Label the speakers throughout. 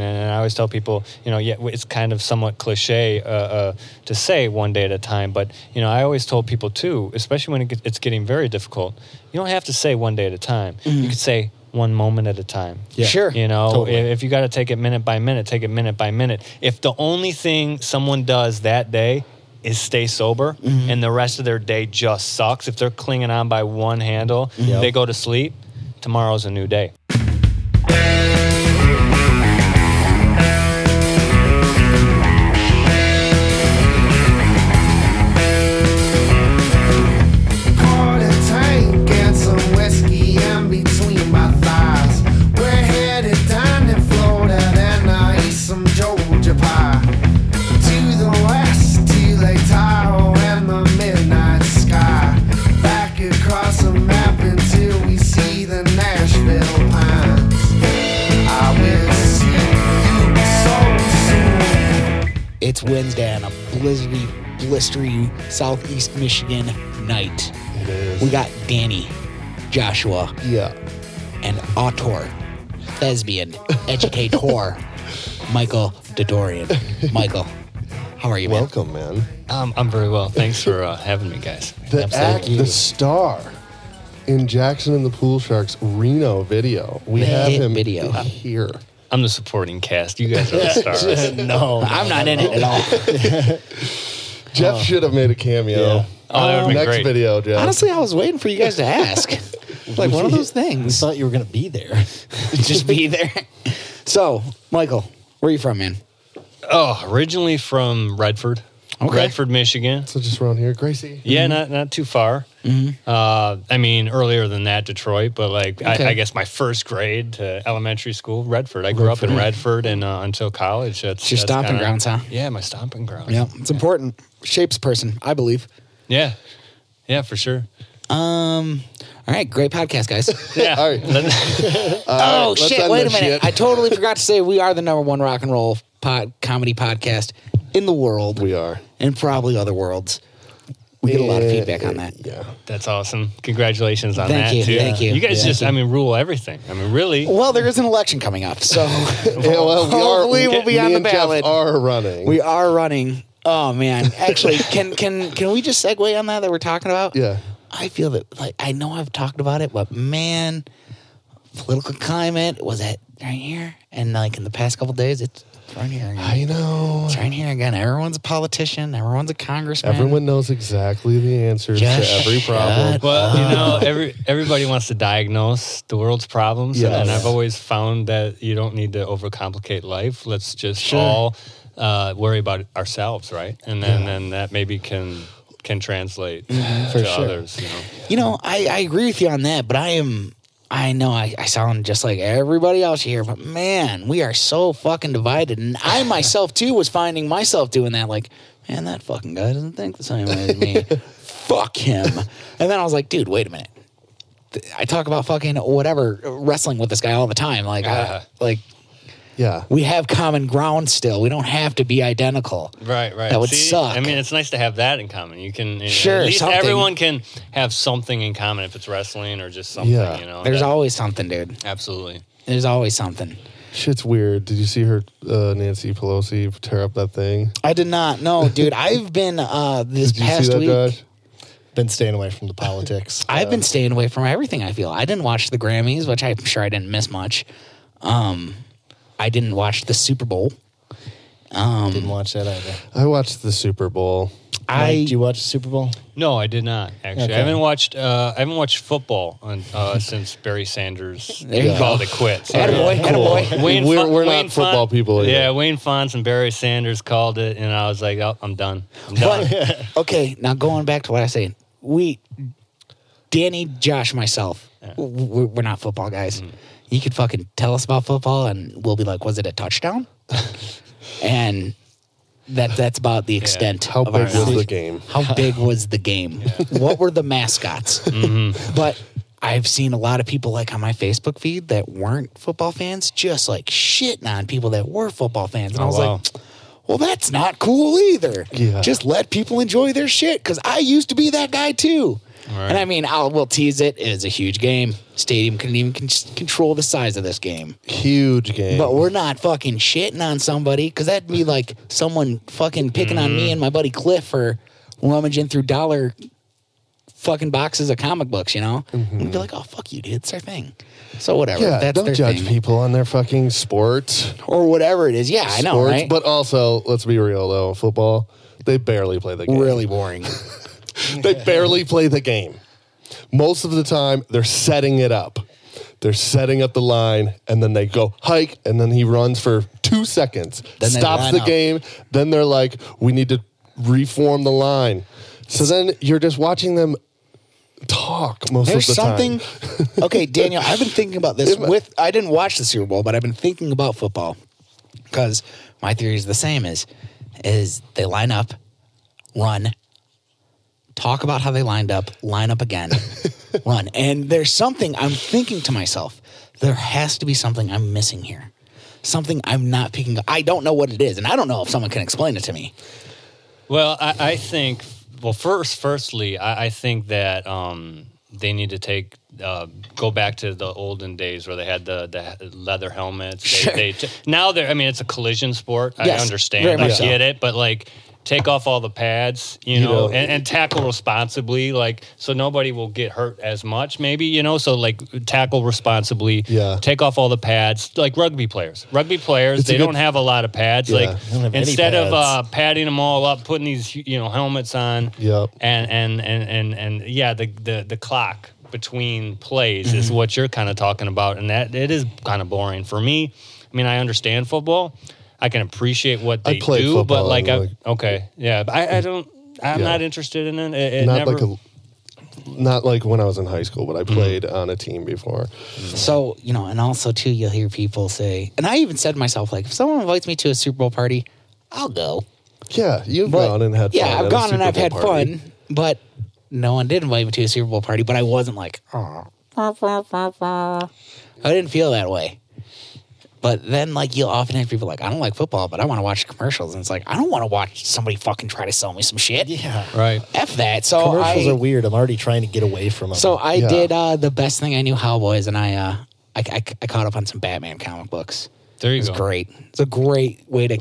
Speaker 1: And I always tell people, you know, yeah, it's kind of somewhat cliche uh, uh, to say one day at a time, but you know, I always told people too, especially when it gets, it's getting very difficult, you don't have to say one day at a time. You could say one moment at a time.
Speaker 2: Mm-hmm. Yeah.
Speaker 3: Sure.
Speaker 1: You know,
Speaker 2: Totally.
Speaker 1: if, if you got to take it minute by minute, take it minute by minute. If the only thing someone does that day is stay sober
Speaker 2: Mm-hmm.
Speaker 1: and the rest of their day just sucks, if they're clinging on by one handle,
Speaker 2: Mm-hmm. Yep.
Speaker 1: they go to sleep, tomorrow's a new day.
Speaker 4: Pour the tank and some whiskey in between my thighs. We're headed down in Florida, then I eat some Georgia pie. To the west, to Lake Tahoe and the midnight sky. Back across the map until we see the Nashville pines. I will see you so soon.
Speaker 3: It's Wednesday on a blizzardy, blistering southeast Michigan night.
Speaker 1: It is.
Speaker 3: We got Danny, Joshua,
Speaker 2: Yeah.
Speaker 3: and auteur, thespian, educator, Michael Dodorian. Michael, how are you, man?
Speaker 2: Welcome, man.
Speaker 1: Um, I'm very well. Thanks for uh, having me, guys.
Speaker 2: The act,
Speaker 3: Absolutely.
Speaker 2: the star in Jackson and the Pool Sharks Reno video. We
Speaker 3: The
Speaker 2: have
Speaker 3: hit
Speaker 2: him
Speaker 3: video.
Speaker 2: here.
Speaker 1: I'm the supporting cast. You guys are the stars.
Speaker 2: no.
Speaker 3: I'm not in it at all. Oh.
Speaker 2: Jeff should have made a cameo.
Speaker 1: Yeah. Oh, that would've been
Speaker 2: Next
Speaker 1: great.
Speaker 2: video, Jeff.
Speaker 3: Honestly, I was waiting for you guys to ask. Like one of those
Speaker 5: We
Speaker 3: things.
Speaker 5: thought you were going to be there.
Speaker 3: Just be there. So, Michael, where are you from, man?
Speaker 1: oh, originally from Redford,
Speaker 3: Okay. Mm-hmm.
Speaker 1: Redford, Michigan.
Speaker 2: so just around here, Gracie.
Speaker 1: Yeah, not not too far. Uh, I mean, earlier than that, Detroit, but like
Speaker 3: Okay.
Speaker 1: I, I guess my first grade to elementary school, Redford. I grew up in Redford and uh, until college. That's
Speaker 3: It's your
Speaker 1: that's
Speaker 3: stomping
Speaker 1: kinda-
Speaker 3: grounds, huh?
Speaker 1: Yeah, my stomping grounds.
Speaker 3: Yeah, it's important. Shapes a person, I believe.
Speaker 1: yeah, yeah, for sure.
Speaker 3: Um. All right, great podcast, guys.
Speaker 1: Yeah,
Speaker 2: All right.
Speaker 3: oh
Speaker 2: let's
Speaker 3: shit!
Speaker 2: end
Speaker 3: Wait a
Speaker 2: this
Speaker 3: minute.
Speaker 2: shit.
Speaker 3: I totally forgot to say we are the number one rock and roll pod comedy podcast in the world.
Speaker 2: We are.
Speaker 3: and probably other worlds. We get a lot of
Speaker 2: Yeah,
Speaker 3: feedback on that.
Speaker 2: Yeah.
Speaker 1: that's awesome. Congratulations on
Speaker 3: Thank
Speaker 1: that
Speaker 3: you,
Speaker 1: too.
Speaker 3: thank you.
Speaker 1: You guys
Speaker 3: Yeah.
Speaker 1: just, I mean, rule everything. I mean, really.
Speaker 3: Well, there is an election coming up, so
Speaker 2: Yeah, well, we are,
Speaker 3: Hopefully we'll be
Speaker 2: me
Speaker 3: on the
Speaker 2: and Jeff
Speaker 3: ballot.
Speaker 2: are running.
Speaker 3: we are running. Oh man, actually, can can can we just segue on that that we're talking about?
Speaker 2: Yeah.
Speaker 3: I feel that like I know I've talked about it, but man, political climate was that right here, and like in the past couple days, it's right here. Again.
Speaker 2: I know.
Speaker 3: It's right here again. Everyone's a politician. Everyone's a congressman.
Speaker 2: Everyone knows exactly the answers
Speaker 3: Just
Speaker 2: to every problem.
Speaker 3: shut
Speaker 1: Well, you know, every everybody wants to diagnose the world's problems, and- and
Speaker 2: Yes.
Speaker 1: I've always found that you don't need to overcomplicate life. Let's just all uh, worry about ourselves, right? And then, then that maybe can can translate
Speaker 3: Mm-hmm.
Speaker 1: to
Speaker 2: sure.
Speaker 1: others. You know?
Speaker 3: You know, I, I agree with you on that, but I am. I know I, I sound just like everybody else here, but man, we are so fucking divided. And I myself, too, was finding myself doing that. Like, man, that fucking guy doesn't think the same way as me. Fuck him. And then I was like, dude, wait a minute. Th- I talk about fucking whatever, uh, wrestling with this guy all the time. Like,
Speaker 1: Yeah.
Speaker 3: I, like
Speaker 2: Yeah.
Speaker 3: we have common ground still. We don't have to be identical.
Speaker 1: Right, right.
Speaker 3: That would
Speaker 1: See,
Speaker 3: suck.
Speaker 1: I mean, it's nice to have that in common. You can you know,
Speaker 3: Sure,
Speaker 1: At least
Speaker 3: something.
Speaker 1: everyone can have something in common if it's wrestling or just something.
Speaker 2: Yeah.
Speaker 1: You know,
Speaker 3: There's
Speaker 1: that-
Speaker 3: always something, dude.
Speaker 1: absolutely.
Speaker 3: There's always something.
Speaker 2: Shit's weird. Did you see her, uh, Nancy Pelosi, tear up that thing?
Speaker 3: I did not. No, dude. I've been uh this
Speaker 2: Did you
Speaker 3: past
Speaker 2: see that,
Speaker 3: week.
Speaker 2: Josh?
Speaker 5: Been staying away from the politics.
Speaker 3: I've been staying away from everything. I feel I didn't watch the Grammys, which I'm sure I didn't miss much. Um, I didn't watch the Super Bowl.
Speaker 5: Didn't watch that either.
Speaker 2: I watched the Super Bowl.
Speaker 3: I
Speaker 5: Mike, do you watch the Super Bowl?
Speaker 1: No, I did not actually.
Speaker 5: Okay.
Speaker 1: I haven't watched. Uh, I haven't watched football on, uh, since Barry Sanders
Speaker 3: There you
Speaker 1: called
Speaker 3: go.
Speaker 1: it quits.
Speaker 3: Attaboy, attaboy.
Speaker 1: Wayne
Speaker 2: We're-
Speaker 1: Fon-
Speaker 2: we're not
Speaker 1: Wayne Fon-
Speaker 2: football people either.
Speaker 1: Yeah, Wayne Fonz and Barry Sanders called it, and I was like, oh, I'm done. I'm done.
Speaker 3: But okay, now going back to what I was saying, we, Danny, Josh, myself, w- w- we're not football guys.
Speaker 2: Mm.
Speaker 3: You could fucking tell us about football, and we'll be like, "Was it a touchdown?" and that that's about the extent.
Speaker 2: How
Speaker 3: of our
Speaker 2: big was
Speaker 3: knowledge.
Speaker 2: the game?
Speaker 3: How big was the game? What were the mascots?
Speaker 1: Mm-hmm.
Speaker 3: But I've seen a lot of people like on my Facebook feed that weren't football fans, just like shitting on people that were football fans. And I
Speaker 1: Oh,
Speaker 3: was
Speaker 1: wow.
Speaker 3: like, well, that's not cool either.
Speaker 2: Yeah.
Speaker 3: Just let people enjoy their shit because I used to be that guy too.
Speaker 1: right.
Speaker 3: And I mean, I'll we'll tease it. It's a huge game. Stadium couldn't even con- control the size of this game.
Speaker 2: Huge game.
Speaker 3: But we're not fucking shitting on somebody because that'd be like someone fucking picking on
Speaker 2: Mm-hmm.
Speaker 3: me and my buddy Cliff for rummaging through dollar fucking boxes of comic books, you know? We'd be like, oh, fuck you, dude. It's their thing. So whatever.
Speaker 2: Mm-hmm. yeah,
Speaker 3: That's
Speaker 2: don't
Speaker 3: their
Speaker 2: judge
Speaker 3: thing.
Speaker 2: people on their fucking sports.
Speaker 3: Or whatever it is. Yeah, I know,
Speaker 2: sports.
Speaker 3: right?
Speaker 2: But also, let's be real though, football, they barely play the game.
Speaker 3: really boring.
Speaker 2: They barely play the game. Most of the time, they're setting it up. They're setting up the line, and then they go hike, and then he runs for two seconds,
Speaker 3: Then they
Speaker 2: stops
Speaker 3: line
Speaker 2: the
Speaker 3: up.
Speaker 2: game. Then they're like, "We need to reform the line." So then you're just watching them talk most
Speaker 3: There's
Speaker 2: of the
Speaker 3: something.
Speaker 2: time.
Speaker 3: okay, Daniel, I've been thinking about this with. I didn't watch the Super Bowl, but I've been thinking about football because my theory is the same: is is they line up, run, talk about how they lined up, line up again, run, and there's something I'm thinking to myself: there has to be something I'm missing here, something I'm not picking up. I don't know what it is, and I don't know if someone can explain it to me.
Speaker 1: Well, I, I think. Well, first, firstly, I, I think that um, they need to take uh, go back to the olden days where they had the, the leather helmets. They,
Speaker 3: Sure.
Speaker 1: they t- now they're. I mean, it's a collision sport.
Speaker 3: Yes,
Speaker 1: I understand.
Speaker 3: very
Speaker 1: I
Speaker 3: much so.
Speaker 1: get it, but like. Take off all the pads, you, know, and, and tackle responsibly, like so nobody will get hurt as much, maybe, you know. So like tackle responsibly.
Speaker 2: Yeah.
Speaker 1: Take off all the pads, like rugby players. Rugby players,
Speaker 2: It's a
Speaker 1: they
Speaker 2: good-
Speaker 1: don't have a lot of pads.
Speaker 2: Yeah,
Speaker 1: like
Speaker 5: they don't have any
Speaker 1: instead of
Speaker 5: pads.
Speaker 1: uh, padding them all up, putting these you know helmets on.
Speaker 2: Yep.
Speaker 1: And and and and and yeah, the the, the clock between plays is
Speaker 2: Mm-hmm.
Speaker 1: what you're kind of talking about, and that it is kind of boring for me. I mean, I understand football. I can appreciate what
Speaker 2: I
Speaker 1: they
Speaker 2: played
Speaker 1: do, but
Speaker 2: football
Speaker 1: like,
Speaker 2: and,
Speaker 1: I,
Speaker 2: like-
Speaker 1: okay, yeah, but I, I don't. I'm
Speaker 2: Yeah.
Speaker 1: not interested in it. it, it
Speaker 2: not
Speaker 1: never,
Speaker 2: like a not like when I was in high school, but I
Speaker 3: Hmm.
Speaker 2: played on a team before.
Speaker 3: So, you know, and also too, you'll hear people say, and I even said to myself, like, if someone invites me to a Super Bowl party, I'll go.
Speaker 2: Yeah, you've
Speaker 3: But-
Speaker 2: gone and had
Speaker 3: yeah,
Speaker 2: fun. at a
Speaker 3: I've gone and
Speaker 2: Super
Speaker 3: I've
Speaker 2: Bowl
Speaker 3: had
Speaker 2: party.
Speaker 3: fun, but no one did invite me to a Super Bowl party. But I wasn't like, oh, I didn't feel that way. But then, like, you'll often have people like, I don't like football, but I want to watch commercials, and it's like, I don't want to watch somebody fucking try to sell me some shit.
Speaker 5: Yeah.
Speaker 1: right.
Speaker 3: F that. So
Speaker 5: Commercials
Speaker 3: Oh, I,
Speaker 5: are weird. I'm already trying to get away from them.
Speaker 3: So I
Speaker 2: Yeah.
Speaker 3: did uh, the best thing I knew, Hellboys, and I, uh, I, I I caught up on some Batman comic books.
Speaker 1: There you
Speaker 3: It's
Speaker 1: go.
Speaker 3: great. It's a great way to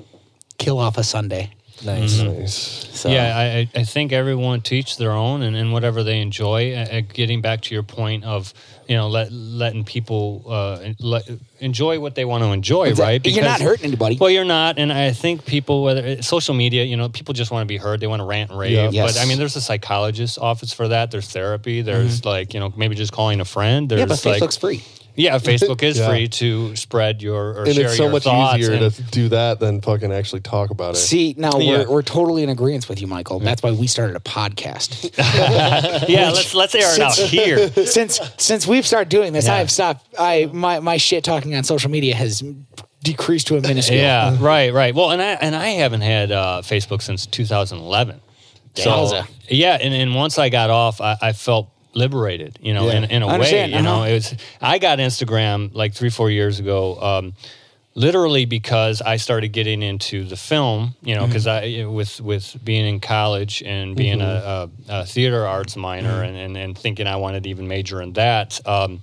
Speaker 3: kill off a Sunday.
Speaker 5: nice.
Speaker 2: Nice.
Speaker 3: So
Speaker 1: Yeah, I, I- I think everyone teach their own and, and whatever they enjoy. Uh, uh, getting back to your point of you know let, letting people uh, en- let, enjoy what they want to enjoy, right?
Speaker 3: You're not hurting anybody.
Speaker 1: Well, you're not, and I think people whether it's social media, you know, people just want to be heard. They want to rant and rave.
Speaker 2: Yeah.
Speaker 3: Yes. Mm-hmm.
Speaker 1: But I mean, there's a psychologist's office for that. There's therapy. There's like you know maybe just calling a friend. There's
Speaker 3: yeah, but
Speaker 1: like
Speaker 3: Facebook's free.
Speaker 1: yeah, Facebook is
Speaker 2: Yeah.
Speaker 1: free to spread your or
Speaker 2: And
Speaker 1: share
Speaker 2: it's so
Speaker 1: your
Speaker 2: much
Speaker 1: thoughts.
Speaker 2: easier
Speaker 1: and-
Speaker 2: to do that than fucking actually talk about it.
Speaker 3: See, now
Speaker 1: Yeah.
Speaker 3: we're, we're totally in agreement with you, Michael. That's why we started a podcast.
Speaker 1: yeah, let's let's air it out here.
Speaker 3: since since we've started doing this,
Speaker 1: Yeah.
Speaker 3: I've stopped. I my my shit talking on social media has decreased to a minuscule.
Speaker 1: Yeah, right, right. Well, and I and I haven't had uh, Facebook since 2011.
Speaker 3: Yowza.
Speaker 1: yeah, and, and once I got off, I, I felt liberated. You know,
Speaker 5: Yeah.
Speaker 1: in, in a
Speaker 3: I
Speaker 1: way,
Speaker 3: understand,
Speaker 1: you know,
Speaker 3: uh-huh.
Speaker 1: it was. I got Instagram like three four years ago. Um, Literally because I started getting into the film, you
Speaker 2: Mm-hmm.
Speaker 1: know, because I eh, with with being in college and being
Speaker 2: Mm-hmm.
Speaker 1: a, a, a theater arts minor and, and and thinking I wanted to even major in that, um,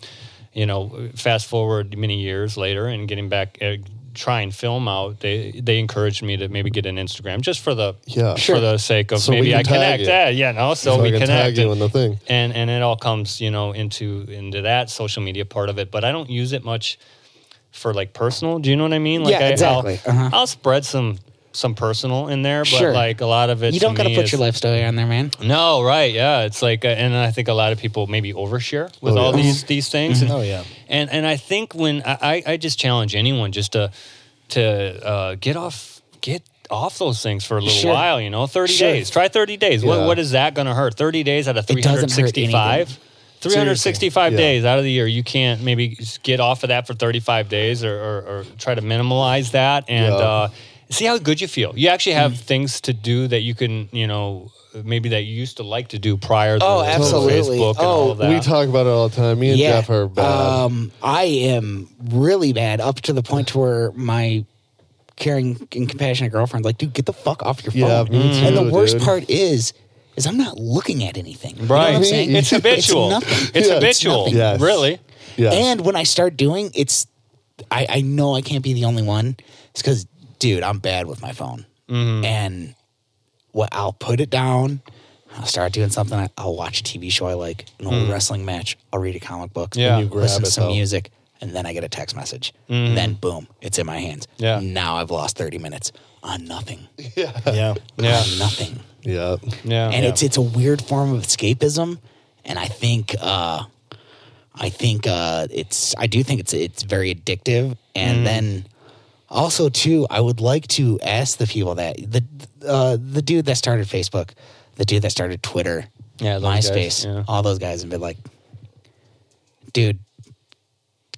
Speaker 1: you know, fast forward many years later and getting back, uh, trying film out, they they encouraged me to maybe get an Instagram just for the
Speaker 2: Yeah.
Speaker 1: for
Speaker 2: Sure.
Speaker 1: the sake of
Speaker 2: So we
Speaker 1: maybe
Speaker 2: can
Speaker 1: I
Speaker 2: tag
Speaker 1: connect.
Speaker 2: you.
Speaker 1: Yeah, yeah, no, so,
Speaker 2: So I
Speaker 1: we
Speaker 2: can
Speaker 1: connect.
Speaker 2: tag you
Speaker 1: and-
Speaker 2: in the thing.
Speaker 1: and and it all comes you know into into that social media part of it but i don't use it much for like personal do you know what i mean like
Speaker 3: Yeah,
Speaker 1: I,
Speaker 3: exactly.
Speaker 1: I'll,
Speaker 3: Uh-huh.
Speaker 1: I'll spread some some personal in there but
Speaker 3: Sure.
Speaker 1: like a lot of it
Speaker 3: you don't
Speaker 1: got
Speaker 3: gotta put your life story on there, man.
Speaker 1: no right yeah it's like uh, and i think a lot of people maybe overshare with
Speaker 2: Oh,
Speaker 1: all
Speaker 2: yeah.
Speaker 1: these these things and,
Speaker 5: Oh, yeah.
Speaker 1: and and i think when I, I i just challenge anyone just to to uh get off get off those things for a little
Speaker 3: Sure.
Speaker 1: while you know 30
Speaker 3: Sure.
Speaker 1: days try 30 days
Speaker 2: Yeah.
Speaker 1: what what is that gonna hurt 30 days out of
Speaker 3: It doesn't hurt anything.
Speaker 1: 365 365
Speaker 2: Seriously. Yeah.
Speaker 1: days out of the year you can't maybe s- get off of that for 35 days or, or, or try to minimalize that and
Speaker 2: Yeah.
Speaker 1: uh, see how good you feel you actually have things to do that you can you know maybe that you used to like to do prior to
Speaker 3: Oh, absolutely.
Speaker 1: facebook and all
Speaker 3: Oh,
Speaker 1: of that
Speaker 2: We talk about it all the time. Me and Jeff are bad.
Speaker 3: Um, I am really bad up to the point to where my caring and compassionate girlfriend's like, dude, get the fuck off your
Speaker 2: Yeah,
Speaker 3: phone.
Speaker 2: me
Speaker 3: and the
Speaker 2: too,
Speaker 3: worst
Speaker 2: dude.
Speaker 3: part is, is I'm not looking at anything. You know what
Speaker 1: Right.
Speaker 3: I'm saying?
Speaker 1: It's habitual. It's,
Speaker 3: nothing.
Speaker 2: Yeah.
Speaker 1: habitual.
Speaker 3: nothing.
Speaker 2: Yes.
Speaker 1: Really?
Speaker 2: Yeah.
Speaker 3: And when I start doing, it's I, I know I can't be the only one. It's because, dude, I'm bad with my phone,
Speaker 2: Mm-hmm.
Speaker 3: and what I'll put it down. I'll start doing something. I- I'll watch a TV show I like, an old wrestling match. I'll read a comic book.
Speaker 1: Yeah. And you
Speaker 2: Mm-hmm. grab
Speaker 3: listen to
Speaker 2: it,
Speaker 3: some
Speaker 2: though. Mm-hmm.
Speaker 3: music, and then I get a text message. Then boom, it's in my hands.
Speaker 1: Yeah.
Speaker 3: Now I've lost thirty minutes on nothing.
Speaker 5: Yeah.
Speaker 1: Yeah.
Speaker 3: On nothing
Speaker 2: yeah.
Speaker 1: Yeah.
Speaker 3: and it's it's a weird form of escapism and i think uh i think uh it's i do think it's it's very addictive
Speaker 1: Mm.
Speaker 3: and then also too i would like to ask the people that the uh the dude that started facebook the dude that started twitter
Speaker 1: Yeah, those guys,
Speaker 3: myspace
Speaker 1: yeah.
Speaker 3: all those guys and be like dude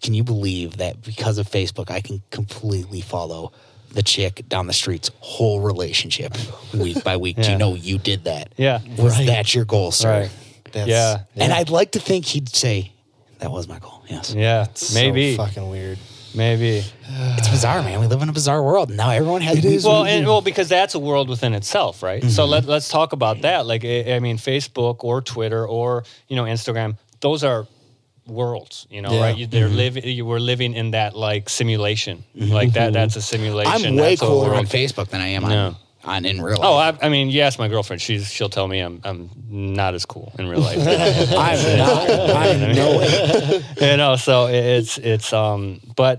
Speaker 3: can you believe that because of facebook i can completely follow the chick down the street's whole relationship week by week do
Speaker 1: Yeah.
Speaker 3: you know you did that
Speaker 1: Yeah.
Speaker 3: was that your goal, sir?
Speaker 1: Right. Yeah.
Speaker 3: And I'd like to think he'd say, that was my goal. Yes.
Speaker 1: Yeah.
Speaker 5: So
Speaker 1: Maybe.
Speaker 5: fucking weird.
Speaker 1: maybe.
Speaker 3: It's bizarre, man. We live in a bizarre world. and Now everyone has
Speaker 2: It
Speaker 3: these-
Speaker 2: is
Speaker 1: Well, and, well, because that's a world within itself, right? So
Speaker 3: Mm-hmm.
Speaker 1: let, let's talk about that. Like, I, I mean, Facebook or Twitter or you know Instagram, those are worlds, you know,
Speaker 5: Yeah.
Speaker 1: right? You, they're
Speaker 3: Mm-hmm.
Speaker 1: living. You were living in that like simulation, like that. That's a simulation.
Speaker 3: I'm way
Speaker 1: That's a
Speaker 3: cooler on
Speaker 1: world.
Speaker 3: Facebook than I am
Speaker 1: Yeah.
Speaker 3: on, on in real
Speaker 1: Oh,
Speaker 3: life.
Speaker 1: I, I mean, you ask my girlfriend; she's she'll tell me I'm I'm not as cool in real life.
Speaker 3: I'm not. I know it.
Speaker 1: you know so it- it's it's um but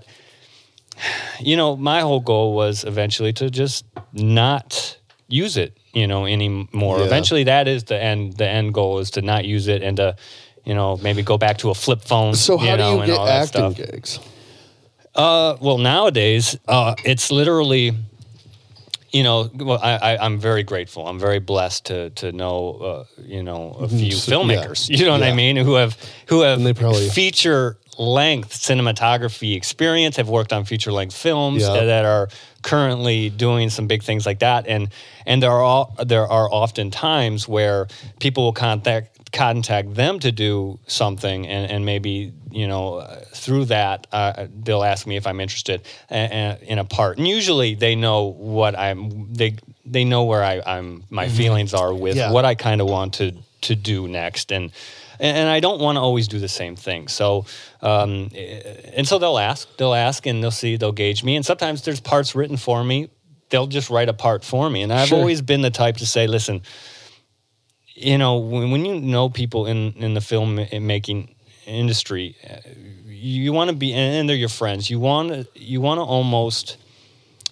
Speaker 1: you know my whole goal was eventually to just not use it you know anymore
Speaker 2: Yeah.
Speaker 1: eventually that is the end the end goal is to not use it and to you know maybe go back to a flip phone
Speaker 2: So how
Speaker 1: know,
Speaker 2: do
Speaker 1: and
Speaker 2: you get
Speaker 1: all that
Speaker 2: acting
Speaker 1: stuff.
Speaker 2: gigs?
Speaker 1: Uh, well, nowadays uh, it's literally, you know, well, I, I, I'm very grateful. I'm very blessed to to know, uh, you know, a few
Speaker 2: Mm-hmm. so-
Speaker 1: filmmakers. You know what I
Speaker 2: Yeah.
Speaker 1: mean? Who have who have
Speaker 2: And they probably-
Speaker 1: feature length cinematography experience. Have worked on feature length films
Speaker 2: Yeah.
Speaker 1: that, that are currently doing some big things like that. And and there are all, there are often times where people will contact contact them to do something and, and maybe you know uh, through that uh, they'll ask me if i'm interested a- a- in a part and usually they know what i'm they they know where I, i'm my feelings are with
Speaker 5: Yeah.
Speaker 1: what i kind of want to to do next and and and I don't want to always do the same thing. So, um, and so they'll ask, they'll ask, and they'll see, they'll gauge me. And sometimes there's parts written for me. They'll just write a part for me. And I've
Speaker 5: Sure.
Speaker 1: always been the type to say, listen, you know when, when you know people in in the film i- making industry uh, you, you want to be and they're your friends you want to you want to almost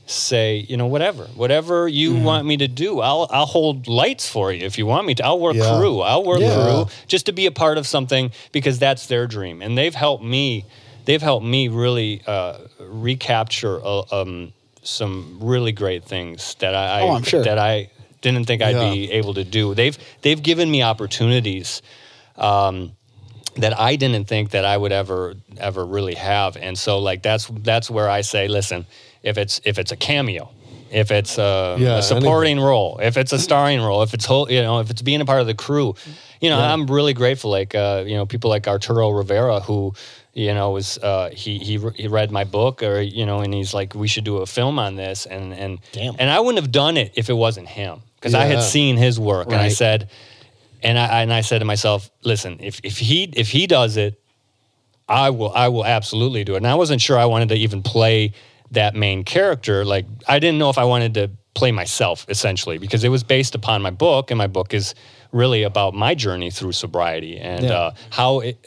Speaker 1: say you know whatever whatever you
Speaker 5: Mm-hmm.
Speaker 1: want me to do i'll i'll hold lights for you if you want me to i'll work
Speaker 5: Yeah.
Speaker 1: crew i'll work
Speaker 5: Yeah.
Speaker 1: crew just to be a part of something because that's their dream and they've helped me they've helped me really uh, recapture uh, um, some really great things that i
Speaker 3: Oh, I'm sure.
Speaker 1: that i didn't think I'd
Speaker 2: Yeah.
Speaker 1: be able to do. They've they've given me opportunities um, that I didn't think that I would ever ever really have, and so like that's that's where I say, listen, if it's if it's a cameo, if it's uh, a,
Speaker 2: Yeah,
Speaker 1: a supporting role, if it's a starring role, if it's whole, you know, if it's being a part of the crew, you know, I'm really grateful. Like uh, you know, people like Arturo Rivera who. You know, was uh, he he re- he read my book, or you know, and he's like, we should do a film on this, and and
Speaker 5: Damn.
Speaker 1: and I wouldn't have done it if it wasn't him because I had
Speaker 2: Yeah.
Speaker 1: seen his work and I
Speaker 3: Right.
Speaker 1: said, and I and I said to myself, listen, if if he if he does it, I will I will absolutely do it. And I wasn't sure I wanted to even play that main character. Like I didn't know if I wanted to play myself essentially because it was based upon my book, and my book is really about my journey through sobriety and
Speaker 5: Yeah.
Speaker 1: uh, how it,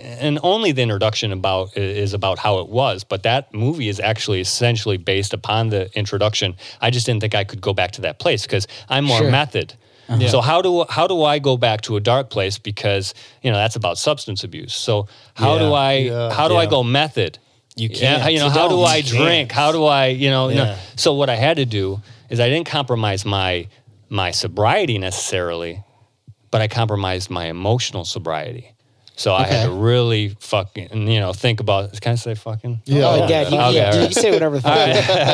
Speaker 1: and only the introduction about is about how it was but that movie is actually essentially based upon the introduction i just didn't think i could go back to that place because i'm more
Speaker 3: Sure.
Speaker 1: method
Speaker 5: Uh-huh.
Speaker 1: so how do how do i go back to a dark place because you know that's about substance abuse so how do
Speaker 5: Yeah.
Speaker 1: i
Speaker 2: Yeah.
Speaker 1: how do i
Speaker 5: Yeah.
Speaker 1: go method
Speaker 5: You
Speaker 1: yeah,
Speaker 5: can't.
Speaker 1: you know
Speaker 5: You
Speaker 1: how do
Speaker 5: don't.
Speaker 1: i
Speaker 5: You can't.
Speaker 1: drink how do i you know, you know.
Speaker 5: Yeah.
Speaker 1: so what i had to do is i didn't compromise my my sobriety necessarily but I compromised my emotional sobriety. So I had to really fucking, you know, think about. Can I say fucking?
Speaker 2: Yeah.
Speaker 3: Oh, yeah, you,
Speaker 1: Okay,
Speaker 3: yeah,
Speaker 1: all
Speaker 3: you
Speaker 1: right.
Speaker 3: say whatever the fuck.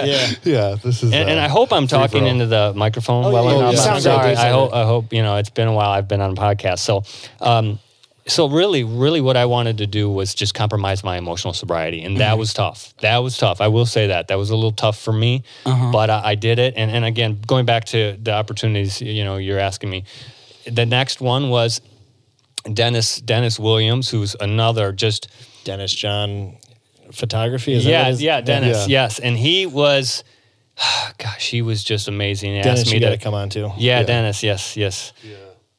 Speaker 5: yeah.
Speaker 2: Yeah, this is.
Speaker 1: And,
Speaker 2: uh,
Speaker 1: and I hope I'm
Speaker 2: free
Speaker 1: talking
Speaker 2: for all.
Speaker 1: into the microphone well
Speaker 5: Oh, yeah,
Speaker 1: enough.
Speaker 5: yeah.
Speaker 1: I'm
Speaker 5: Sounds good,
Speaker 1: sorry.
Speaker 5: dude,
Speaker 1: I
Speaker 5: sounds
Speaker 1: hope. I hope you know. It's been a while. I've been on podcasts. So, um, so really, really, what I wanted to do was just compromise my emotional sobriety, and
Speaker 5: Mm-hmm.
Speaker 1: that was tough. That was tough. I will say that that was a little tough for me,
Speaker 5: Uh-huh.
Speaker 1: but I, I did it. And and again, going back to the opportunities, you know, you're asking me. the next one was Dennis Dennis Williams, who's another just
Speaker 5: Dennis John photography. Is that
Speaker 1: yeah
Speaker 5: what it is?
Speaker 1: yeah Dennis
Speaker 2: Yeah.
Speaker 1: yes, and he was, gosh, he was just amazing. He
Speaker 5: Dennis,
Speaker 1: asked me
Speaker 5: you got
Speaker 1: to
Speaker 5: to come on too.
Speaker 1: Yeah,
Speaker 2: Yeah.
Speaker 1: Dennis. Yes, yes.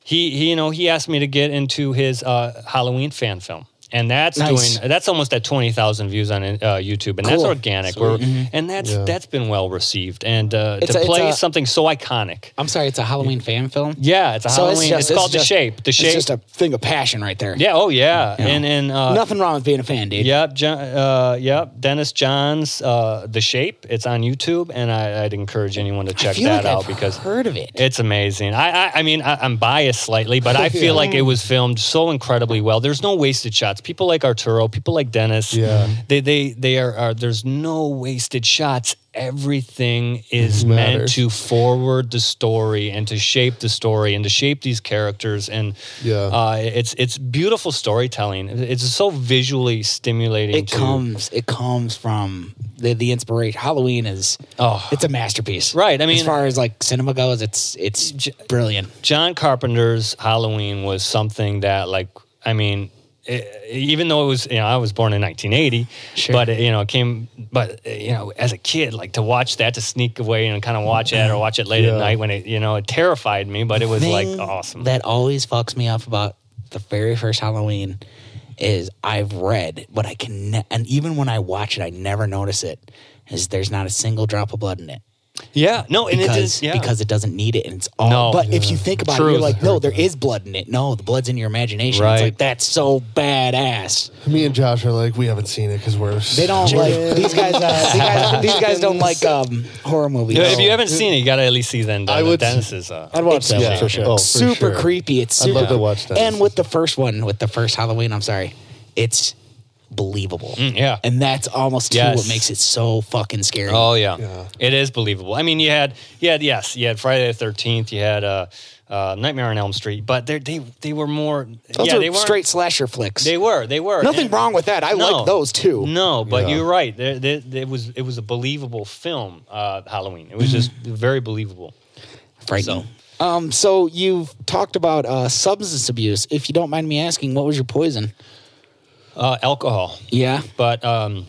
Speaker 1: He, he, you know, he asked me to get into his uh, Halloween fan film, and that's
Speaker 3: Nice.
Speaker 1: doing that's almost at twenty thousand views on uh, YouTube, and that's
Speaker 3: Cool. Mm-hmm.
Speaker 1: organic. We're, and that's
Speaker 2: Yeah.
Speaker 1: that's been well received, and uh,
Speaker 3: It's
Speaker 1: to
Speaker 3: a- it's
Speaker 1: play
Speaker 3: a-
Speaker 1: something so iconic.
Speaker 3: I'm sorry, it's a Halloween fan film.
Speaker 1: Yeah, it's a
Speaker 3: So
Speaker 1: Halloween. It's, called the
Speaker 3: just-
Speaker 1: shape. The shape.
Speaker 3: It's just a thing of passion right there.
Speaker 1: yeah. Oh yeah. And and uh,
Speaker 3: Nothing wrong with being a fan, dude.
Speaker 1: Yep, John, uh, yep. Dennis Johns, uh, The Shape. It's on YouTube, and I, I'd encourage anyone to
Speaker 3: I
Speaker 1: check
Speaker 3: feel
Speaker 1: that
Speaker 3: like
Speaker 1: out
Speaker 3: I've
Speaker 1: because
Speaker 3: heard of it.
Speaker 1: It's amazing. I, I, I mean, I, I'm biased slightly, but I feel like it was filmed so incredibly well. There's no wasted shots. People like Arturo, people like Dennis,
Speaker 2: Yeah.
Speaker 1: they, they, they are, are. There's no wasted shots. Everything is meant
Speaker 2: Matters.
Speaker 1: to forward the story and to shape the story and to shape these characters. And
Speaker 2: Yeah.
Speaker 1: uh, it's it's beautiful storytelling. It's so visually stimulating.
Speaker 3: it
Speaker 1: to-
Speaker 3: comes it comes from the the inspiration. Halloween is
Speaker 1: Oh.
Speaker 3: it's a masterpiece.
Speaker 1: Right, I mean-
Speaker 3: as far as like cinema goes, it's it's brilliant.
Speaker 1: John Carpenter's Halloween was something that, like, I mean, e- even though it was, you know, I was born in 1980,
Speaker 3: Sure.
Speaker 1: but you know, it came, but uh, you know, as a kid, like to watch that, to sneak away and kind of watch it or watch it late at
Speaker 2: Yeah.
Speaker 1: night when it, you know, it terrified me, but it was like
Speaker 3: thing
Speaker 1: awesome.
Speaker 3: That always fucks me up about the very first Halloween is I've read, but I can, ne- and even when I watch it, I never notice it. Is there's not a single drop of blood in it
Speaker 1: yeah, no, and
Speaker 3: because
Speaker 1: it is yeah.
Speaker 3: because it doesn't need it, and it's all.
Speaker 1: No.
Speaker 3: but if you think about it,
Speaker 1: Truth.
Speaker 3: you're like, no, there is blood in it. No, the blood's in your imagination.
Speaker 1: Right.
Speaker 3: It's like that's so badass.
Speaker 2: Me and Josh are like, we haven't seen it because we're
Speaker 3: They don't like these guys. Uh, these guys. These guys don't like um, horror movies.
Speaker 1: Yeah, if you haven't seen it, you got to at least see then.
Speaker 2: I
Speaker 1: I
Speaker 2: would-
Speaker 1: would. Dennis is uh,
Speaker 5: I'd watch that
Speaker 2: Yeah.
Speaker 5: one for sure.
Speaker 2: Oh, for
Speaker 3: super
Speaker 2: sure.
Speaker 3: creepy. It's
Speaker 2: I'd
Speaker 3: super,
Speaker 2: love to watch that.
Speaker 3: And with the first one, with the first Halloween, I'm sorry, it's believable.
Speaker 1: yeah.
Speaker 3: and that's almost too
Speaker 1: Yes.
Speaker 3: what makes it so fucking scary.
Speaker 1: Oh yeah.
Speaker 2: Yeah.
Speaker 1: it is believable. I mean, you had, you had, yes, you had Friday the Thirteenth, you had uh, uh, Nightmare on Elm Street, but they they they were more.
Speaker 3: those
Speaker 1: yeah,
Speaker 3: are
Speaker 1: they weren't-
Speaker 3: straight slasher flicks.
Speaker 1: They were. They were.
Speaker 3: Nothing
Speaker 1: And-
Speaker 3: wrong with that. I
Speaker 1: No.
Speaker 3: like those too.
Speaker 1: No, but
Speaker 2: Yeah.
Speaker 1: you're right. There, there, there was it was a believable film. Uh, Halloween. It was just very believable.
Speaker 3: Frightening. Um, so you've talked about uh, substance abuse. If you don't mind me asking, what was your poison?
Speaker 1: Uh, alcohol,
Speaker 3: Yeah,
Speaker 1: but um,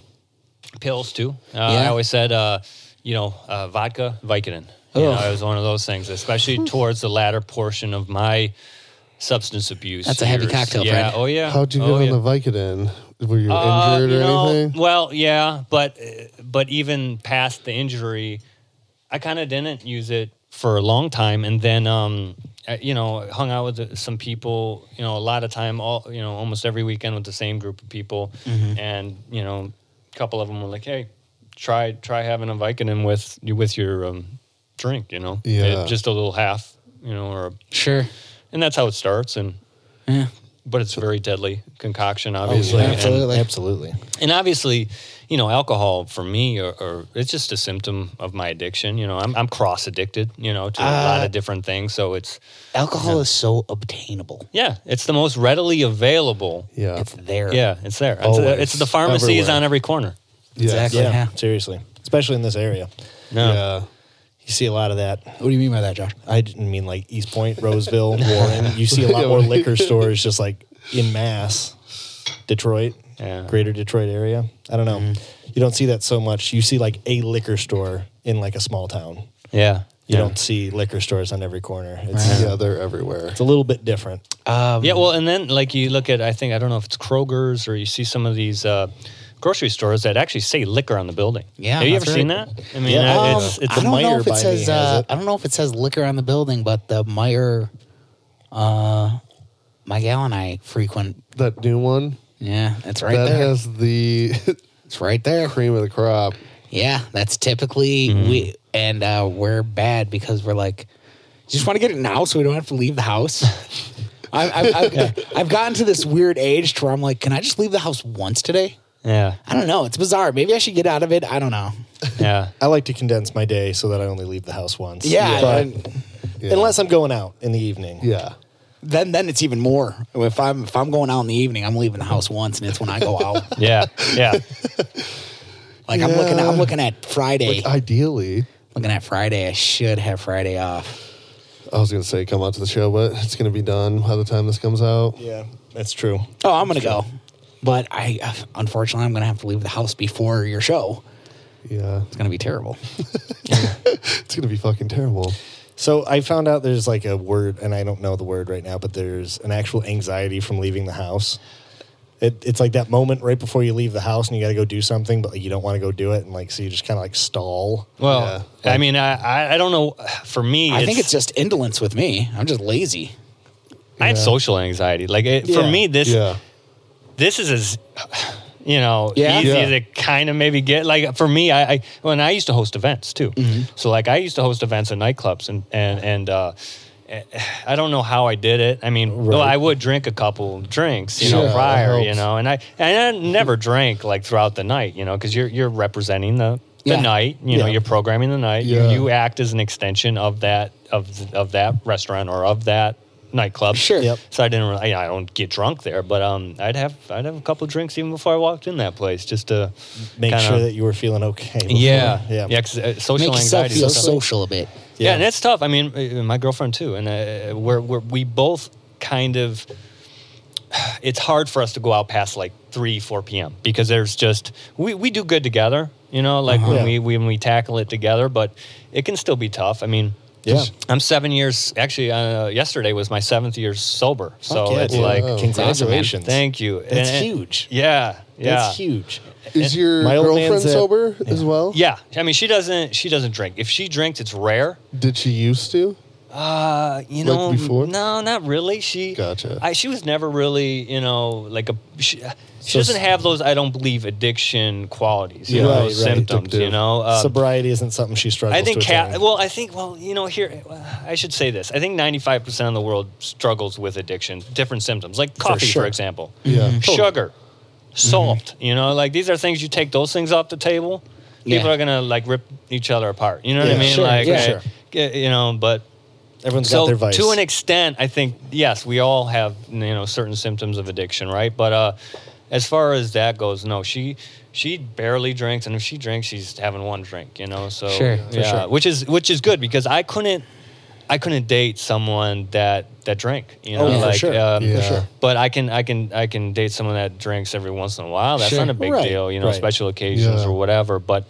Speaker 1: pills too. Uh, I
Speaker 3: Yeah.
Speaker 1: always said, uh, you know, uh, vodka, Vicodin. You know,
Speaker 3: Ugh.
Speaker 1: it was one of those things, especially towards the latter portion of my substance abuse.
Speaker 3: That's a heavy
Speaker 1: years.
Speaker 3: cocktail,
Speaker 1: Yeah.
Speaker 3: friend.
Speaker 1: Oh yeah.
Speaker 2: How'd you get
Speaker 1: oh,
Speaker 2: on
Speaker 1: yeah.
Speaker 2: the Vicodin? Were you
Speaker 1: Uh,
Speaker 2: injured
Speaker 1: you
Speaker 2: or
Speaker 1: know,
Speaker 2: anything?
Speaker 1: Well, yeah, but but even past the injury, I kind of didn't use it for a long time, and then um, I, you know, hung out with uh, some people, you know, a lot of time, all you know, almost every weekend with the same group of people,
Speaker 2: Mm-hmm.
Speaker 1: and you know, a couple of them were like, hey, try try having a Vicodin with with your um, drink, you know,
Speaker 2: Yeah.
Speaker 1: just a little half, you know, or a
Speaker 3: sure.
Speaker 1: and that's how it starts and
Speaker 3: Yeah.
Speaker 1: but it's a very deadly concoction
Speaker 2: Oh,
Speaker 1: obviously and-
Speaker 3: absolutely.
Speaker 5: Absolutely.
Speaker 1: And, obviously you know alcohol for me or, or it's just a symptom of my addiction you know i'm, I'm cross addicted you know to a lot of different things so it's
Speaker 3: Alcohol is so obtainable.
Speaker 1: yeah it's the most readily available
Speaker 2: yeah.
Speaker 3: It's there.
Speaker 1: yeah it's there it's, uh,
Speaker 2: Always.
Speaker 1: it's the pharmacies
Speaker 2: Everywhere.
Speaker 1: on every corner
Speaker 2: Yes.
Speaker 3: exactly.
Speaker 5: Yeah,
Speaker 3: Yeah.
Speaker 5: seriously. Especially in this area.
Speaker 1: no
Speaker 2: Yeah.
Speaker 5: You see a lot of that.
Speaker 3: What do you mean by that, Josh?
Speaker 5: I didn't mean like East Point, Roseville, Warren. You see a lot more liquor stores just like in mass. Detroit,
Speaker 1: Yeah.
Speaker 5: greater Detroit area. I don't know. You don't see that so much. You see like a liquor store in like a small town.
Speaker 1: yeah
Speaker 5: You
Speaker 1: yeah.
Speaker 5: don't see liquor stores on every corner. It's, uh,
Speaker 2: Yeah, they're everywhere.
Speaker 5: it's a little bit different.
Speaker 3: Um,
Speaker 1: Yeah, well, and then like you look at, I think I don't know if it's Kroger's or you see some of these uh, grocery stores that actually say liquor on the building.
Speaker 3: Yeah,
Speaker 1: have you ever
Speaker 3: that's
Speaker 1: seen
Speaker 3: right.
Speaker 1: that? I mean,
Speaker 5: Yeah.
Speaker 1: uh,
Speaker 3: Um,
Speaker 1: it's it's
Speaker 3: I
Speaker 1: a
Speaker 3: don't know
Speaker 5: Meijer
Speaker 3: if it
Speaker 5: by me
Speaker 3: says.
Speaker 5: has
Speaker 3: Uh,
Speaker 5: it.
Speaker 3: I don't know if it says liquor on the building, but the Meyer, uh, my gal and I frequent.
Speaker 2: That new one
Speaker 3: Yeah, it's right
Speaker 2: that
Speaker 3: there.
Speaker 2: has the
Speaker 3: it's right there.
Speaker 2: cream of the crop.
Speaker 3: Yeah, that's typically we, and uh, we're bad because we're like, just want to get it now, so we don't have to leave the house. I, I, I've, I've gotten to this weird age to where I'm like, can I just leave the house once today?
Speaker 1: yeah,
Speaker 3: I don't know. It's bizarre. Maybe I should get out of it. I don't know.
Speaker 1: yeah.
Speaker 5: I like to condense my day so that I only leave the house once.
Speaker 3: Yeah,
Speaker 5: But
Speaker 3: and
Speaker 2: Yeah.
Speaker 5: unless I'm going out in the evening.
Speaker 2: Yeah.
Speaker 3: then then it's even more. If I'm if I'm going out in the evening, I'm leaving the house once, and it's when I go out.
Speaker 1: Yeah, yeah,
Speaker 3: Like I'm looking,
Speaker 2: Yeah.
Speaker 3: I'm looking at Friday.
Speaker 2: Ideally.
Speaker 3: looking at Friday. I should have Friday off.
Speaker 2: I was gonna say come out to the show, but it's gonna be done by the time this comes out.
Speaker 5: Yeah, that's true.
Speaker 3: Oh, I'm gonna go. But I, uh, unfortunately, I'm gonna have to leave the house before your show.
Speaker 2: Yeah,
Speaker 3: It's gonna be terrible.
Speaker 2: it's gonna be fucking terrible.
Speaker 5: So I found out there's like a word, and I don't know the word right now, but there's an actual anxiety from leaving the house. It, it's like that moment right before you leave the house and you got to go do something, but like you don't want to go do it, and like so you just kind of like stall.
Speaker 1: Well, I mean, I, I I don't know. For me,
Speaker 3: I think it's just indolence with me. I'm just lazy.
Speaker 1: I had social anxiety. Like it, for
Speaker 5: Yeah.
Speaker 1: me, this
Speaker 2: Yeah,
Speaker 1: this is as you know
Speaker 3: Yeah.
Speaker 1: easy
Speaker 2: Yeah.
Speaker 1: to kind of maybe get like for me I, I when i used to host events too so like i used to host events at nightclubs and and and uh I don't know how I did it. I mean, well, I would drink a couple drinks, you
Speaker 2: Sure,
Speaker 1: know,
Speaker 2: that
Speaker 1: prior, you
Speaker 2: helps.
Speaker 1: know, and I and I never drank like throughout the night, you know, because you're you're representing the the
Speaker 3: Yeah.
Speaker 1: night, you know,
Speaker 5: Yeah.
Speaker 1: you're programming the night. You-
Speaker 2: Yeah.
Speaker 1: You, act as an extension of that of of that restaurant or of that nightclub.
Speaker 3: Sure.
Speaker 5: Yep.
Speaker 1: So I didn't. Really, I don't get drunk there, but um, I'd have I'd have a couple drinks even before I walked in that place, just to
Speaker 5: Make
Speaker 1: kinda-
Speaker 5: sure that you were feeling okay. before.
Speaker 1: yeah, yeah,
Speaker 5: yeah,
Speaker 1: yeah. 'cause, uh, social
Speaker 3: Make yourself
Speaker 1: anxiety.
Speaker 3: feel
Speaker 1: is something-
Speaker 3: social a bit.
Speaker 1: yeah.
Speaker 5: yeah.
Speaker 1: and that's tough. I mean, uh, my girlfriend too, and uh, we're, we're we both kind of. It's hard for us to go out past like three, four p.m. because there's just we, we do good together, you know, like when we
Speaker 5: Yeah.
Speaker 1: when we tackle it together, but it can still be tough. I mean,
Speaker 5: Yeah.
Speaker 1: I'm seven years. Actually, uh, yesterday was my seventh year sober,
Speaker 5: Fuck
Speaker 1: so
Speaker 5: yeah,
Speaker 1: it's
Speaker 5: dude. Oh,
Speaker 1: like
Speaker 2: Wow.
Speaker 5: congratulations.
Speaker 1: Thank you.
Speaker 5: That's
Speaker 1: And-
Speaker 5: huge.
Speaker 1: Yeah, yeah,
Speaker 5: That's huge.
Speaker 2: is your
Speaker 5: my old
Speaker 2: girlfriend
Speaker 5: man's at-
Speaker 2: sober as well?
Speaker 1: Yeah, I mean, she doesn't. She doesn't drink. If she drinks, it's rare.
Speaker 2: Did she used to?
Speaker 1: Uh, you
Speaker 2: Like
Speaker 1: know,
Speaker 2: before?
Speaker 1: no, not really. She
Speaker 2: Gotcha.
Speaker 1: I, she was never really, you know, like a. She, she
Speaker 5: So
Speaker 1: doesn't
Speaker 5: s-
Speaker 1: have those. I don't believe addiction qualities. You
Speaker 5: Yeah,
Speaker 1: know,
Speaker 5: right,
Speaker 1: those
Speaker 5: right.
Speaker 1: symptoms. You
Speaker 2: Addictive.
Speaker 1: know, Um,
Speaker 5: Sobriety isn't something she struggles.
Speaker 1: I think
Speaker 5: to
Speaker 1: ca-
Speaker 5: attain.
Speaker 1: well, I think well, you know, here well, I should say this. I think ninety-five percent of the world struggles with addiction, different symptoms, like coffee, for,
Speaker 5: sure. Mm-hmm.
Speaker 1: example.
Speaker 2: Yeah. Mhm.
Speaker 1: sugar, salt. You know, like these are things you take those things off the table. People
Speaker 3: Yeah.
Speaker 1: are gonna like rip each other apart. You know what I
Speaker 5: Yeah,
Speaker 1: mean?
Speaker 5: sure,
Speaker 1: like,
Speaker 5: yeah,
Speaker 1: eh,
Speaker 5: sure.
Speaker 1: eh, you know, but
Speaker 5: Everyone's got
Speaker 1: so
Speaker 5: their vice.
Speaker 1: to an extent, I think yes, we all have you know certain symptoms of addiction, right? But uh, as far as that goes, no, she she barely drinks, and if she drinks, she's having one drink, you know. So
Speaker 3: Sure, for
Speaker 1: yeah,
Speaker 5: sure.
Speaker 1: which is which is good because I couldn't I couldn't date someone that that drank, you know,
Speaker 5: Oh, yeah, for
Speaker 1: like
Speaker 5: sure,
Speaker 1: um,
Speaker 2: for sure.
Speaker 1: But I can I can I can date someone that drinks every once in a while. That's
Speaker 3: Sure.
Speaker 1: not a big
Speaker 5: Right,
Speaker 1: deal, you know,
Speaker 5: right.
Speaker 1: special occasions
Speaker 2: Yeah.
Speaker 1: or whatever. But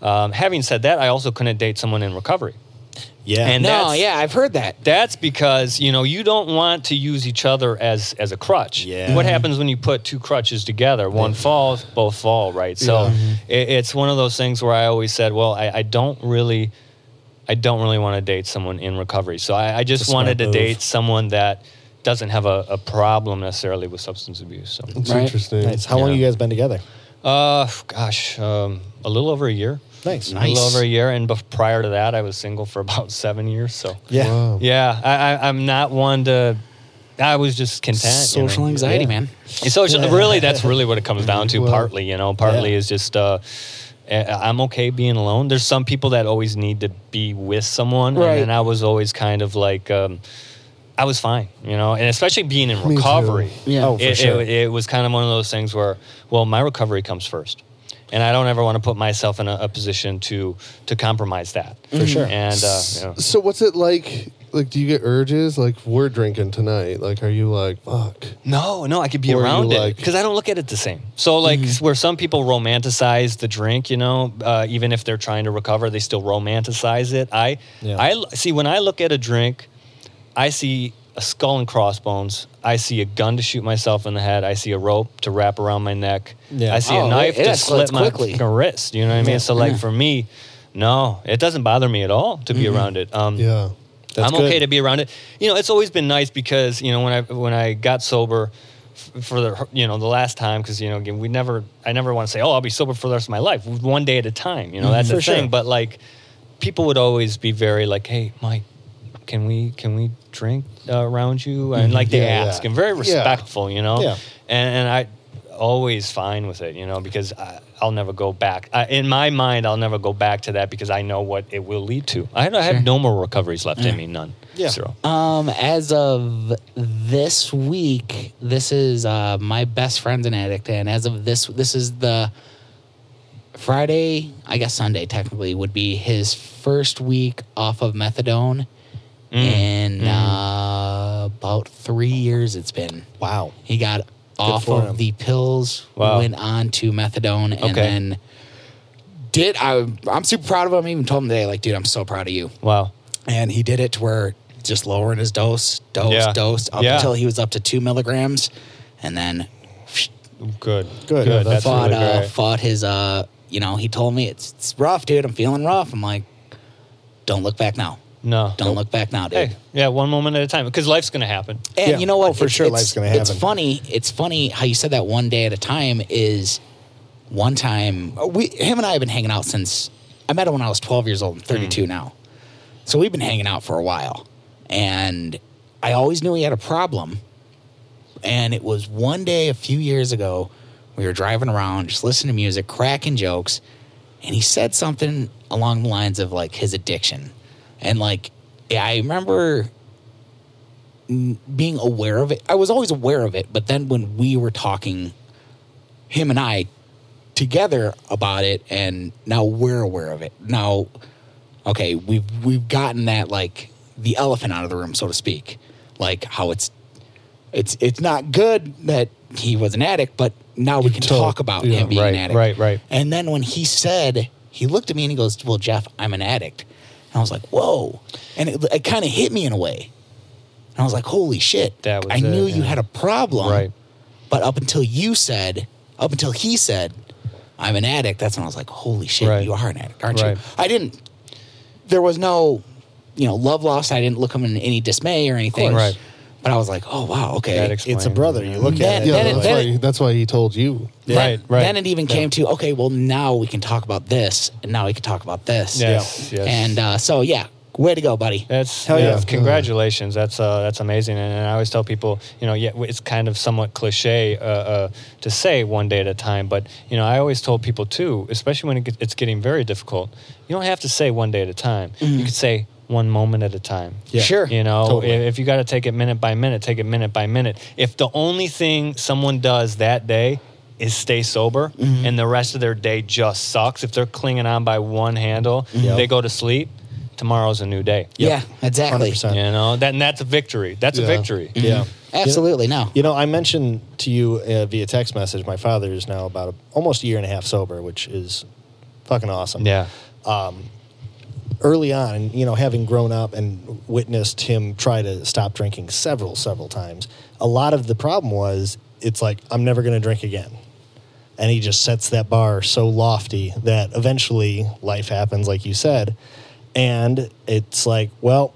Speaker 1: um, having said that, I also couldn't date someone in recovery.
Speaker 5: yeah,
Speaker 1: and-
Speaker 3: No,
Speaker 1: that's-
Speaker 3: yeah, I've heard that.
Speaker 1: That's because you know you don't want to use each other as as a crutch.
Speaker 5: Yeah.
Speaker 1: What happens when you put two crutches together? One falls, both fall. Right. So it, it's one of those things where I always said, well, I, I don't really, I don't really want to date someone in recovery. So I, I just
Speaker 5: That's a smart
Speaker 1: wanted to
Speaker 5: move.
Speaker 1: date someone that doesn't have a, a problem necessarily with substance abuse. So,
Speaker 2: It's
Speaker 3: Right.
Speaker 2: interesting.
Speaker 5: nice. How long
Speaker 1: Yeah.
Speaker 5: you guys been together?
Speaker 1: uh, gosh, um, a little over a year.
Speaker 5: Nice.
Speaker 1: A little
Speaker 3: Nice.
Speaker 1: over a year, and bef- prior to that, I was single for about seven years. So
Speaker 5: Yeah.
Speaker 2: Wow.
Speaker 1: yeah, I, I, I'm not one to. I was just content. you know.
Speaker 3: Social anxiety,
Speaker 5: Yeah.
Speaker 3: man.
Speaker 1: And Social. Really, that's really what it comes down to.
Speaker 2: Well-
Speaker 1: partly, you know, partly
Speaker 5: Yeah.
Speaker 1: is just. Uh, eh, I'm okay being alone. There's some people that always need to be with someone,
Speaker 3: Right.
Speaker 1: and then I was always kind of like, um, I was fine, you know, and especially being in
Speaker 2: Me too.
Speaker 1: recovery.
Speaker 3: Yeah.
Speaker 5: Oh, for
Speaker 1: it,
Speaker 5: sure.
Speaker 1: it, it was kind of one of those things where, well, my recovery comes first, and I don't ever want to put myself in a, a position to to compromise that. For
Speaker 5: sure.
Speaker 1: And uh, you know.
Speaker 2: So what's it like? Like, do you get urges? Like, we're drinking tonight. Like, are you like, fuck?
Speaker 5: Hmm.
Speaker 1: No, no, I could be
Speaker 2: Or you
Speaker 1: around it
Speaker 2: like-
Speaker 1: because I don't look at it the same. So, like, where some people romanticize the drink, you know, uh, even if they're trying to recover, they still romanticize it. I,
Speaker 5: Yeah.
Speaker 1: I l- see when I look at a drink, I see a skull and crossbones. I see a gun to shoot myself in the head. I see a rope to wrap around my neck.
Speaker 5: Yeah.
Speaker 1: I see
Speaker 3: Oh,
Speaker 1: a
Speaker 3: it-
Speaker 1: knife
Speaker 3: it
Speaker 1: to
Speaker 3: escalates
Speaker 1: slit my
Speaker 3: quickly.
Speaker 1: fucking wrist. You know what I mean?
Speaker 5: Yeah.
Speaker 1: So, like, for me, no, it doesn't bother me at all to be around it. Um,
Speaker 2: Yeah.
Speaker 5: That's
Speaker 1: I'm okay
Speaker 5: good.
Speaker 1: to be around it. You know, it's always been nice because you know when I when I got sober f- for the you know the last time because you know again we never I never want to say oh I'll be sober for the rest of my life one day at a time. You know that's the
Speaker 5: Mm-hmm. For sure.
Speaker 1: thing. But like people would always be very like hey Mike can we can we drink uh, around you
Speaker 5: Mm-hmm.
Speaker 1: and like they
Speaker 2: Yeah, yeah.
Speaker 1: ask and very
Speaker 2: Yeah.
Speaker 1: respectful. You know
Speaker 5: Yeah.
Speaker 1: and and I always fine with it, you know, because I, I'll never go back. I, in my mind, I'll never go back to that because I know what it will lead to. I, don't- I have no more recoveries left in me, none.
Speaker 5: Yeah.
Speaker 1: Zero.
Speaker 3: Um, as of this week, this is uh, my best friend's an addict, and as of this, this is the Friday, I guess Sunday technically would be his first week off of methadone,
Speaker 1: Mm.
Speaker 3: in uh, about three years. It's been
Speaker 5: Wow.
Speaker 3: he got off
Speaker 5: for
Speaker 3: of
Speaker 5: him.
Speaker 3: the pills,
Speaker 1: Wow.
Speaker 3: went on to methadone, and
Speaker 1: Okay.
Speaker 3: then did. I, I'm super proud of him. I even told him today, like, dude, I'm so proud of you.
Speaker 1: Wow.
Speaker 3: And he did it to where just lowering his dose, dose,
Speaker 1: Yeah.
Speaker 3: dose, up
Speaker 1: Yeah.
Speaker 3: until he was up to two milligrams, and then
Speaker 1: Good.
Speaker 5: Good.
Speaker 1: Good.
Speaker 5: Yeah,
Speaker 1: That's
Speaker 3: fought
Speaker 1: really
Speaker 3: uh,
Speaker 1: great.
Speaker 3: fought his uh you know he told me it's, it's rough dude i'm feeling rough i'm like don't look back now
Speaker 1: No.
Speaker 3: don't look back now dude
Speaker 1: Hey, yeah, one moment at a time because life's going to happen.
Speaker 3: and
Speaker 5: Yeah.
Speaker 3: you know what
Speaker 5: Oh, for
Speaker 3: It's-
Speaker 5: sure
Speaker 3: it's-
Speaker 5: life's gonna
Speaker 3: it's
Speaker 5: happen.
Speaker 3: funny it's funny how you said that one day at a time is one time uh, we him and i have been hanging out since i met him when i was 12 years old i'm 32
Speaker 5: Mm-hmm.
Speaker 3: now so we've been hanging out for a while and i always knew he had a problem and it was one day a few years ago we were driving around just listening to music cracking jokes and he said something along the lines of like his addiction and like yeah, i remember n- being aware of it i was always aware of it but then when we were talking him and i together about it and now we're aware of it now okay we've we've gotten that like the elephant out of the room so to speak like how it's it's it's not good that he was an addict but now we can
Speaker 2: told-
Speaker 3: talk about
Speaker 2: yeah,
Speaker 3: him being
Speaker 1: right,
Speaker 3: an addict
Speaker 1: right, right.
Speaker 3: and then when he said, he looked at me and he goes, Well, Jeff, I'm an addict. And I was like, Whoa. And it, it kind of hit me in a way. And I was like, Holy shit.
Speaker 1: That was
Speaker 3: I
Speaker 1: it,
Speaker 3: knew you
Speaker 1: yeah.
Speaker 3: had a problem.
Speaker 1: Right.
Speaker 3: But up until you said, up until he said, I'm an addict, that's when I was like, Holy shit,
Speaker 1: Right.
Speaker 3: you are an addict, aren't
Speaker 1: Right.
Speaker 3: you? I didn't, there was no, you know, love lost. I didn't look him in any dismay or anything.
Speaker 1: course. Right.
Speaker 3: But I was like, Oh, wow, okay.
Speaker 1: That explains-
Speaker 5: It's a brother. You look
Speaker 3: Then-
Speaker 5: at it.
Speaker 2: Yeah,
Speaker 3: then it-
Speaker 2: that's,
Speaker 3: then
Speaker 2: why,
Speaker 3: it-
Speaker 2: that's why he told you.
Speaker 1: Right, right.
Speaker 3: Then it even came to okay, well now we can talk about this, and now we can talk about this.
Speaker 1: Yes, yes.
Speaker 3: And uh, so yeah, way to go, buddy.
Speaker 1: That's
Speaker 5: Hell
Speaker 1: yeah,
Speaker 5: yeah.
Speaker 1: Congratulations. That's uh, that's amazing. And, and I always tell people, you know, yeah, it's kind of somewhat cliche uh, uh, to say one day at a time, but you know, I always told people too, especially when it get, it's getting very difficult, you don't have to say one day at a time. You could say one moment at a time.
Speaker 5: Mm. Yeah.
Speaker 3: Sure.
Speaker 1: You know,
Speaker 5: Totally.
Speaker 1: if, if you got to take it minute by minute, take it minute by minute. If the only thing someone does that day is stay sober
Speaker 5: Mm-hmm.
Speaker 1: and the rest of their day just sucks, if they're clinging on by one handle,
Speaker 5: Mm-hmm. Yep.
Speaker 1: they go to sleep, tomorrow's a new day.
Speaker 3: Yeah, exactly.
Speaker 5: 100%.
Speaker 1: You know, that, and that's a victory. That's a
Speaker 2: Yeah.
Speaker 1: victory.
Speaker 5: Yeah.
Speaker 3: Absolutely no.
Speaker 5: You know, I mentioned to you uh, via text message, my father is now about a, almost a year and a half sober, which is fucking awesome.
Speaker 1: Yeah.
Speaker 5: Early on, you know, having grown up and witnessed him try to stop drinking several, several times, a lot of the problem was it's like, I'm never going to drink again. And he just sets that bar so lofty that eventually life happens, like you said. And it's like, well,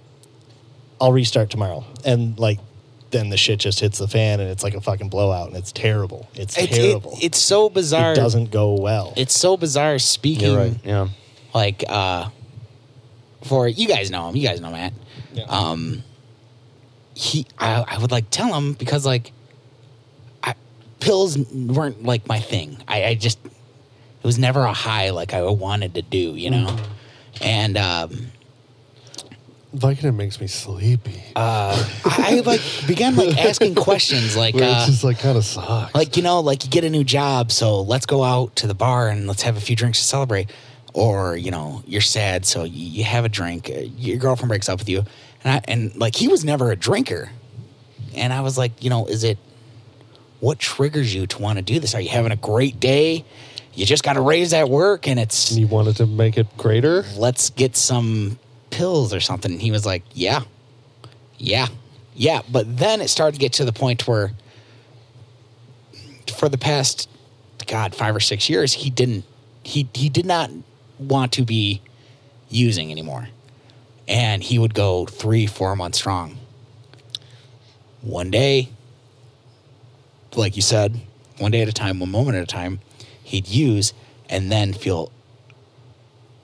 Speaker 5: I'll restart tomorrow. And like, then the shit just hits the fan and it's like a fucking blowout and it's terrible. It's,
Speaker 3: It's, it-
Speaker 5: terrible.
Speaker 3: it's so bizarre.
Speaker 5: it doesn't go well.
Speaker 3: It's so bizarre speaking.
Speaker 1: You're right. Yeah.
Speaker 3: Like uh, for you guys know him. You guys know Matt. Um, he, I, I would like tell him because like, I, pills weren't like my thing. I, I just it was never a high like I wanted to do. You know, and um,
Speaker 2: Vicodin makes me sleepy.
Speaker 5: Ah,
Speaker 3: I I, like began like asking questions like
Speaker 2: Where
Speaker 3: uh,
Speaker 2: it's just like kind of sucks.
Speaker 3: like you know like you get a new job so let's go out to the bar and let's have a few drinks to celebrate or you know you're sad so you, you have a drink uh, your girlfriend breaks up with you and I, and like he was never a drinker and I was like you know is it what triggers you to want to do this are you having a great day you just got to raise that work and it's
Speaker 2: you wanted to make it greater.
Speaker 3: let's get some pills or something. And he was like, yeah, yeah, yeah. But then it started to get to the point where for the past, God, five or six years, he didn't, he, he did not want to be using anymore. And he would go three, four months strong. One day, like you said, one day at a time, one moment at a time, he'd use and then feel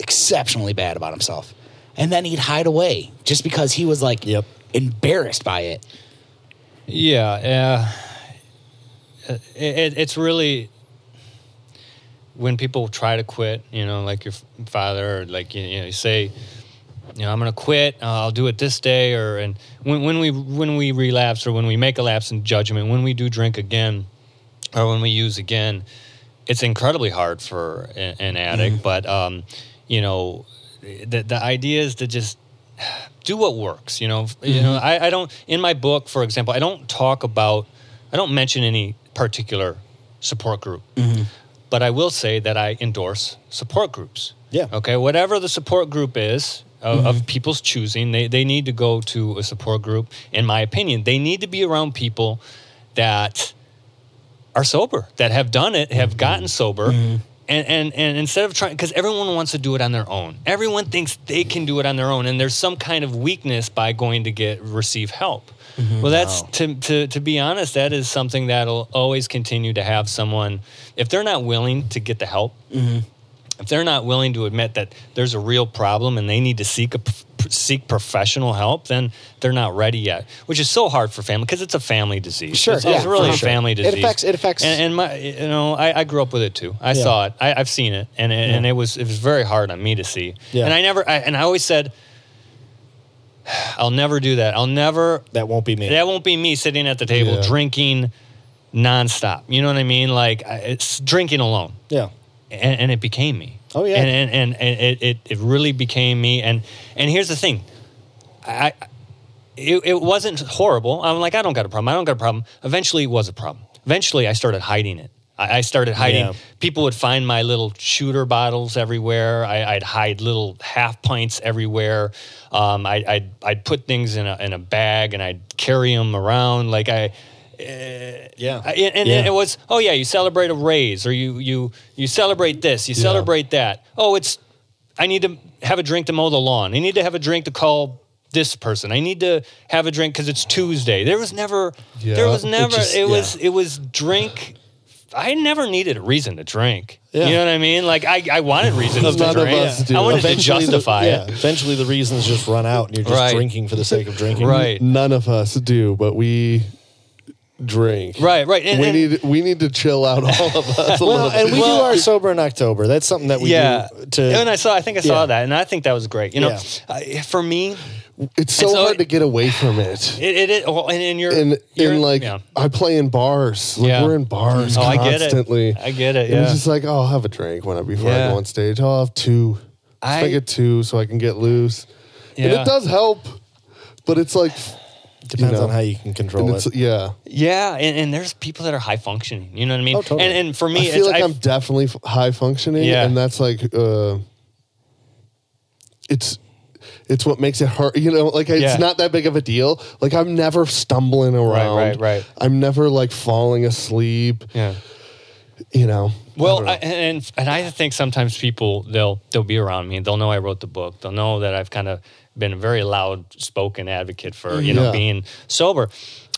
Speaker 3: exceptionally bad about himself. And then he'd hide away just because he was like
Speaker 5: Yep.
Speaker 3: embarrassed by it.
Speaker 1: Yeah. Uh, it, it, it's really when people try to quit, you know, like your f- father, or like, you, you know, you say, you know, I'm going to quit. Uh, I'll do it this day, or and when, when we when we relapse or when we make a lapse in judgment, when we do drink again, or Uh, when we use again, it's incredibly hard for a- an addict. But um, you know, the the idea is to just do what works. You know, F- you know. I, I don't in my book, for example, I don't talk about, I don't mention any particular support group, but I will say that I endorse support groups.
Speaker 5: Yeah.
Speaker 1: Okay. Whatever the support group is. Of, of people's choosing, they they need to go to a support group. In my opinion, they need to be around people that are sober that have done it have gotten sober and, and and instead of trying because everyone wants to do it on their own everyone thinks they can do it on their own and there's some kind of weakness by going to get receive help well that's to, to to be honest that is something that'll always continue to have someone if they're not willing to get the help if they're not willing to admit that there's a real problem and they need to seek a seek professional help then they're not ready yet which is so hard for family because it's a family disease
Speaker 3: Sure,
Speaker 1: it's, it's
Speaker 3: yeah,
Speaker 1: really
Speaker 3: for
Speaker 1: a
Speaker 3: sure.
Speaker 1: family
Speaker 3: It
Speaker 1: disease
Speaker 3: affects- it affects-
Speaker 1: and, and my you know I, I grew up with it too I saw it I, I've seen it and it, and it was it was very hard on me to see
Speaker 5: Yeah.
Speaker 1: and I never I, and I always said I'll never do that I'll never
Speaker 5: That won't be me.
Speaker 1: that won't be me sitting at the table
Speaker 2: Yeah.
Speaker 1: drinking nonstop you know what I mean like I- it's drinking alone
Speaker 5: yeah.
Speaker 1: and, and it became me.
Speaker 5: Oh, yeah.
Speaker 1: and and, and, and it, it it really became me. And and here's the thing, I. I- It, it wasn't horrible. I'm like, I don't got a problem. I don't got a problem. Eventually, it was a problem. Eventually, I started hiding it. I, I started hiding.
Speaker 5: Yeah.
Speaker 1: People would find my little shooter bottles everywhere. I, I'd hide little half pints everywhere. Um, I, I'd I'd put things in a in a bag and I'd carry them around. Like I, I-
Speaker 5: Yeah.
Speaker 1: Uh, and, and
Speaker 5: Yeah.
Speaker 1: it was oh yeah you celebrate a raise or you you you celebrate this you celebrate that oh it's i need to have a drink to mow the lawn i need to have a drink to call this person i need to have a drink because it's tuesday there was never there
Speaker 2: Yeah.
Speaker 1: was
Speaker 2: It
Speaker 1: never it,
Speaker 5: just-
Speaker 1: was
Speaker 5: yeah.
Speaker 1: it was drink i never needed a reason to drink
Speaker 5: Yeah.
Speaker 1: you know what i mean like i, I wanted reasons to
Speaker 2: None of
Speaker 1: drink
Speaker 2: us do.
Speaker 1: i wanted to
Speaker 5: Eventually the-
Speaker 1: justify
Speaker 5: yeah,
Speaker 1: it
Speaker 5: Eventually, the reasons just run out, and you're just
Speaker 1: Right.
Speaker 5: drinking for the sake of drinking.
Speaker 1: right
Speaker 2: None of us do, but we drink.
Speaker 1: right right and,
Speaker 2: we
Speaker 1: and-
Speaker 2: need we need to chill out all of us a
Speaker 5: Well,
Speaker 2: little bit.
Speaker 5: and we do our sober in October. That's something that we
Speaker 1: yeah
Speaker 5: do to.
Speaker 1: and i saw i think i saw
Speaker 5: Yeah.
Speaker 1: that and i think that was great you know
Speaker 5: Yeah.
Speaker 1: I- for me
Speaker 2: it's so
Speaker 1: and so
Speaker 2: hard
Speaker 1: it-
Speaker 2: to get away from it.
Speaker 1: It, it, it well, and, and you're
Speaker 2: And
Speaker 1: you're-
Speaker 2: in like
Speaker 1: yeah.
Speaker 2: I play in bars. Like
Speaker 1: Yeah.
Speaker 2: we're in bars
Speaker 1: Oh, I get it.
Speaker 2: constantly.
Speaker 1: I get it,
Speaker 2: And it's
Speaker 1: yeah.
Speaker 2: just like, oh, I'll have a drink when I before
Speaker 1: Yeah.
Speaker 2: I go on stage. Oh, I'll have two. I,
Speaker 1: I-
Speaker 2: I get two so I can get loose. And
Speaker 1: Yeah.
Speaker 2: it does help, but it's like
Speaker 5: depends
Speaker 2: you know,
Speaker 5: on how you can
Speaker 2: and
Speaker 5: control
Speaker 2: it's
Speaker 5: it.
Speaker 2: yeah.
Speaker 1: yeah, and, and there's people that are high functioning. You know what I mean?
Speaker 5: Oh, totally.
Speaker 1: And and for me,
Speaker 2: I feel
Speaker 1: it's,
Speaker 2: like
Speaker 1: I-
Speaker 2: i am definitely f- high functioning,
Speaker 1: Yeah.
Speaker 2: and that's like uh, it's it's what makes it hard. You know, like it's
Speaker 1: Yeah.
Speaker 2: not that big of a deal. Like I'm never stumbling around.
Speaker 1: right, right.
Speaker 2: I'm never like falling asleep.
Speaker 1: yeah.
Speaker 2: You know.
Speaker 1: Well, I, and and I think sometimes people they'll they'll be around me and they'll know I wrote the book. They'll know that I've kind of been a very loud spoken advocate for you know
Speaker 2: Yeah.
Speaker 1: being sober,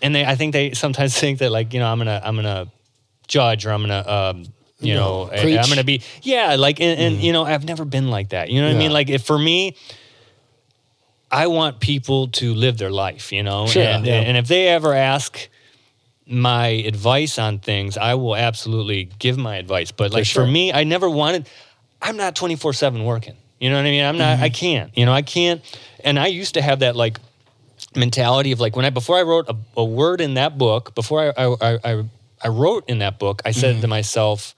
Speaker 1: and they I think they sometimes think that like you know I'm gonna I'm gonna judge or I'm gonna um, you know I,
Speaker 2: preach.
Speaker 1: am gonna be yeah like and, and you know I've never been like that. You know what I
Speaker 2: Yeah.
Speaker 1: mean? Like if for me. I want people to live their life, you know,
Speaker 5: Sure,
Speaker 1: and,
Speaker 5: yeah.
Speaker 1: and if they ever ask, my advice on things, I will absolutely give my advice. But like
Speaker 5: sure.
Speaker 1: for me, I never wanted. I'm not 24 seven working. You know what I mean? I'm not. I can't. You know, I can't. And I used to have that like mentality of like when I before I wrote a, a word in that book before I I, I I wrote in that book, I said
Speaker 5: Mm-hmm.
Speaker 1: to myself.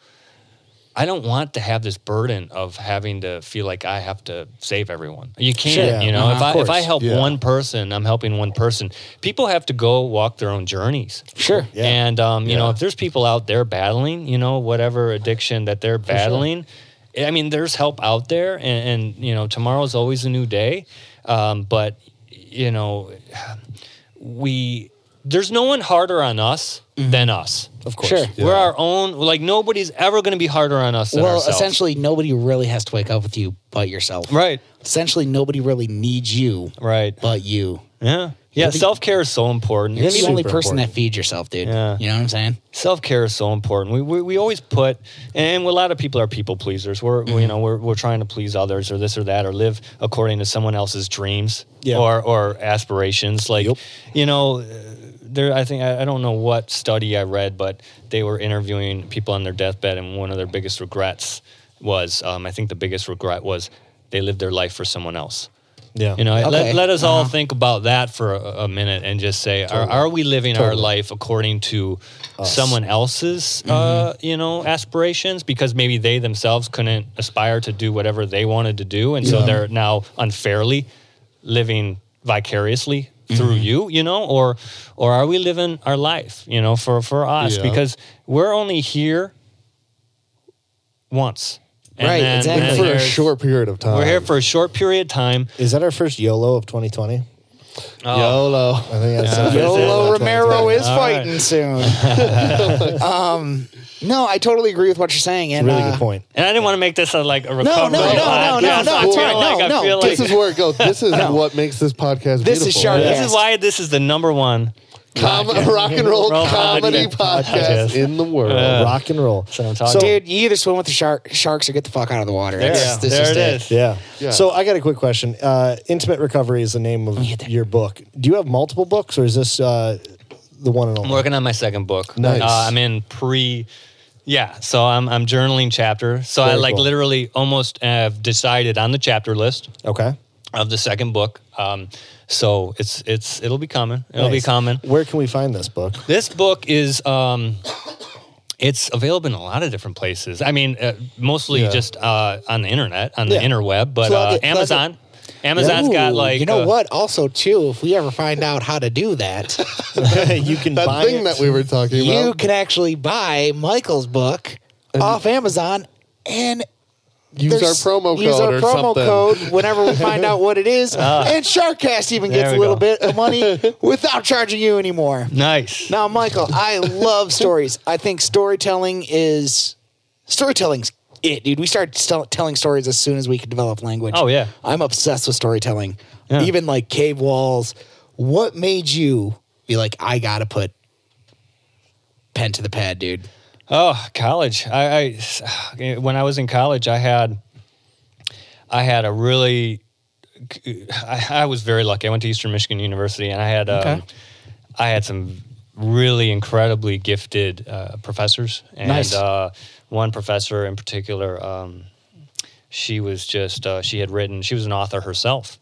Speaker 1: I don't want to have this burden of having to feel like I have to save everyone. You can't,
Speaker 5: Sure.
Speaker 1: you know.
Speaker 5: Uh-huh.
Speaker 1: if I
Speaker 5: Of
Speaker 1: if I
Speaker 5: course.
Speaker 1: help
Speaker 2: Yeah.
Speaker 1: one person, I'm helping one person. People have to go walk their own journeys.
Speaker 3: Sure.
Speaker 5: Yeah.
Speaker 1: And um, you know,
Speaker 5: Yeah.
Speaker 1: if there's people out there battling, you know, whatever addiction that they're battling, I mean, there's help out there, and, and you know, tomorrow's always a new day. Um, but you know, we there's no one harder on us than us.
Speaker 5: Of course.
Speaker 3: Sure.
Speaker 1: We're our own. Like nobody's ever going to be harder on us than
Speaker 3: Well,
Speaker 1: ourselves.
Speaker 3: essentially, nobody really has to wake up with you but yourself.
Speaker 1: right,
Speaker 3: Essentially, nobody really needs you
Speaker 1: right,
Speaker 3: but you.
Speaker 1: yeah, yeah.
Speaker 3: the-
Speaker 1: Self care is so important.
Speaker 3: You're the only
Speaker 5: Super
Speaker 3: person
Speaker 5: important.
Speaker 3: that feeds yourself, dude.
Speaker 1: Yeah.
Speaker 3: You know what I'm saying?
Speaker 1: self care is so important. We, we we always put, and a lot of people are people pleasers. We're
Speaker 5: Mm-hmm.
Speaker 1: you know we're we're trying to please others or this or that or live according to someone else's dreams
Speaker 5: Yeah.
Speaker 1: or or aspirations. Like
Speaker 5: Yep.
Speaker 1: you know, uh, there I think I, I don't know what study I read, but they were interviewing people on their deathbed, and one of their biggest regrets was um, I think the biggest regret was they lived their life for someone else.
Speaker 5: Yeah.
Speaker 1: You know,
Speaker 3: Okay.
Speaker 1: let, let us all
Speaker 3: Uh-huh.
Speaker 1: think about that for a, a minute and just say, are, are we living our life according to someone else's, uh,
Speaker 2: Mm-hmm.
Speaker 1: you know, aspirations? Because maybe they themselves couldn't aspire to do whatever they wanted to do, and so
Speaker 2: Yeah.
Speaker 1: they're now unfairly living vicariously through
Speaker 2: Mm-hmm.
Speaker 1: you, you know, or or are we living our life, you know, for for us
Speaker 2: Yeah.
Speaker 1: because we're only here once. And
Speaker 3: Right, exactly.
Speaker 1: and
Speaker 2: for a
Speaker 1: there's-
Speaker 2: short period of time.
Speaker 1: We're here for a short period of time.
Speaker 5: Is that our first YOLO of 2020?
Speaker 1: Oh,
Speaker 2: YOLO.
Speaker 5: I think that's
Speaker 1: Yeah.
Speaker 3: Yolo Romero is
Speaker 1: All right.
Speaker 3: fighting soon. um, no, I totally agree with what you're saying. And
Speaker 5: Really
Speaker 3: uh,
Speaker 5: good point.
Speaker 1: And I didn't want to make this a, like a recovery
Speaker 3: no, no, no,
Speaker 1: podcast.
Speaker 3: no, no,
Speaker 1: I
Speaker 3: it's
Speaker 1: feel
Speaker 3: fine.
Speaker 1: like-
Speaker 3: No,
Speaker 1: I
Speaker 3: no.
Speaker 1: feel like-
Speaker 2: This is where it goes. This is what makes this podcast
Speaker 3: This is
Speaker 2: beautiful.
Speaker 3: sharp.
Speaker 1: This
Speaker 3: Yeah.
Speaker 1: is why this is the number one.
Speaker 2: Com- rock and roll
Speaker 1: Roll
Speaker 2: comedy
Speaker 1: comedy
Speaker 2: podcast
Speaker 1: podcast. Uh,
Speaker 2: in the world.
Speaker 1: Yeah.
Speaker 5: Rock and roll.
Speaker 1: what I'm talking
Speaker 5: so,
Speaker 1: about.
Speaker 3: dude, you either swim with the shark, sharks or get the fuck out of the water. That's,
Speaker 1: Yeah,
Speaker 3: this
Speaker 1: there
Speaker 3: is
Speaker 1: it is.
Speaker 5: Yeah.
Speaker 2: Yeah.
Speaker 5: So I got a quick question. Uh, Intimate Recovery is the name of
Speaker 3: get that.
Speaker 5: your book. Do you have multiple books, or is this uh, the one and
Speaker 1: I'm
Speaker 5: only?
Speaker 1: working on my second book.
Speaker 2: Nice.
Speaker 1: Uh, I'm in pre. Yeah, so I'm I'm journaling chapter. So I
Speaker 5: Very
Speaker 1: like
Speaker 5: cool.
Speaker 1: literally almost have decided on the chapter list
Speaker 5: Okay.
Speaker 1: of the second book. Um, so it's it's it'll be coming. It'll be
Speaker 5: Nice.
Speaker 1: coming.
Speaker 5: Where can we find this book?
Speaker 1: This book is um, it's available in a lot of different places. I mean, uh, mostly
Speaker 2: Yeah.
Speaker 1: just uh, on the internet, on the
Speaker 5: Yeah.
Speaker 1: interweb, but
Speaker 5: Plug
Speaker 1: uh,
Speaker 5: it, plug
Speaker 1: Amazon. Amazon's
Speaker 3: Ooh,
Speaker 1: got like
Speaker 3: you know
Speaker 1: uh,
Speaker 3: what? Also, too, if we ever find out how to do that,
Speaker 5: you can
Speaker 2: That
Speaker 5: buy
Speaker 2: thing
Speaker 5: it.
Speaker 2: that we were talking
Speaker 3: you
Speaker 2: about.
Speaker 3: can actually buy Michael's book off Amazon and
Speaker 2: use our
Speaker 3: there's-
Speaker 2: promo code
Speaker 3: use our
Speaker 2: or
Speaker 3: promo
Speaker 2: something. Ah.
Speaker 3: code whenever we find out what it is. and Sharkcast even
Speaker 1: There
Speaker 3: gets a
Speaker 1: we
Speaker 3: little
Speaker 1: go.
Speaker 3: bit of money without charging you anymore.
Speaker 1: Nice.
Speaker 3: Now, Michael, I love stories. I think storytelling is storytelling's it, dude. We started st- telling stories as soon as we could develop language.
Speaker 1: Oh, yeah.
Speaker 3: I'm obsessed with storytelling. Even like cave walls. What made you be like, I gotta put pen to the pad, dude?
Speaker 1: Oh, college. I, I when I was in college, I had I had a really I, I was very lucky. I went to Eastern Michigan University, and I had um,
Speaker 3: Okay.
Speaker 1: I had some really incredibly gifted uh, professors, and
Speaker 3: Nice.
Speaker 1: uh, one professor in particular. Um, she was just uh, she had written. She was an author herself.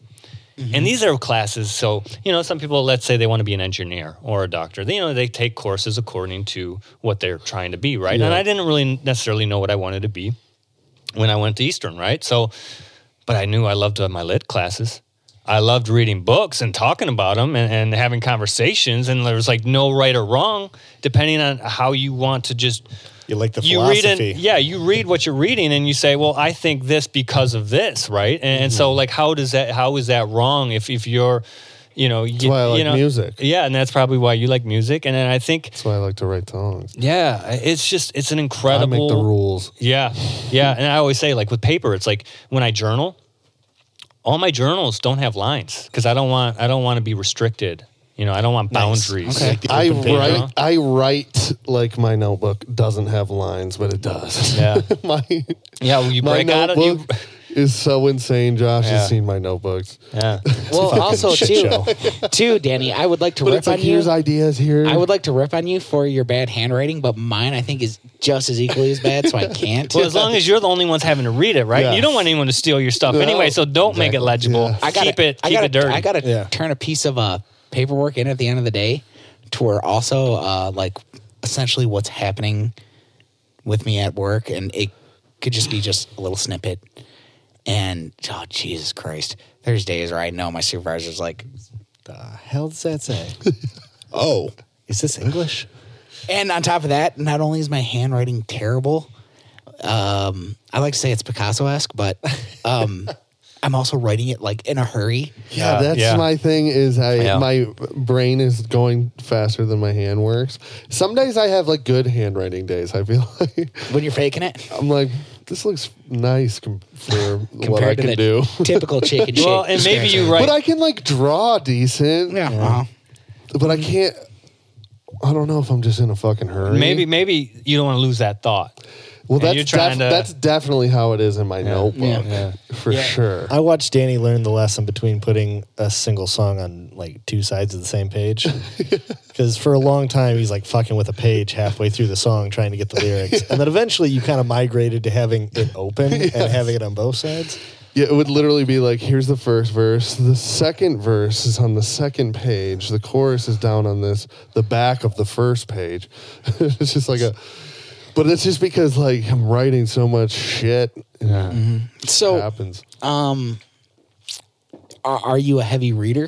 Speaker 1: And these are classes. So, you know, some people, let's say they want to be an engineer or a doctor. They, you know, they take courses according to what they're trying to be, right? And I didn't really necessarily know what I wanted to be when I went to Eastern, right? So, but I knew I loved uh, my lit classes. I loved reading books and talking about them and, and having conversations. And there was like no right or wrong, depending on how you want to just
Speaker 5: You like the
Speaker 1: you read
Speaker 5: philosophy?
Speaker 1: and yeah, you read what you're reading and you say, well, I think this because of this, right? And, and
Speaker 2: Mm-hmm.
Speaker 1: so like, how does that? How is that wrong? If if you're, you know, you,
Speaker 2: why I like
Speaker 1: you know,
Speaker 2: music.
Speaker 1: Yeah, and that's probably why you like music. And then I think,
Speaker 2: That's why I like to write songs.
Speaker 1: yeah, it's just it's an
Speaker 2: I
Speaker 1: incredible
Speaker 2: make the rules.
Speaker 1: yeah, yeah. And I always say, like with paper, it's like when I journal, all my journals don't have lines because I don't want I don't want to be restricted. You know, I don't want boundaries.
Speaker 2: I
Speaker 5: open paper.
Speaker 2: write. I write like my notebook doesn't have lines, but it does.
Speaker 1: Yeah,
Speaker 2: my
Speaker 1: yeah. Well, you
Speaker 2: my
Speaker 1: break out of you.
Speaker 2: notebook is so insane. Josh
Speaker 1: Yeah.
Speaker 2: has seen my notebooks,
Speaker 1: Yeah.
Speaker 3: Well, also too, too, Danny, I would like to
Speaker 2: but
Speaker 3: rip
Speaker 2: it's like
Speaker 3: on you.
Speaker 2: here's ideas here.
Speaker 3: I would like to rip on you for your bad handwriting, but mine I think is just as equally as bad, so I can't.
Speaker 1: Well, as long as you're the only ones having to read it, right?
Speaker 2: Yeah.
Speaker 1: You don't want anyone to steal your stuff
Speaker 2: No.
Speaker 1: anyway, so don't make it
Speaker 2: Exactly.
Speaker 1: legible.
Speaker 2: Yeah.
Speaker 3: I gotta,
Speaker 1: keep it,
Speaker 3: I
Speaker 1: keep
Speaker 3: gotta,
Speaker 1: it dirty.
Speaker 3: I gotta
Speaker 5: Yeah.
Speaker 3: turn a piece of uh, paperwork in at the end of the day to where also uh, like essentially what's happening with me at work, and it could just be just a little snippet. And oh Jesus Christ, there's days where I know my supervisor's like,
Speaker 5: The hell does that say?
Speaker 3: oh.
Speaker 5: Is this English?
Speaker 3: And on top of that, not only is my handwriting terrible, um, I like to say it's Picasso esque, but um, I'm also writing it like in a hurry.
Speaker 2: Yeah,
Speaker 1: Yeah,
Speaker 2: that's
Speaker 1: yeah.
Speaker 2: my thing. Is I
Speaker 1: Yeah.
Speaker 2: my brain is going faster than my hand works. Some days I have like good handwriting days. I feel like
Speaker 3: When you're faking it,
Speaker 2: I'm like this looks nice com- for what I
Speaker 3: compared to
Speaker 2: can
Speaker 3: the
Speaker 2: do.
Speaker 3: typical chicken shake.
Speaker 1: well, and maybe you
Speaker 2: But
Speaker 1: write. Uh-huh.
Speaker 2: I can like draw decent.
Speaker 3: Yeah. Uh-huh. Well,
Speaker 2: But I can't. I don't know if I'm just in a fucking hurry.
Speaker 1: maybe maybe you don't want to lose that thought.
Speaker 2: Well,
Speaker 1: and
Speaker 2: that's
Speaker 1: you're trying
Speaker 2: def-
Speaker 1: to-
Speaker 2: that's definitely how it is in my notebook
Speaker 1: Yeah.
Speaker 2: for sure.
Speaker 5: I watched Danny learn the lesson between putting a single song on like two sides of the same page. Because for a long time, he's like fucking with a page halfway through the song trying to get the lyrics. And then eventually you kind of migrated to having it open and having it on both sides.
Speaker 2: Yeah, it would literally be like, here's the first verse. The second verse is on the second page. The chorus is down on this, the back of the first page. it's just like a, but it's just because like I'm writing so much shit. And
Speaker 3: so
Speaker 2: happens.
Speaker 3: are, are you a heavy reader?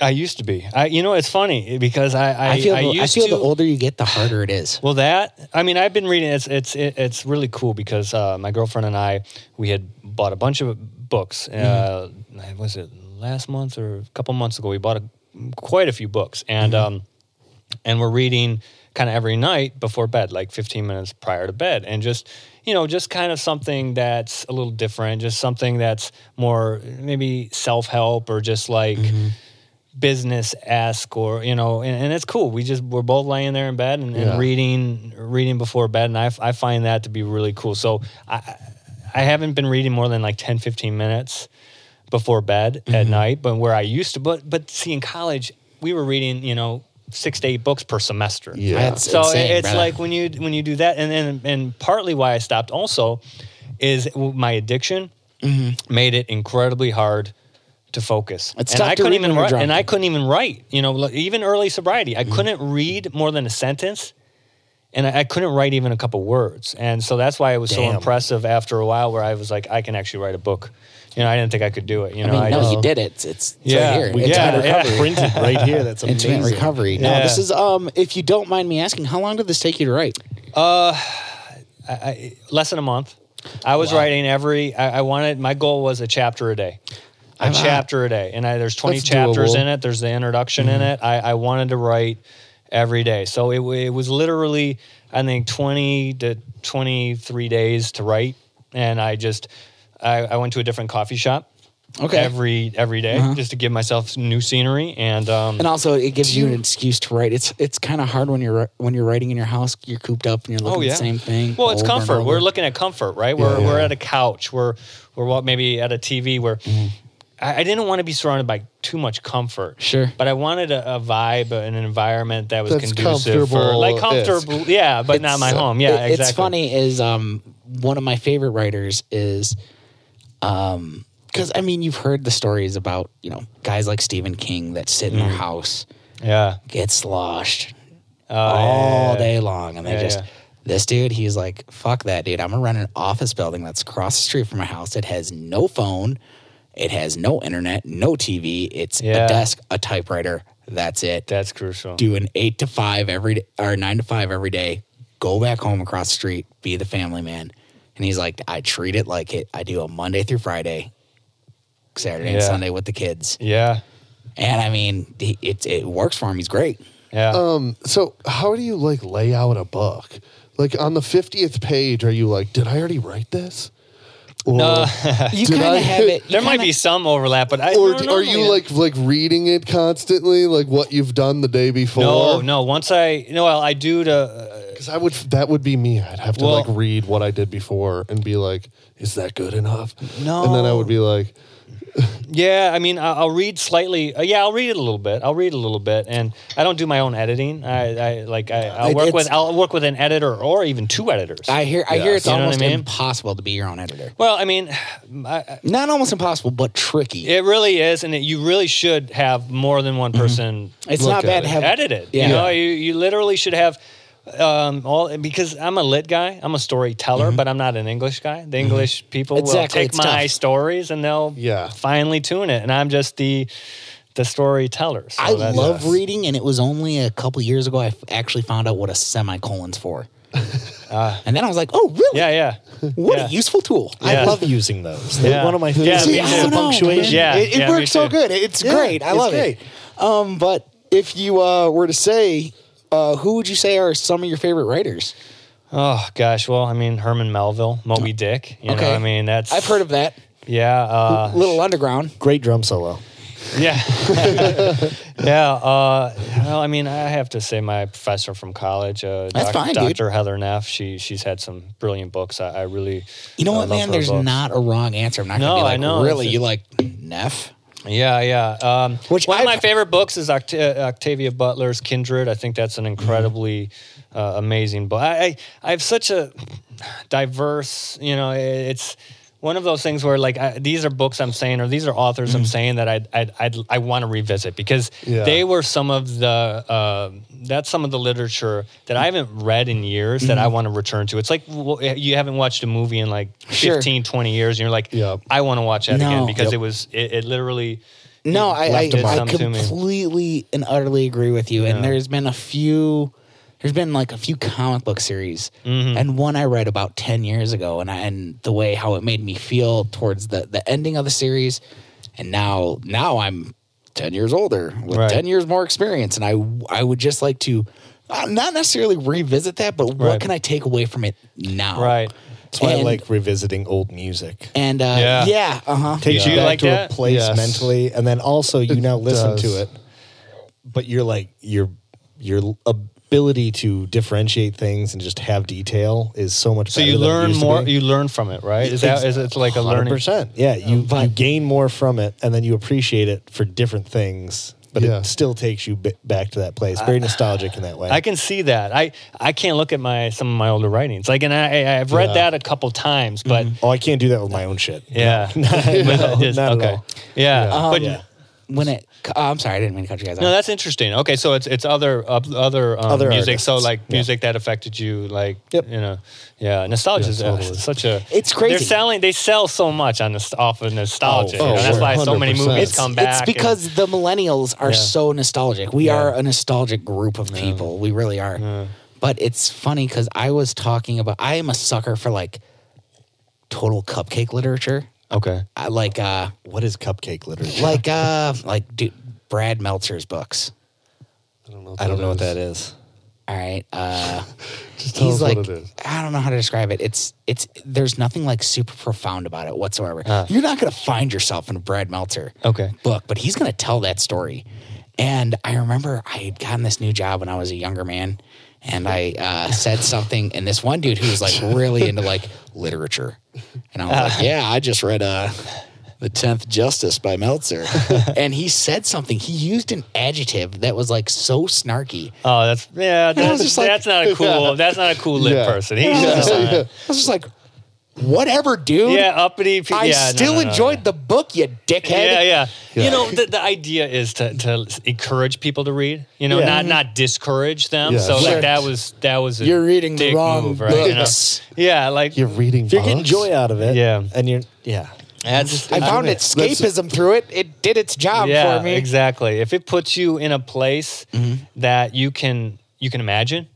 Speaker 1: I used to be. I, you know, it's funny because I, I,
Speaker 3: I feel
Speaker 1: I
Speaker 3: the, I
Speaker 1: used
Speaker 3: feel
Speaker 1: to,
Speaker 3: the older you get, the harder it is.
Speaker 1: Well, that I mean, I've been reading. It's it's it- it's really cool because uh, my girlfriend and I we had bought a bunch of books. Uh,
Speaker 3: Mm-hmm.
Speaker 1: Was it last month or a couple months ago? We bought a, quite a few books, and
Speaker 3: Mm-hmm.
Speaker 1: um, and we're reading kind of every night before bed, like 15 minutes prior to bed, and just you know, just kind of something that's a little different, just something that's more maybe self help or just like business esque or you know and, and it's cool we just we're both laying there in bed and,
Speaker 2: Yeah.
Speaker 1: and reading reading before bed and I, f- I find that to be really cool so i i haven't been reading more than like 10 15 minutes before bed at night but where i used to but but see in college we were reading you know six to eight books per semester
Speaker 2: Yeah.
Speaker 3: That's
Speaker 1: so
Speaker 3: insane,
Speaker 1: it's
Speaker 3: brother.
Speaker 1: like when you when you do that, and and, and partly why I stopped also is my addiction made it incredibly hard to focus.
Speaker 3: Mm-hmm. It's
Speaker 1: and
Speaker 3: tough
Speaker 1: I
Speaker 3: to
Speaker 1: couldn't
Speaker 3: read
Speaker 1: even
Speaker 3: when you're
Speaker 1: write,
Speaker 3: drunk. Mm-hmm.
Speaker 1: and I couldn't even write. You know, like, even early sobriety, I couldn't read more than a sentence. And I I couldn't write even a couple words, and so that's why it was so
Speaker 5: Damn.
Speaker 1: impressive after a while, where I was like, I can actually write a book. You know, I didn't think I could do it. You know,
Speaker 3: I mean, no,
Speaker 1: just-
Speaker 3: you did it. It's, it's
Speaker 1: Yeah,
Speaker 3: right here.
Speaker 1: we-
Speaker 3: It's
Speaker 1: yeah,
Speaker 3: under-
Speaker 1: yeah.
Speaker 5: printed right here. That's amazing.
Speaker 3: Intimate recovery. No,
Speaker 1: Yeah.
Speaker 3: this is um. If you don't mind me asking, how long did this take you to write?
Speaker 1: less than a month. I was writing every. I, I wanted my goal was a chapter a day, a
Speaker 3: I'm, uh,
Speaker 1: chapter a day, and I, there's 20
Speaker 2: That's
Speaker 1: chapters
Speaker 2: doable.
Speaker 1: in it. There's the introduction in it. I, I wanted to write every day, so it, wa- it was literally I think 20 to 23 days to write, and I just I, I went to a different coffee shop.
Speaker 3: Okay.
Speaker 1: Every every day, just to give myself new scenery and um,
Speaker 3: And also, it gives you an excuse to write. It's it's kind of hard when you're when you're writing in your house. You're cooped up and you're looking at the same thing.
Speaker 1: Oh, Well, it's
Speaker 3: over and
Speaker 1: comfort.
Speaker 3: over.
Speaker 1: We're looking at comfort, right? We're
Speaker 2: Yeah.
Speaker 1: we're at a couch. We're we're what maybe at a TV. Where
Speaker 3: Mm-hmm.
Speaker 1: I, I didn't want to be surrounded by too much comfort.
Speaker 3: Sure.
Speaker 1: but I wanted a, a vibe, and an environment that was
Speaker 2: That's
Speaker 1: conducive for like
Speaker 2: comfortable-esque.
Speaker 1: comfortable. Yeah, but not my
Speaker 3: It's-
Speaker 1: home. Yeah,
Speaker 3: it-
Speaker 1: exactly.
Speaker 3: It's funny is um one of my favorite writers is um because I mean you've heard the stories about you know guys like Stephen King that sit in
Speaker 1: Mm-hmm.
Speaker 3: their house
Speaker 1: Yeah.
Speaker 3: get sloshed
Speaker 1: Oh,
Speaker 3: all
Speaker 1: yeah.
Speaker 3: day long and they
Speaker 1: Yeah,
Speaker 3: just
Speaker 1: yeah.
Speaker 3: this dude he's like fuck that dude I'm gonna rent an office building that's across the street from my house it has no phone it has no internet no TV it's
Speaker 1: Yeah.
Speaker 3: a desk a typewriter that's it
Speaker 1: That's crucial.
Speaker 3: do an eight to five every day or nine to five every day, go back home across the street, be the family man. And he's like, I treat it like it. I do a Monday through Friday, Saturday and
Speaker 1: Yeah.
Speaker 3: Sunday with the kids.
Speaker 1: Yeah.
Speaker 3: And I mean, he- it, it works for him. He's great.
Speaker 1: Yeah.
Speaker 2: Um, so how do you like lay out a book? Like on the fiftieth page, are you like, did I already write this? Or,
Speaker 3: You
Speaker 2: Did
Speaker 3: kind
Speaker 2: I-
Speaker 3: of have it. you
Speaker 1: there might
Speaker 3: kinda-
Speaker 1: be some overlap, but I
Speaker 2: or
Speaker 1: no,
Speaker 2: d-
Speaker 1: no,
Speaker 2: are
Speaker 1: no,
Speaker 2: you
Speaker 1: yeah.
Speaker 2: like like reading it constantly, like what you've done the day before?
Speaker 1: no, no. Once I no, well, I do to uh,
Speaker 2: Because I would that would be me. I'd have to
Speaker 1: Well-
Speaker 2: like read what I did before and be like, is that good enough?
Speaker 1: No.
Speaker 2: and then I would be like,
Speaker 1: Yeah, I mean, I- I'll read slightly. Uh, yeah, I'll read it a little bit. I'll read a little bit, and I don't do my own editing. I, I like I, I'll
Speaker 3: It-
Speaker 1: work
Speaker 3: Uh, it's-
Speaker 1: with I'll work with an editor or even two editors.
Speaker 3: I hear. I hear. It's
Speaker 1: You know what I
Speaker 3: almost
Speaker 1: mean?
Speaker 3: impossible to be your own editor.
Speaker 1: well, I mean, I,
Speaker 3: Uh, Not almost impossible, but tricky.
Speaker 1: it really is, and it, you really should have more than one person
Speaker 3: Mm-hmm. it's
Speaker 2: Look
Speaker 3: not
Speaker 2: at
Speaker 3: bad
Speaker 2: it.
Speaker 3: to have
Speaker 1: edit it.
Speaker 3: Yeah.
Speaker 1: You know, you, you literally should have um, all because I'm a lit guy. I'm a storyteller, but I'm not an English guy. The English people will
Speaker 3: Mm-hmm. Exactly,
Speaker 1: take
Speaker 3: it's
Speaker 1: my
Speaker 3: tough.
Speaker 1: stories and they'll
Speaker 2: Yeah.
Speaker 1: finely tune it, and I'm just the the storyteller. So
Speaker 3: I
Speaker 1: that's-
Speaker 3: love reading, and it was only a couple years ago I f- actually found out what a semicolon's for. and then I was like, oh, really?
Speaker 1: Uh, Yeah, yeah.
Speaker 3: What
Speaker 1: yeah.
Speaker 3: a useful tool. I
Speaker 1: Yeah.
Speaker 5: I love using those. They're
Speaker 1: Yeah.
Speaker 5: One of my
Speaker 1: Yeah,
Speaker 5: favorite
Speaker 1: me
Speaker 5: is
Speaker 1: too.
Speaker 5: the punctuation.
Speaker 1: Yeah,
Speaker 3: it, it
Speaker 1: yeah, me
Speaker 3: works so
Speaker 1: too.
Speaker 3: good. It's
Speaker 5: Yeah,
Speaker 3: great. I
Speaker 5: it's
Speaker 3: love
Speaker 5: great.
Speaker 3: it. Um, but if you uh, were to say, uh, who would you say are some of your favorite writers?
Speaker 1: Oh gosh, well, I mean Herman Melville, Moby Dick. You know,
Speaker 3: Oh, Okay.
Speaker 1: I mean that's
Speaker 3: I've heard of that.
Speaker 1: Yeah, uh,
Speaker 3: Little Underground.
Speaker 5: Great drum solo.
Speaker 1: yeah, yeah. Uh, well, I mean, I have to say my professor from college, uh,
Speaker 3: That's fine, dude.
Speaker 1: Doctor Heather Neff. She she's had some brilliant books. I, I really,
Speaker 3: You know
Speaker 1: I
Speaker 3: what,
Speaker 1: love
Speaker 3: man?
Speaker 1: her
Speaker 3: There's
Speaker 1: books.
Speaker 3: not a wrong answer. I'm not
Speaker 1: No,
Speaker 3: gonna be like,
Speaker 1: I know.
Speaker 3: really?
Speaker 1: It's-
Speaker 3: You like Neff?
Speaker 1: Yeah, yeah. Um,
Speaker 3: Which
Speaker 1: one of my
Speaker 3: I've-
Speaker 1: favorite books is Oct- uh, Octavia Butler's Kindred. I think that's an
Speaker 3: Mm-hmm.
Speaker 1: incredibly uh, amazing book. I, I I have such a diverse, you know, i- it's one of those things where like I, these are books I'm saying or these are authors
Speaker 3: Mm-hmm.
Speaker 1: I'm saying that I'd, I'd, I'd, I want to revisit because
Speaker 2: Yeah.
Speaker 1: they were some of the uh, that's some of the literature that I haven't read in years that I
Speaker 3: Mm-hmm.
Speaker 1: want to return to. It's like well, you haven't watched a movie in like
Speaker 3: Sure.
Speaker 1: 15, 20 years and you're like,
Speaker 2: Yep.
Speaker 1: I want to watch that
Speaker 3: No.
Speaker 1: again because
Speaker 3: Yep.
Speaker 1: it was it, it literally
Speaker 3: No, I I,
Speaker 1: left a
Speaker 3: I
Speaker 1: mark. Come to me.
Speaker 3: completely and utterly agree with you. And
Speaker 1: Yeah.
Speaker 3: there's been a few, there's been like a few comic book series,
Speaker 1: Mm-hmm.
Speaker 3: and one I read about ten years ago, and I, and the way how it made me feel towards the the ending of the series, and now now I'm ten years older with
Speaker 1: Right.
Speaker 3: ten years more experience, and I I would just like to. uh, Not necessarily revisit that, but what
Speaker 1: Right.
Speaker 3: can I take away from it now?
Speaker 1: Right.
Speaker 5: That's why
Speaker 3: And-
Speaker 5: I like revisiting old music.
Speaker 3: And uh, yeah,
Speaker 1: Yeah.
Speaker 3: uh huh.
Speaker 5: Takes
Speaker 1: Yeah.
Speaker 5: you
Speaker 1: You
Speaker 5: back
Speaker 1: like
Speaker 5: to
Speaker 1: that?
Speaker 5: a place
Speaker 2: Yes.
Speaker 5: mentally, and then also you
Speaker 2: It
Speaker 5: now listen
Speaker 2: does.
Speaker 5: to it, but you're like your your ability to differentiate things and just have detail is so much.
Speaker 1: So you learn more. You learn from it, right? Is that is it's like a learning?
Speaker 5: percent? Yeah,
Speaker 2: Oh,
Speaker 5: you you
Speaker 3: But-
Speaker 5: gain more from it, and then you appreciate it for different things. But
Speaker 2: Yeah.
Speaker 5: it still takes you b- back to that place. Very nostalgic in that way.
Speaker 1: I can see that. I I can't look at my some of my older writings. Like, and I I- I've read
Speaker 2: Yeah.
Speaker 1: that a couple times, but
Speaker 5: oh, I can't do that with my own shit.
Speaker 1: yeah, But just-
Speaker 5: not at
Speaker 1: okay,
Speaker 5: all.
Speaker 1: yeah, but.
Speaker 5: Yeah.
Speaker 3: When it, oh, I'm sorry, I didn't mean to cut you guys off.
Speaker 1: No, that's interesting. Okay, so it's it's other up other um,
Speaker 5: Other
Speaker 1: music. So
Speaker 5: artists.
Speaker 1: like
Speaker 5: Yeah.
Speaker 1: music that affected you, like
Speaker 5: Yep.
Speaker 1: you know, yeah, nostalgia is uh,
Speaker 2: totally.
Speaker 1: such a.
Speaker 3: It's crazy.
Speaker 1: They're selling. They sell so much on this off of nostalgia.
Speaker 2: Oh,
Speaker 1: you know,
Speaker 2: oh,
Speaker 1: that's why so many
Speaker 2: 100%.
Speaker 1: movies
Speaker 2: It's-
Speaker 1: come back.
Speaker 3: It's because the millennials are
Speaker 1: Yeah.
Speaker 3: so nostalgic. We
Speaker 1: Yeah.
Speaker 3: are a nostalgic group of people. We really are. But it's funny because I was talking about. I am a sucker for like total cupcake literature.
Speaker 1: okay,
Speaker 3: I like uh
Speaker 5: What is cupcake literature?
Speaker 3: like uh like dude, Brad Meltzer's books.
Speaker 2: I don't know.
Speaker 5: I don't know what that is.
Speaker 3: All right. Uh,
Speaker 2: Just tell
Speaker 3: he's
Speaker 2: us
Speaker 3: like,
Speaker 2: what it is.
Speaker 3: I don't know how to describe it. It's, it's, there's nothing like super profound about it whatsoever.
Speaker 2: Ah.
Speaker 3: You're not going to find yourself in a Brad Meltzer
Speaker 2: Oh.
Speaker 1: Okay.
Speaker 3: book, but he's going to tell that story. And I remember I had gotten this new job when I was a younger man, and I uh, said something, and this one dude who was like really into like literature, and I was
Speaker 2: Ah.
Speaker 3: like, yeah, I just read uh, the Tenth Justice by Meltzer, and he said something. He used an adjective that was like so snarky.
Speaker 1: Oh, that's yeah. That's,
Speaker 3: just like-
Speaker 1: that's not a cool. That's not a cool lit
Speaker 2: Yeah.
Speaker 1: person. He's
Speaker 3: I was
Speaker 1: just,
Speaker 3: just
Speaker 1: uh,
Speaker 3: like, I was just like, whatever, dude.
Speaker 1: yeah, uppity. pe-
Speaker 3: I
Speaker 1: yeah, no,
Speaker 3: still
Speaker 1: no, no, no.
Speaker 3: enjoyed the book, you dickhead.
Speaker 1: Yeah, yeah,
Speaker 2: Yeah.
Speaker 1: You know, the, the idea is to, to encourage people to read. You know,
Speaker 5: Yeah.
Speaker 1: not not discourage them.
Speaker 2: Yeah.
Speaker 1: So
Speaker 2: Sure.
Speaker 1: like that was that was a
Speaker 3: You're reading the
Speaker 1: dick
Speaker 3: wrong
Speaker 1: move, right? You know?
Speaker 3: books.
Speaker 1: Yeah, like
Speaker 2: You're reading.
Speaker 5: If you're getting joy out of it,
Speaker 1: Yeah.
Speaker 5: and you're yeah,
Speaker 1: that's,
Speaker 3: I found escapism through it. It did its job
Speaker 1: yeah,
Speaker 3: for me.
Speaker 1: exactly. If it puts you in a place
Speaker 3: Mm-hmm.
Speaker 1: that you can you can imagine.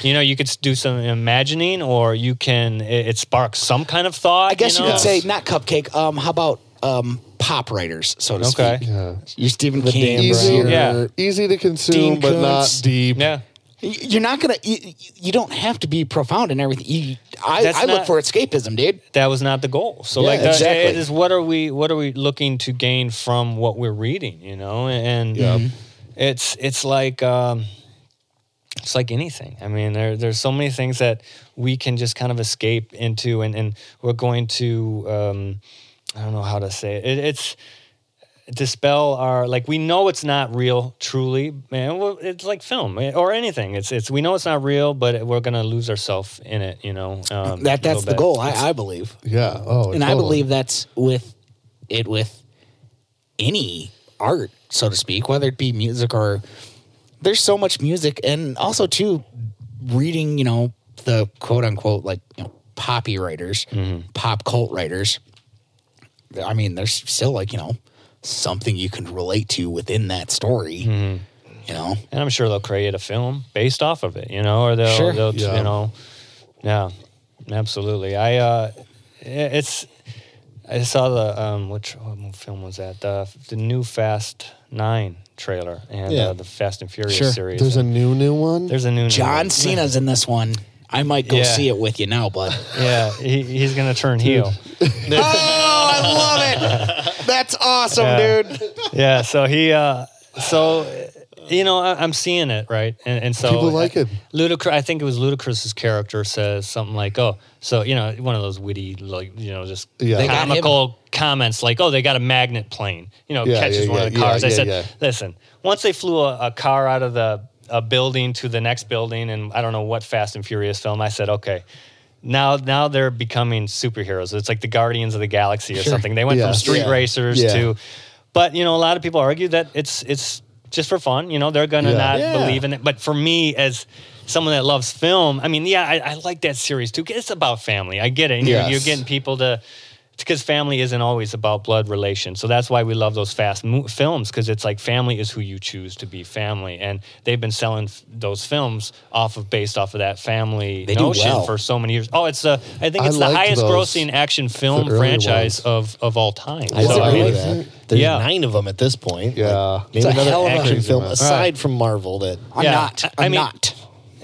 Speaker 1: You know, you could s- do some imagining, or you can. It, it sparks some kind of thought.
Speaker 3: I guess you,
Speaker 1: know?
Speaker 3: could say not cupcake. Um, how about um pop writers, so to
Speaker 1: Okay.
Speaker 3: speak?
Speaker 2: Yeah.
Speaker 3: You're Stephen King.
Speaker 5: Dan
Speaker 3: Easy.
Speaker 2: Easier,
Speaker 5: Brown.
Speaker 1: Yeah.
Speaker 2: easy to consume,
Speaker 3: Dean
Speaker 2: but
Speaker 3: Koontz.
Speaker 2: not deep.
Speaker 1: Yeah.
Speaker 3: Y- You're not gonna. You, you don't have to be profound in everything. You, I,
Speaker 1: That's
Speaker 3: I look
Speaker 1: not-
Speaker 3: for escapism, dude.
Speaker 1: that was not the goal. So
Speaker 3: Yeah,
Speaker 1: like the,
Speaker 3: exactly.
Speaker 1: it is what are we what are we looking to gain from what we're reading, you know? And it's it's like um it's like anything. I mean, there there's so many things that we can just kind of escape into and and we're going to um I don't know how to say it. it it's dispel our like we know it's not real truly man well, it's like film eh, or anything it's it's we know it's not real but we're gonna lose ourselves in it you know um, a
Speaker 3: That that's
Speaker 1: little
Speaker 3: the
Speaker 1: bit.
Speaker 3: goal. I, I believe,
Speaker 2: Yeah. Oh,
Speaker 3: and I believe that's with it with any art, so to speak, whether it be music or there's so much music, and also too reading. You know the quote unquote like you know, poppy writers,
Speaker 1: Mm-hmm.
Speaker 3: pop cult writers. I mean, there's still like you know something you can relate to within that story.
Speaker 1: Mm-hmm.
Speaker 3: You know,
Speaker 1: and I'm sure they'll create a film based off of it, you know, or they'll,
Speaker 3: Sure.
Speaker 1: they'll
Speaker 2: Yeah.
Speaker 1: you know, yeah, absolutely. I, uh, i- it's, I saw the, um, which what mo- film was that? The, the new Fast Nine trailer and
Speaker 5: Yeah.
Speaker 1: uh, the Fast and Furious
Speaker 3: Sure.
Speaker 1: series.
Speaker 2: there's a new new one.
Speaker 1: there's a new
Speaker 3: John
Speaker 1: new,
Speaker 3: Cena's in this one. I might go
Speaker 1: Mm-hmm. Yeah.
Speaker 3: see it with you now, bud.
Speaker 1: Yeah, he, he's gonna turn heel.
Speaker 3: I love it. That's awesome,
Speaker 1: Yeah.
Speaker 3: dude.
Speaker 1: Yeah, so he, uh, so. You know, I, I'm seeing it right, and, and so
Speaker 2: People like it.
Speaker 1: Ludacris, I think it was Ludacris's character says something like, "Oh, so you know, one of those witty, like you know, just
Speaker 2: Yeah. They
Speaker 3: got him.
Speaker 1: comical comments like, oh, they got a magnet plane, you know,
Speaker 2: Yeah,
Speaker 1: catches
Speaker 2: yeah,
Speaker 1: one
Speaker 2: yeah,
Speaker 1: of the cars."
Speaker 2: yeah,
Speaker 1: I said,
Speaker 2: yeah, yeah.
Speaker 1: "Listen, once they flew a, a car out of the a building to the next building, and I don't know what Fast and Furious film," I said, "Okay." Now, now they're becoming superheroes. It's like the Guardians of the Galaxy or something. They went
Speaker 2: Yeah.
Speaker 1: from street
Speaker 2: Yeah.
Speaker 1: racers
Speaker 2: Yeah.
Speaker 1: to, but you know, a lot of people argue that it's it's just for fun. You know, they're gonna
Speaker 2: Yeah.
Speaker 1: not
Speaker 5: Yeah.
Speaker 1: believe in it. But for me, as someone that loves film, I mean, yeah, I, I like that series too. 'cause It's about family. I get it. And you're,
Speaker 2: Yes.
Speaker 1: you're getting people to because family isn't always about blood relation. So that's why we love those fast mo- films because it's like family is who you choose to be family, and they've been selling f- those films off of based off of that family
Speaker 3: They do
Speaker 1: notion
Speaker 3: well.
Speaker 1: for so many years. Oh, it's the I think
Speaker 2: I
Speaker 1: it's the
Speaker 2: liked
Speaker 1: highest
Speaker 2: those.
Speaker 1: grossing action film
Speaker 2: early
Speaker 1: franchise
Speaker 2: ones.
Speaker 1: of of all time.
Speaker 5: I
Speaker 1: So,
Speaker 2: Wow.
Speaker 5: agree
Speaker 2: Really?
Speaker 5: with that. There's
Speaker 1: Yeah.
Speaker 5: nine of them at this point.
Speaker 2: Yeah.
Speaker 5: Like,
Speaker 2: It's
Speaker 5: name
Speaker 2: a
Speaker 5: another
Speaker 3: hell of a
Speaker 5: action
Speaker 2: crazy
Speaker 5: film
Speaker 2: amount.
Speaker 5: aside from Marvel that
Speaker 3: I'm
Speaker 1: Yeah,
Speaker 3: not. I'm
Speaker 1: I- I mean-
Speaker 3: not.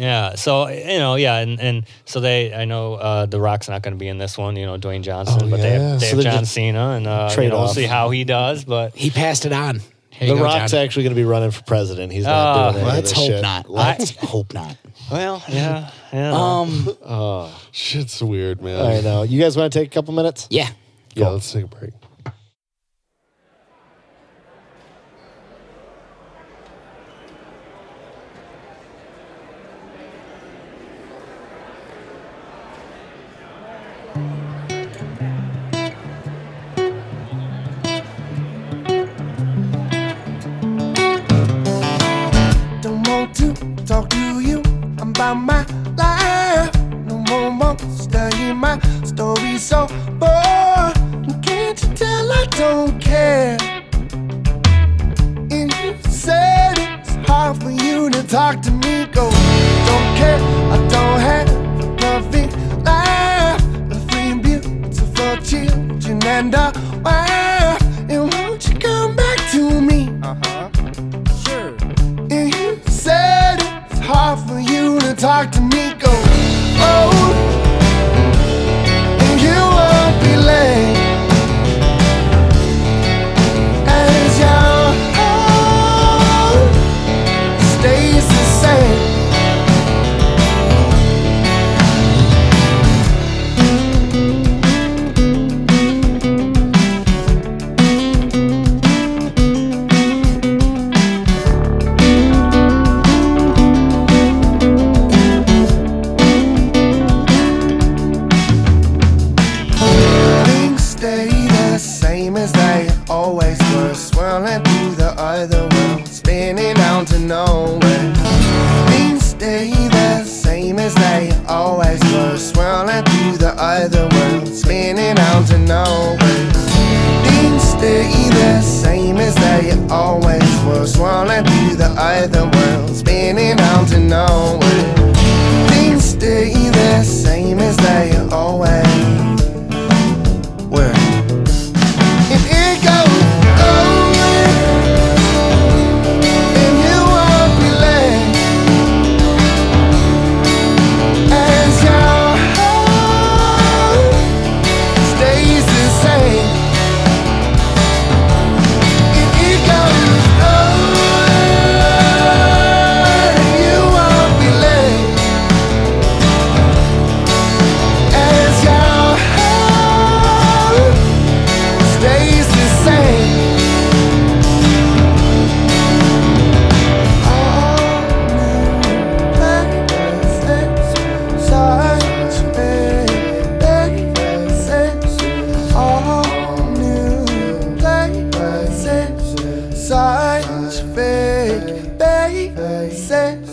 Speaker 1: Yeah. So you know, yeah, and, and so they, I know uh, the Rock's not going to be in this one. You know, Dwayne Johnson,
Speaker 2: Oh,
Speaker 1: but they
Speaker 2: yeah.
Speaker 1: have, they
Speaker 2: So
Speaker 1: have
Speaker 5: they're
Speaker 1: John
Speaker 5: just
Speaker 1: Cena, and uh, you
Speaker 5: trade
Speaker 1: know, we'll
Speaker 5: off.
Speaker 1: see how he does. But
Speaker 3: He passed it on. Here
Speaker 5: The
Speaker 3: you go,
Speaker 5: Rock's
Speaker 3: John.
Speaker 5: actually going to be running for president. He's not
Speaker 1: Ah.
Speaker 5: doing any of
Speaker 3: Let's
Speaker 5: this
Speaker 3: hope
Speaker 5: shit.
Speaker 3: not.
Speaker 5: Like,
Speaker 3: Let's hope not.
Speaker 1: well, yeah, yeah.
Speaker 3: Um.
Speaker 2: Shit's weird, man.
Speaker 5: I know. You guys want to take a couple minutes?
Speaker 3: Yeah.
Speaker 2: Yeah, let's take a break.
Speaker 4: Don't want to talk to you about my life. No more won't study my story so bored. Can't you tell I don't care? And you said it's hard for you to talk to me. Go, don't care, I don't have nothing left. But three beautiful children and a wife. And won't you come back to me? And you said it's hard for you to talk to me. Go, oh, and you won't be late. As your heart stays the same. Things stay the same as they always were. Swirling through the other world, spinning out to nowhere. Things stay the same as they always were. Swirling through the other world, spinning out to nowhere. Things stay the same as they always were. Swirling through the other world, spinning out to nowhere. Things stay the same as they always where? If it goes away, and you won't be late. As your heart stays the same. If it goes away, you won't be late. As your heart stays the same. Such fake, fake sense.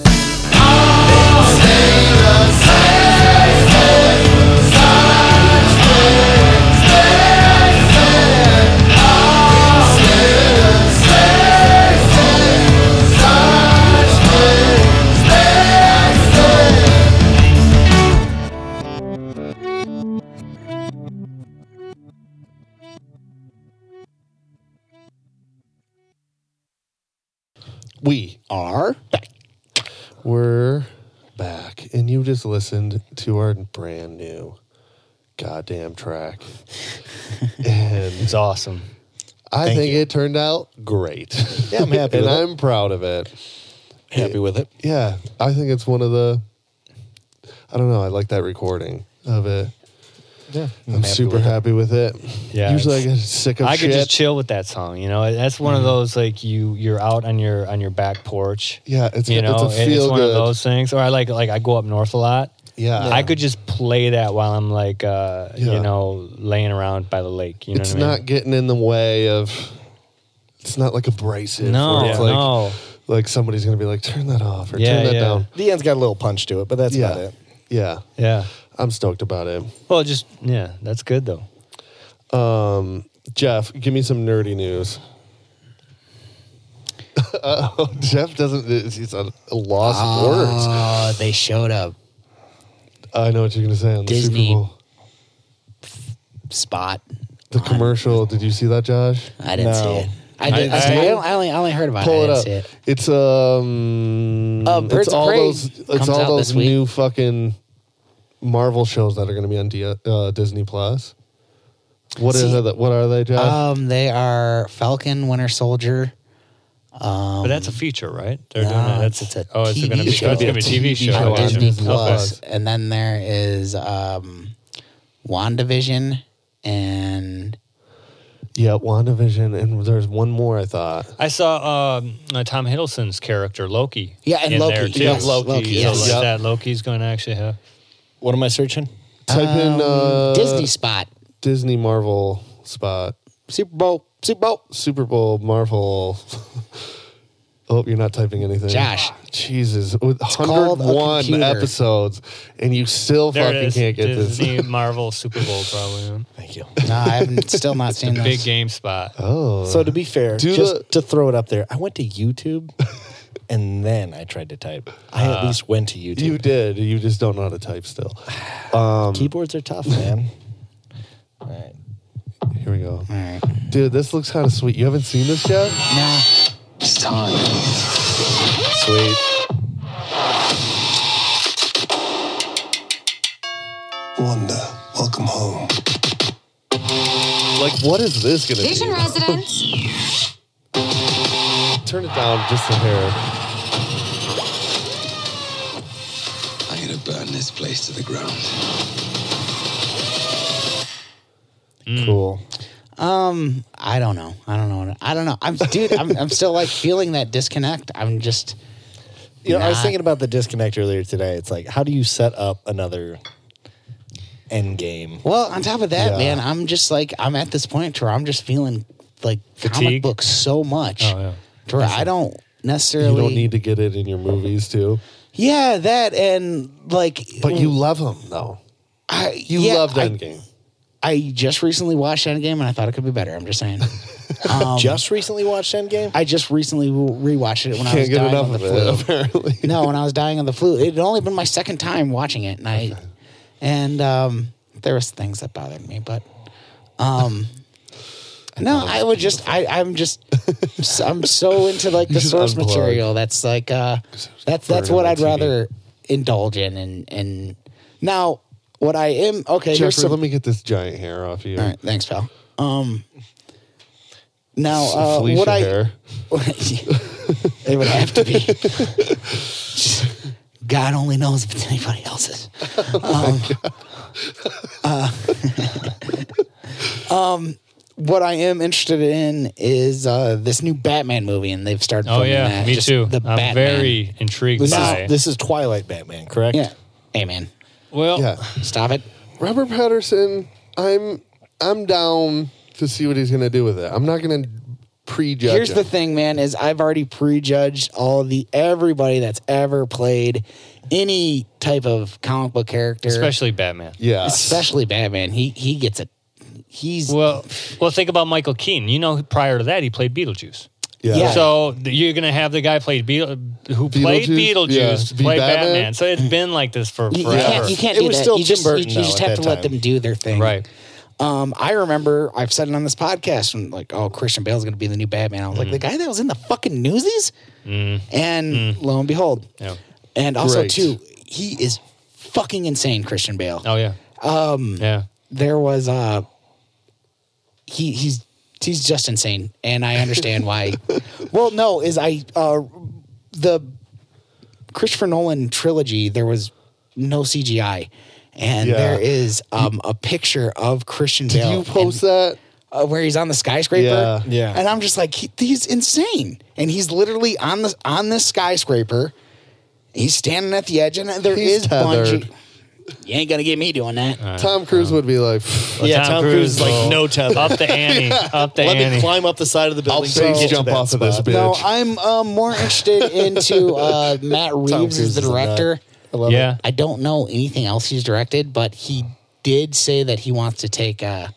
Speaker 2: We
Speaker 3: Are
Speaker 2: were back, and you just listened to our brand new goddamn track. and
Speaker 1: it's awesome.
Speaker 2: I
Speaker 5: Thank
Speaker 2: think
Speaker 5: you.
Speaker 2: it turned out great.
Speaker 5: Yeah, I'm happy
Speaker 2: and
Speaker 5: with it.
Speaker 2: I'm proud of it.
Speaker 5: Happy with it.
Speaker 2: Yeah, I think it's one of the. I don't know. I like that recording of it.
Speaker 5: Yeah.
Speaker 2: I'm super happy with it.
Speaker 1: Yeah,
Speaker 2: Usually I get
Speaker 1: it's-
Speaker 2: sick of
Speaker 1: I
Speaker 2: shit. Mm-hmm.
Speaker 1: could just chill with that song. You know, that's one of those like you you're out on your on your back porch.
Speaker 2: Yeah, it's-
Speaker 1: you
Speaker 2: it's
Speaker 1: know
Speaker 2: a feel
Speaker 1: one of
Speaker 2: good.
Speaker 1: those things. Or I like like I go up north a lot.
Speaker 2: Yeah.
Speaker 1: I could just play that while I'm like uh,
Speaker 2: Yeah.
Speaker 1: you know laying around by the lake. You know
Speaker 2: it's
Speaker 1: what I mean?
Speaker 2: not getting in the way of. It's not like abrasive.
Speaker 1: No,
Speaker 2: where it's
Speaker 1: Yeah.
Speaker 2: like,
Speaker 1: no.
Speaker 2: Like somebody's gonna be like, turn that off or
Speaker 1: Yeah,
Speaker 2: turn that
Speaker 1: yeah.
Speaker 2: down.
Speaker 5: The end's got a little punch to it, but that's about
Speaker 2: Yeah,
Speaker 5: it.
Speaker 2: yeah.
Speaker 1: yeah.
Speaker 2: I'm stoked about it.
Speaker 1: Well, just yeah, that's good though.
Speaker 2: Um, Jeff, give me some nerdy news. Uh-oh, Jeff doesn't. He's a lost words.
Speaker 3: Oh, they showed a
Speaker 2: I know what you're gonna say on the
Speaker 3: Disney.
Speaker 2: Super Bowl.
Speaker 3: spot.
Speaker 2: The commercial. Did you see that, Josh?
Speaker 3: I didn't
Speaker 5: No.
Speaker 3: see it. I
Speaker 1: I-
Speaker 3: didn't. I,
Speaker 1: I-
Speaker 3: I, only- I only, I only heard about
Speaker 2: Pull
Speaker 3: it.
Speaker 2: it
Speaker 3: I didn't
Speaker 2: up.
Speaker 3: see it.
Speaker 2: It's um.
Speaker 3: Uh, Birds
Speaker 2: it's
Speaker 3: of
Speaker 2: all
Speaker 3: Prey
Speaker 2: those. It's
Speaker 3: comes
Speaker 2: all
Speaker 3: out
Speaker 2: those
Speaker 3: this week.
Speaker 2: new fucking Marvel shows that are gonna be on D- uh, Disney Plus. What is
Speaker 3: See-
Speaker 2: it? What are they, Josh?
Speaker 3: Um, they are Falcon, Winter Soldier.
Speaker 1: but that's a feature, right? They're
Speaker 3: No,
Speaker 1: doing that.
Speaker 3: it's- it's a
Speaker 1: oh, it's
Speaker 3: TV
Speaker 1: gonna be
Speaker 3: show.
Speaker 1: oh, it's gonna be a TV show.
Speaker 2: on
Speaker 3: on
Speaker 1: Gotcha.
Speaker 3: Disney
Speaker 2: Disney
Speaker 3: Plus.
Speaker 2: Plus.
Speaker 3: And then there is um, WandaVision and
Speaker 2: yeah, WandaVision, and there's one more. I thought.
Speaker 1: I saw um, uh, Tom Hiddleston's character Loki.
Speaker 3: Yeah, and
Speaker 1: in
Speaker 3: Loki.
Speaker 1: There too.
Speaker 3: Yes, Yeah, Loki, Loki,
Speaker 1: So
Speaker 3: yes.
Speaker 1: like
Speaker 2: Yep.
Speaker 1: that, Loki's going to actually have.
Speaker 5: What am I searching?
Speaker 2: Type in uh,
Speaker 3: Um, Disney Spot.
Speaker 2: Disney Marvel spot.
Speaker 3: Super Bowl. Super Bowl.
Speaker 2: Super Bowl Marvel. oh, you're not typing anything.
Speaker 3: Josh.
Speaker 2: Jesus. With
Speaker 3: called a
Speaker 2: 101
Speaker 3: computer.
Speaker 2: episodes, and you still
Speaker 1: There it
Speaker 2: fucking
Speaker 1: is.
Speaker 2: can't get this.
Speaker 1: Disney Marvel Super Bowl probably.
Speaker 5: Thank you.
Speaker 3: No, I haven't still not seen those.
Speaker 1: Big game spot.
Speaker 2: Oh.
Speaker 5: So to be fair,
Speaker 2: Do
Speaker 5: just
Speaker 2: the-
Speaker 5: to throw it up there, I went to YouTube and then I tried to type. I at least went to YouTube.
Speaker 2: you um, did. You just don't know how to type still.
Speaker 5: Keyboards are tough, man. All right.
Speaker 2: Here we go.
Speaker 3: All right.
Speaker 2: Dude, this looks kind of sweet. You haven't seen this yet?
Speaker 3: Nah.
Speaker 6: It's time.
Speaker 5: Sweet.
Speaker 6: Wanda, welcome home.
Speaker 2: Like, what is this going
Speaker 7: Vision
Speaker 2: to
Speaker 7: residents,
Speaker 2: be? Turn it down just a hair.
Speaker 6: I'm gonna burn this place to the ground.
Speaker 5: Cool.
Speaker 3: Um, I don't know. I don't know. I don't know. I'm dude. I'm, I'm still like feeling that disconnect. I'm just.
Speaker 5: You know, I was
Speaker 3: Nah.
Speaker 5: thinking about the disconnect earlier today. It's like, how do you set up another end game?
Speaker 3: Well, on top of that,
Speaker 5: Yeah.
Speaker 3: man, I'm just like I'm at this point to where I'm just feeling like
Speaker 1: Fatigue?
Speaker 3: comic books so much.
Speaker 1: Oh, yeah.
Speaker 3: To where I don't necessarily.
Speaker 2: You don't need to get it in your movies, too.
Speaker 3: Yeah, that and like.
Speaker 2: But you love them, though.
Speaker 3: I,
Speaker 2: You
Speaker 3: yeah,
Speaker 2: love
Speaker 3: I-
Speaker 2: that game.
Speaker 3: I just recently watched Endgame and I thought it could be better. I'm just saying. Um,
Speaker 5: Just recently watched Endgame.
Speaker 3: I just recently re- rewatched it when I
Speaker 2: Can't
Speaker 3: was
Speaker 2: get
Speaker 3: dying
Speaker 2: enough
Speaker 3: of the
Speaker 2: of
Speaker 3: flu.
Speaker 2: it, apparently.
Speaker 3: no, when I was dying of the flu, it had only been my second time watching it, and I, and um, there was things that bothered me, but, um, no, I would just, I, I'm just, I'm so into like the
Speaker 2: You should
Speaker 3: source
Speaker 2: unplug.
Speaker 3: material that's like, uh, that's that's
Speaker 2: burn
Speaker 3: what
Speaker 2: my
Speaker 3: I'd
Speaker 2: TV.
Speaker 3: rather indulge in, and and now what I am okay.
Speaker 2: Jeffrey,
Speaker 3: here's some,
Speaker 2: let me get this giant hair off you.
Speaker 3: all right, thanks, pal. Um, now
Speaker 2: It's
Speaker 3: uh,
Speaker 2: Felicia
Speaker 3: what I
Speaker 2: hair.
Speaker 3: it would have to be. God only knows if it's anybody else's. Um, uh, um, what I am interested in is uh, this new Batman movie, and they've started.
Speaker 1: Oh
Speaker 3: filming
Speaker 1: yeah,
Speaker 3: that.
Speaker 1: me
Speaker 3: Just
Speaker 1: too.
Speaker 3: The
Speaker 1: I'm
Speaker 3: Batman.
Speaker 1: very intrigued
Speaker 5: This
Speaker 1: by.
Speaker 5: is this is Twilight Batman, correct?
Speaker 3: yeah. Hey man,
Speaker 1: well,
Speaker 2: Yeah.
Speaker 3: stop it.
Speaker 2: Robert Patterson, I'm I'm down to see what he's gonna do with it. I'm not gonna prejudge.
Speaker 3: Here's
Speaker 2: him.
Speaker 3: the thing, man, is I've already prejudged all the everybody that's ever played any type of comic book character.
Speaker 1: especially Batman.
Speaker 2: Yeah.
Speaker 3: especially Batman. He he gets a he's
Speaker 1: Well, well, think about Michael Keaton. You know, prior to that, he played Beetlejuice.
Speaker 2: Yeah.
Speaker 3: Yeah.
Speaker 1: So th- you're gonna have the guy played Beetle, who played
Speaker 2: Beetlejuice?
Speaker 1: Beetlejuice
Speaker 2: Yeah. Be
Speaker 1: play
Speaker 2: Batman?
Speaker 1: Batman. So it's been like this for
Speaker 3: you, you
Speaker 1: forever.
Speaker 3: can't you can't
Speaker 5: It
Speaker 3: do
Speaker 5: was
Speaker 3: that.
Speaker 5: still
Speaker 3: you
Speaker 5: Tim
Speaker 3: just,
Speaker 5: Burton,
Speaker 3: you,
Speaker 5: though,
Speaker 3: you just
Speaker 5: at
Speaker 3: have
Speaker 5: that
Speaker 3: to let
Speaker 5: time.
Speaker 3: them do their thing.
Speaker 1: Right.
Speaker 3: Um, I remember I've said it on this podcast when like, oh, Christian Bale's gonna be the new Batman. I was
Speaker 1: Mm.
Speaker 3: like, the guy that was in the fucking newsies? And
Speaker 1: Mm.
Speaker 3: lo and behold.
Speaker 1: Yeah.
Speaker 3: And also
Speaker 2: Great.
Speaker 3: too, he is fucking insane, Christian Bale.
Speaker 1: Oh yeah. Um. Yeah.
Speaker 3: There was uh he he's he's just insane. And I understand why. Well, no, is I uh the Christopher Nolan trilogy, there was no CGI, and
Speaker 2: Yeah.
Speaker 3: there is um, a picture of Christian
Speaker 2: Did
Speaker 3: Bale
Speaker 2: you post
Speaker 3: and-
Speaker 2: that?
Speaker 3: uh, where he's on the skyscraper.
Speaker 2: Yeah.
Speaker 5: Yeah.
Speaker 3: and I'm just like, he, he's insane, and he's literally on the on this skyscraper. He's standing at the edge, and there
Speaker 2: He's
Speaker 3: is bungee.
Speaker 2: tethered.
Speaker 3: You ain't gonna get me doing that.
Speaker 2: Tom Cruise would be like,
Speaker 1: Well,
Speaker 5: Yeah, Tom Cruise is like,
Speaker 1: will
Speaker 5: "No tether."
Speaker 1: Up the ante. Up the
Speaker 5: Let
Speaker 1: ante.
Speaker 5: me climb up the side of the
Speaker 2: "I'll
Speaker 5: building. to
Speaker 2: face
Speaker 5: get to
Speaker 2: jump
Speaker 5: that
Speaker 2: off of this
Speaker 5: spot.
Speaker 2: bitch."
Speaker 3: No, I'm uh, more interested into uh, Matt Reeves
Speaker 5: Cruise
Speaker 3: as the
Speaker 5: is a nut.
Speaker 3: director.
Speaker 5: I love
Speaker 1: yeah.
Speaker 5: it.
Speaker 3: I don't know anything else he's directed, but he did say that he wants to take uh,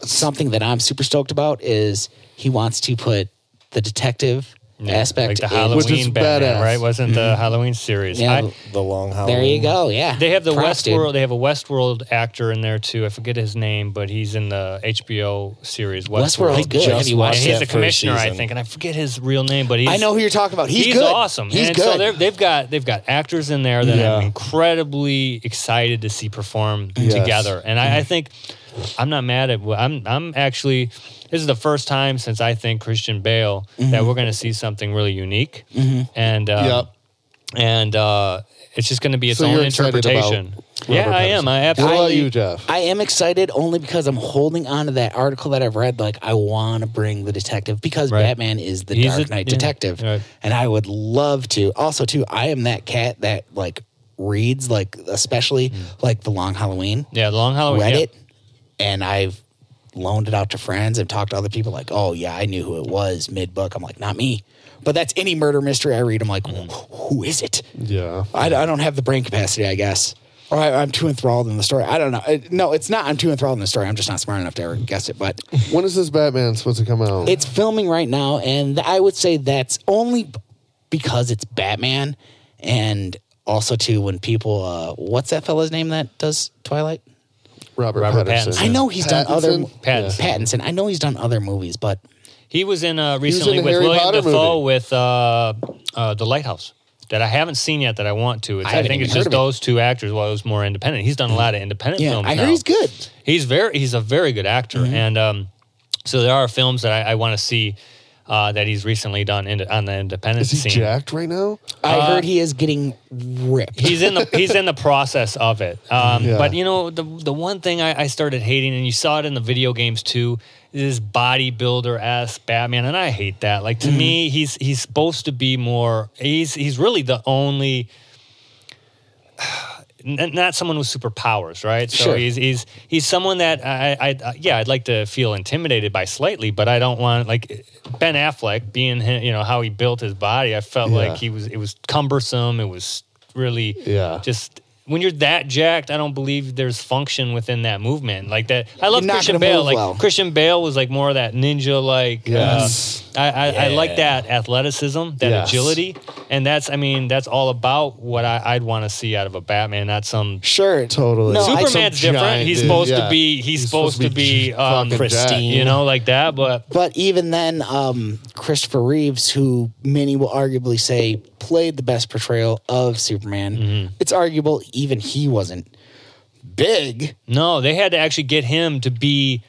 Speaker 3: something that I'm super stoked about is he wants to put the detective
Speaker 1: like
Speaker 3: aspect.
Speaker 1: the
Speaker 3: in-
Speaker 1: Halloween
Speaker 2: Which is
Speaker 1: Batman,
Speaker 2: badass. Mm-hmm.
Speaker 1: right? Wasn't the Halloween series?
Speaker 3: Yeah,
Speaker 1: I-
Speaker 5: The long Halloween.
Speaker 3: there you go. Yeah,
Speaker 1: they have the
Speaker 3: Props, dude.
Speaker 1: Westworld. They have a Westworld actor in there too. I forget his name, but he's in the HBO series Westworld.
Speaker 3: Westworld's good.
Speaker 5: just
Speaker 3: Have you
Speaker 1: And
Speaker 3: watched
Speaker 1: he's
Speaker 5: that
Speaker 3: it?
Speaker 1: the
Speaker 5: first
Speaker 1: commissioner, I
Speaker 5: season.
Speaker 1: think, and I forget his real name, but he's
Speaker 3: I know who you're talking about. He's,
Speaker 1: he's
Speaker 3: good.
Speaker 1: awesome.
Speaker 3: He's
Speaker 1: and
Speaker 3: good.
Speaker 1: so they're- they've got they've got actors in there that
Speaker 5: Yeah.
Speaker 1: I'm incredibly excited to see perform together. And I, I
Speaker 2: Mm-hmm.
Speaker 1: think I'm not mad at. I'm I'm actually this is the first time since I think Christian Bale that we're going to see something really unique. And uh,
Speaker 2: Mm-hmm. Yep.
Speaker 1: and uh, it's just going to be its
Speaker 2: So
Speaker 1: own
Speaker 2: you're excited about
Speaker 1: interpretation. Yeah,
Speaker 2: Robert
Speaker 1: I am. I
Speaker 2: What
Speaker 1: absolutely.
Speaker 2: about you, Jeff?
Speaker 3: I am excited only because I'm holding on to that article that I've read. Like, I want to bring the detective because
Speaker 1: Right.
Speaker 3: Batman is the
Speaker 1: He's
Speaker 3: Dark
Speaker 1: a-
Speaker 3: Knight
Speaker 1: yeah,
Speaker 3: detective,
Speaker 1: right.
Speaker 3: and I would love to. Also, too, I am that cat that like reads, like especially like the Long Halloween.
Speaker 1: Yeah, the Long Halloween.
Speaker 3: read
Speaker 1: Mm. Oh, yeah.
Speaker 3: it, and I've loaned it out to friends. I've talked to other people like, oh yeah, I knew who it was mid book. I'm like, not me. But that's any murder mystery I read. I'm like,
Speaker 1: Mm.
Speaker 3: who is it?
Speaker 2: Yeah.
Speaker 3: I, I don't have the brain capacity, I guess. Or I, I'm too enthralled in the story. I don't know. I- no, it's not. I'm too enthralled in the story. I'm just not smart enough to ever guess it. But
Speaker 2: When is this Batman supposed to come out?
Speaker 3: it's filming right now, and I would say that's only b- because it's Batman, and also too when people, uh, what's that fella's name that does Twilight?
Speaker 2: Robert,
Speaker 1: Robert
Speaker 2: Pattinson.
Speaker 1: Pattinson.
Speaker 3: I know he's done other
Speaker 2: Pattinson?
Speaker 1: Pattinson.
Speaker 3: Pattinson. I know he's done other movies, but
Speaker 1: He was in uh, recently
Speaker 2: in a
Speaker 1: with
Speaker 2: Harry
Speaker 1: William
Speaker 2: Potter
Speaker 1: Dafoe
Speaker 2: movie.
Speaker 1: with uh, uh, The Lighthouse that I haven't seen yet that I want to. It's,
Speaker 3: I
Speaker 1: I,
Speaker 3: haven't
Speaker 1: think
Speaker 3: even
Speaker 1: it's
Speaker 3: heard
Speaker 1: just
Speaker 3: of it.
Speaker 1: those two actors. Well, it was more independent. He's done a lot of independent
Speaker 3: yeah,
Speaker 1: films.
Speaker 3: I hear
Speaker 1: now.
Speaker 3: he's good. Mm-hmm.
Speaker 1: He's very he's a very good actor, and um, so there are films that I, I want to see uh, that he's recently done in, on the independent
Speaker 2: Is he
Speaker 1: scene.
Speaker 2: jacked right now?
Speaker 3: I
Speaker 1: Uh,
Speaker 3: heard he is getting ripped.
Speaker 1: he's in the he's in the process of it. Um,
Speaker 2: Yeah.
Speaker 1: But you know the the one thing I, I started hating, and you saw it in the video games too, is bodybuilder ass Batman, and I hate that. Like to me, he's he's supposed to be more. He's he's really the only. n- Not someone with superpowers, right? So
Speaker 3: Sure.
Speaker 1: he's he's he's someone that I, I, I yeah I'd like to feel intimidated by slightly, but I don't want like Ben Affleck being him, you know how he built his body. I felt
Speaker 2: Yeah.
Speaker 1: like he was it was cumbersome. It was really
Speaker 2: Yeah.
Speaker 1: just when you're that jacked, I don't believe there's function within that movement like that. I love
Speaker 3: You're not
Speaker 1: Christian
Speaker 3: gonna
Speaker 1: Bale.
Speaker 3: move
Speaker 1: Like
Speaker 3: well.
Speaker 1: Christian Bale was like more of that ninja like.
Speaker 2: Yes.
Speaker 1: Uh, I, I, I like that athleticism, that
Speaker 2: Yes.
Speaker 1: agility, and that's I mean that's all about what I, I'd want to see out of a Batman, not some.
Speaker 3: sure,
Speaker 2: Totally.
Speaker 3: No, I-
Speaker 1: Superman's
Speaker 2: some
Speaker 1: different.
Speaker 2: giant
Speaker 1: He's
Speaker 2: dude,
Speaker 1: supposed
Speaker 2: yeah.
Speaker 1: to be. He's, supposed, to be um,
Speaker 2: fucking jacked.
Speaker 5: pristine.
Speaker 1: you know, like that. But
Speaker 3: but even then, um, Christopher Reeves, who many will arguably say played the best portrayal of Superman, it's arguable even he wasn't big.
Speaker 1: No, they had to actually get him to be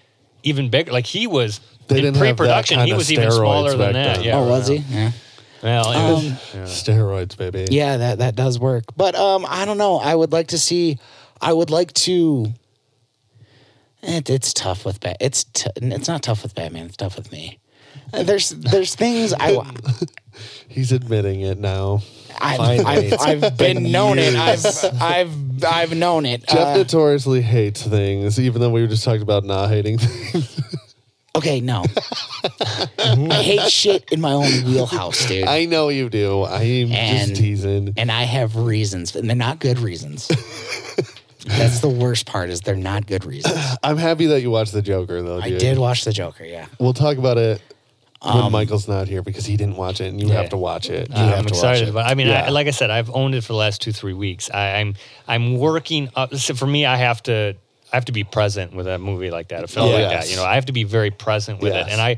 Speaker 1: even bigger. Like he was
Speaker 2: They
Speaker 1: in
Speaker 2: didn't have that
Speaker 1: pre-production,
Speaker 2: kind
Speaker 1: he
Speaker 2: of
Speaker 1: was even
Speaker 2: steroids
Speaker 1: smaller than
Speaker 2: back
Speaker 1: that.
Speaker 2: then.
Speaker 1: Yeah,
Speaker 3: oh, was he? Yeah.
Speaker 1: Well, it was-
Speaker 2: Steroids, baby.
Speaker 3: Yeah, that that does work. But um, I don't know. I would like to see. I would like to. It, it's tough with Bat. It's t- it's not tough with Batman. It's tough with me. Uh, There's there's things I wa-
Speaker 2: He's admitting it now.
Speaker 3: I've,
Speaker 2: Finally.
Speaker 3: I've, I've been known it. I've I've I've known it.
Speaker 2: Jeff
Speaker 3: Uh,
Speaker 2: notoriously hates things, even though we were just talking about not hating things.
Speaker 3: okay, no. I hate shit in my own wheelhouse, dude.
Speaker 2: I know you do. I am
Speaker 3: And-
Speaker 2: just teasing.
Speaker 3: and I have reasons, and they're not good reasons. That's the worst part is they're not good reasons.
Speaker 2: I'm happy that you watched The Joker, though,
Speaker 3: I
Speaker 2: dude.
Speaker 3: did watch the Joker, yeah.
Speaker 2: We'll talk about it when Michael's not here because he didn't watch it, and you
Speaker 1: Yeah.
Speaker 2: have to watch it.
Speaker 1: I'm Um, excited. But I mean, I,
Speaker 2: Yeah.
Speaker 1: like I said, I've owned it for the last two three weeks. I, I'm I'm working up. So for me, I have to I have to be present with a movie like that, a film like
Speaker 2: Yes.
Speaker 1: that. You know, I have to be very present with
Speaker 2: Yes.
Speaker 1: it, and I.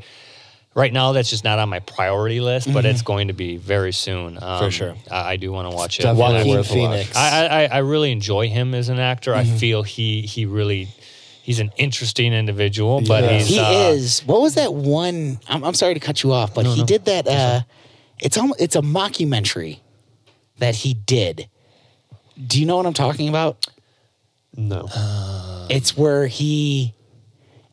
Speaker 1: Right now, that's just not on my priority list, but
Speaker 2: Mm-hmm.
Speaker 1: it's going to be very soon. Um,
Speaker 5: sure.
Speaker 1: I, I do want to watch it.
Speaker 2: Definitely
Speaker 1: And I-
Speaker 5: Joaquin
Speaker 2: worth a watch.
Speaker 5: Phoenix.
Speaker 1: I, I- I, I really enjoy him as an actor.
Speaker 2: Mm-hmm.
Speaker 1: I feel he he really he's an interesting individual, but
Speaker 2: Yeah.
Speaker 1: he's
Speaker 3: He
Speaker 1: uh,
Speaker 3: is. What was that one? I'm, I'm sorry to cut you off, but he did that. Uh, it's almost, it's a mockumentary that he did. Do you know what I'm talking about?
Speaker 2: No.
Speaker 3: It's where he,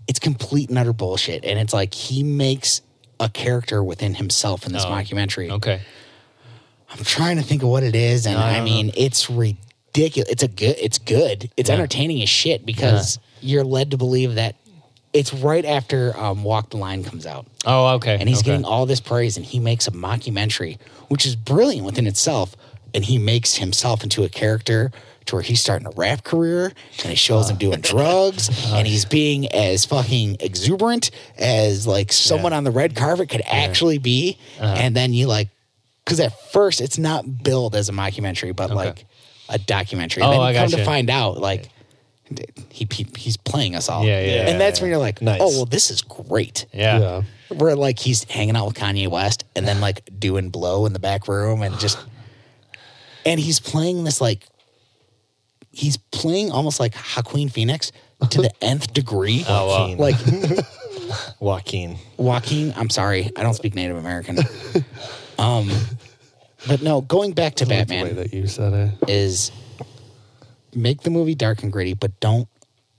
Speaker 3: it's complete and utter bullshit, and it's like he makes a character within himself in this mockumentary.
Speaker 1: okay.
Speaker 3: I'm trying to think of what it is, and I, mean, it's ridiculous. It's a good. It's good. It's entertaining as shit because you're led to believe that it's right after um, Walk the Line comes out.
Speaker 1: Oh, okay.
Speaker 3: and he's
Speaker 1: okay.
Speaker 3: getting all this praise and he makes a mockumentary which is brilliant within itself and he makes himself into a character to where he's starting a rap career and it shows him doing drugs
Speaker 1: Uh-huh.
Speaker 3: and he's being as fucking exuberant as like someone on the red carpet could actually be.
Speaker 1: Uh-huh.
Speaker 3: And then you like, because at first it's not billed as a mockumentary, but like a documentary. And
Speaker 1: Oh,
Speaker 3: then you
Speaker 1: I
Speaker 3: come to
Speaker 1: gotcha.
Speaker 3: find out, like, he, he he's playing us all.
Speaker 1: Yeah, yeah,
Speaker 3: And
Speaker 5: yeah,
Speaker 3: that's
Speaker 5: yeah.
Speaker 3: when you're like,
Speaker 5: Nice.
Speaker 3: oh, well, this is great
Speaker 1: Yeah.
Speaker 2: Yeah.
Speaker 3: where like he's hanging out with Kanye West and then like doing blow in the back room and just and he's playing this like he's playing almost like Joaquin Phoenix to the nth degree.
Speaker 1: Oh, wow.
Speaker 5: Joaquin.
Speaker 3: Like
Speaker 5: Joaquin.
Speaker 3: Joaquin, I'm sorry, I don't speak Native American. Um, but no, going back to
Speaker 2: That's the way
Speaker 3: Batman
Speaker 2: that you said it.
Speaker 3: is make the movie dark and gritty, but don't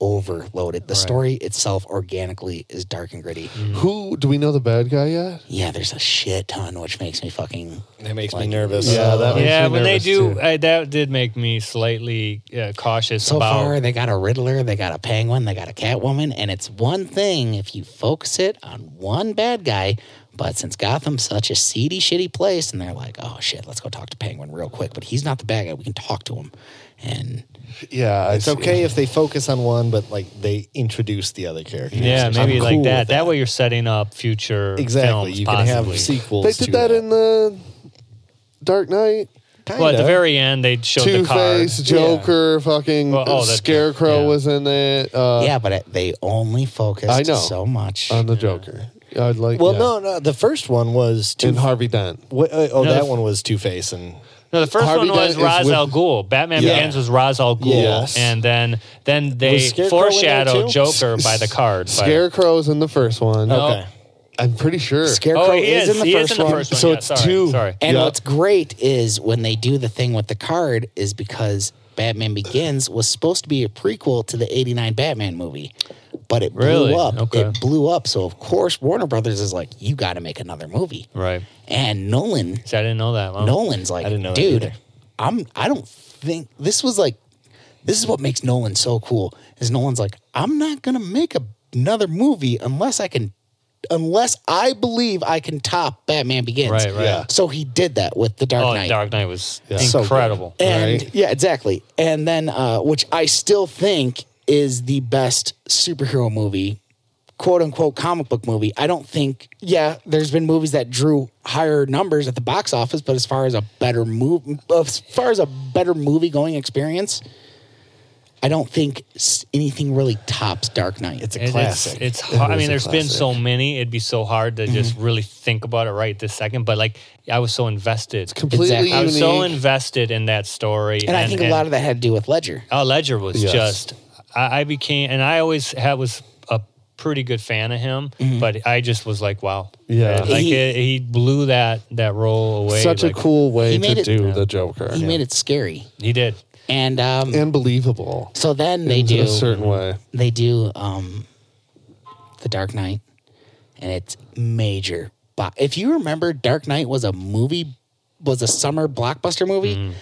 Speaker 3: overload it. The story itself organically is dark and gritty.
Speaker 1: Mm.
Speaker 2: Who do we know the bad guy yet?
Speaker 3: Yeah, there's a shit ton, which makes me fucking
Speaker 5: That makes
Speaker 3: Like-
Speaker 5: me nervous. Uh,
Speaker 2: Yeah, that makes
Speaker 1: Yeah,
Speaker 2: me
Speaker 1: when they
Speaker 2: nervous,
Speaker 1: do,
Speaker 2: too.
Speaker 1: I, that did make me slightly uh, cautious
Speaker 3: So
Speaker 1: about.
Speaker 3: far, they got a Riddler, they got a Penguin, they got a Catwoman, and it's one thing if you focus it on one bad guy. But since Gotham's such a seedy, shitty place, and they're like, "Oh shit, let's go talk to Penguin real quick," but he's not the bad guy. We can talk to him, and
Speaker 2: Yeah, I
Speaker 5: it's
Speaker 2: see.
Speaker 5: okay if they focus on one, but like they introduce the other characters.
Speaker 1: yeah,
Speaker 5: I'm
Speaker 1: maybe like
Speaker 5: cool
Speaker 1: that.
Speaker 5: with
Speaker 1: That way, you're setting up future
Speaker 5: exactly.
Speaker 1: films.
Speaker 5: you can
Speaker 1: possibly.
Speaker 5: have sequels.
Speaker 2: They did
Speaker 5: to
Speaker 2: that in the Dark Knight.
Speaker 1: Well, at the
Speaker 5: Kinda.
Speaker 1: very end, they showed
Speaker 2: Two
Speaker 1: the
Speaker 2: Face,
Speaker 1: card.
Speaker 2: Joker, fucking
Speaker 1: Well, oh, that-
Speaker 2: Scarecrow
Speaker 1: yeah.
Speaker 2: was in it. Uh,
Speaker 3: yeah, but it, they only focused
Speaker 2: I know. Um,
Speaker 3: so much.
Speaker 2: on the Joker. I'd like.
Speaker 5: Well,
Speaker 2: yeah.
Speaker 5: no, no. The first one was two.
Speaker 2: and Harvey Dent.
Speaker 5: What, uh, oh,
Speaker 1: No,
Speaker 5: that
Speaker 1: the-
Speaker 5: one was Two Face and
Speaker 1: No, the first
Speaker 2: Harvey
Speaker 1: one was
Speaker 2: Dent is
Speaker 1: Ra's
Speaker 2: with-
Speaker 1: al Ghul. Batman
Speaker 5: Yeah.
Speaker 1: Begins was Ra's al Ghul,
Speaker 5: Yes.
Speaker 1: and then then they
Speaker 5: Was Scarecrow in there
Speaker 1: foreshadowed
Speaker 5: too?
Speaker 1: Joker by the card. but-
Speaker 2: Scarecrow's in the first one.
Speaker 1: No.
Speaker 5: okay.
Speaker 2: I'm pretty sure.
Speaker 3: Scarecrow
Speaker 1: Oh, he
Speaker 3: is,
Speaker 1: is.
Speaker 3: in the
Speaker 1: he
Speaker 3: first
Speaker 1: is in the
Speaker 3: one.
Speaker 1: first one.
Speaker 2: So
Speaker 1: yeah,
Speaker 2: it's
Speaker 1: sorry,
Speaker 2: two.
Speaker 1: Sorry.
Speaker 3: And
Speaker 2: Yeah.
Speaker 3: what's great is when they do the thing with the card is because Batman Begins was supposed to be a prequel to the 89 Batman movie, but it blew
Speaker 1: Really?
Speaker 3: up.
Speaker 1: Okay.
Speaker 3: It blew up. So, of course, Warner Brothers is like, you got to make another movie.
Speaker 1: Right.
Speaker 3: And Nolan,
Speaker 1: See, I didn't know that. Wow.
Speaker 3: Nolan's like,
Speaker 5: I didn't know that
Speaker 3: dude,
Speaker 5: either."
Speaker 3: I'm, I don't think this was like, this is what makes Nolan so cool is Nolan's like, I'm not going to make a, another movie unless I can, unless I believe I can top Batman Begins.
Speaker 1: Right, right.
Speaker 2: Yeah.
Speaker 3: So he did that with the Dark
Speaker 1: Oh,
Speaker 3: Knight.
Speaker 1: Dark Knight was
Speaker 5: So good.
Speaker 1: incredible.
Speaker 3: and
Speaker 2: right?
Speaker 3: yeah, exactly. And then uh, which I still think is the best superhero movie, quote unquote comic book movie. I don't think yeah, there's been movies that drew higher numbers at the box office, but as far as a better move as far as a better movie going experience, I don't think s- anything really tops Dark Knight.
Speaker 5: It's a
Speaker 1: It-
Speaker 5: classic.
Speaker 1: It's, it's hard.
Speaker 2: It
Speaker 1: I
Speaker 2: is
Speaker 1: mean,
Speaker 2: a Mm-hmm.
Speaker 1: there's been so many. It'd be so hard to just really think about it right this second. But like, I was so invested.
Speaker 2: completely
Speaker 3: Exactly.
Speaker 1: I
Speaker 2: unique.
Speaker 1: was so invested in that story.
Speaker 3: and, I think a lot of that had to do with Ledger.
Speaker 1: Oh, Ledger was
Speaker 2: Yes.
Speaker 1: just. I, I became, and I always had was a pretty good fan of him. But I just was like, wow.
Speaker 2: Mm-hmm. Yeah.
Speaker 1: like
Speaker 3: He-
Speaker 1: he, it, he blew that that role away.
Speaker 2: Such
Speaker 1: like,
Speaker 2: a cool way
Speaker 3: He
Speaker 2: to
Speaker 3: made it-
Speaker 2: do the Joker.
Speaker 3: He made it scary.
Speaker 1: He did.
Speaker 3: And um,
Speaker 2: and believable.
Speaker 3: so then they
Speaker 2: in
Speaker 3: do
Speaker 2: a certain way.
Speaker 3: they do um the dark knight and it's major bo- if you remember dark knight was a movie was a summer blockbuster movie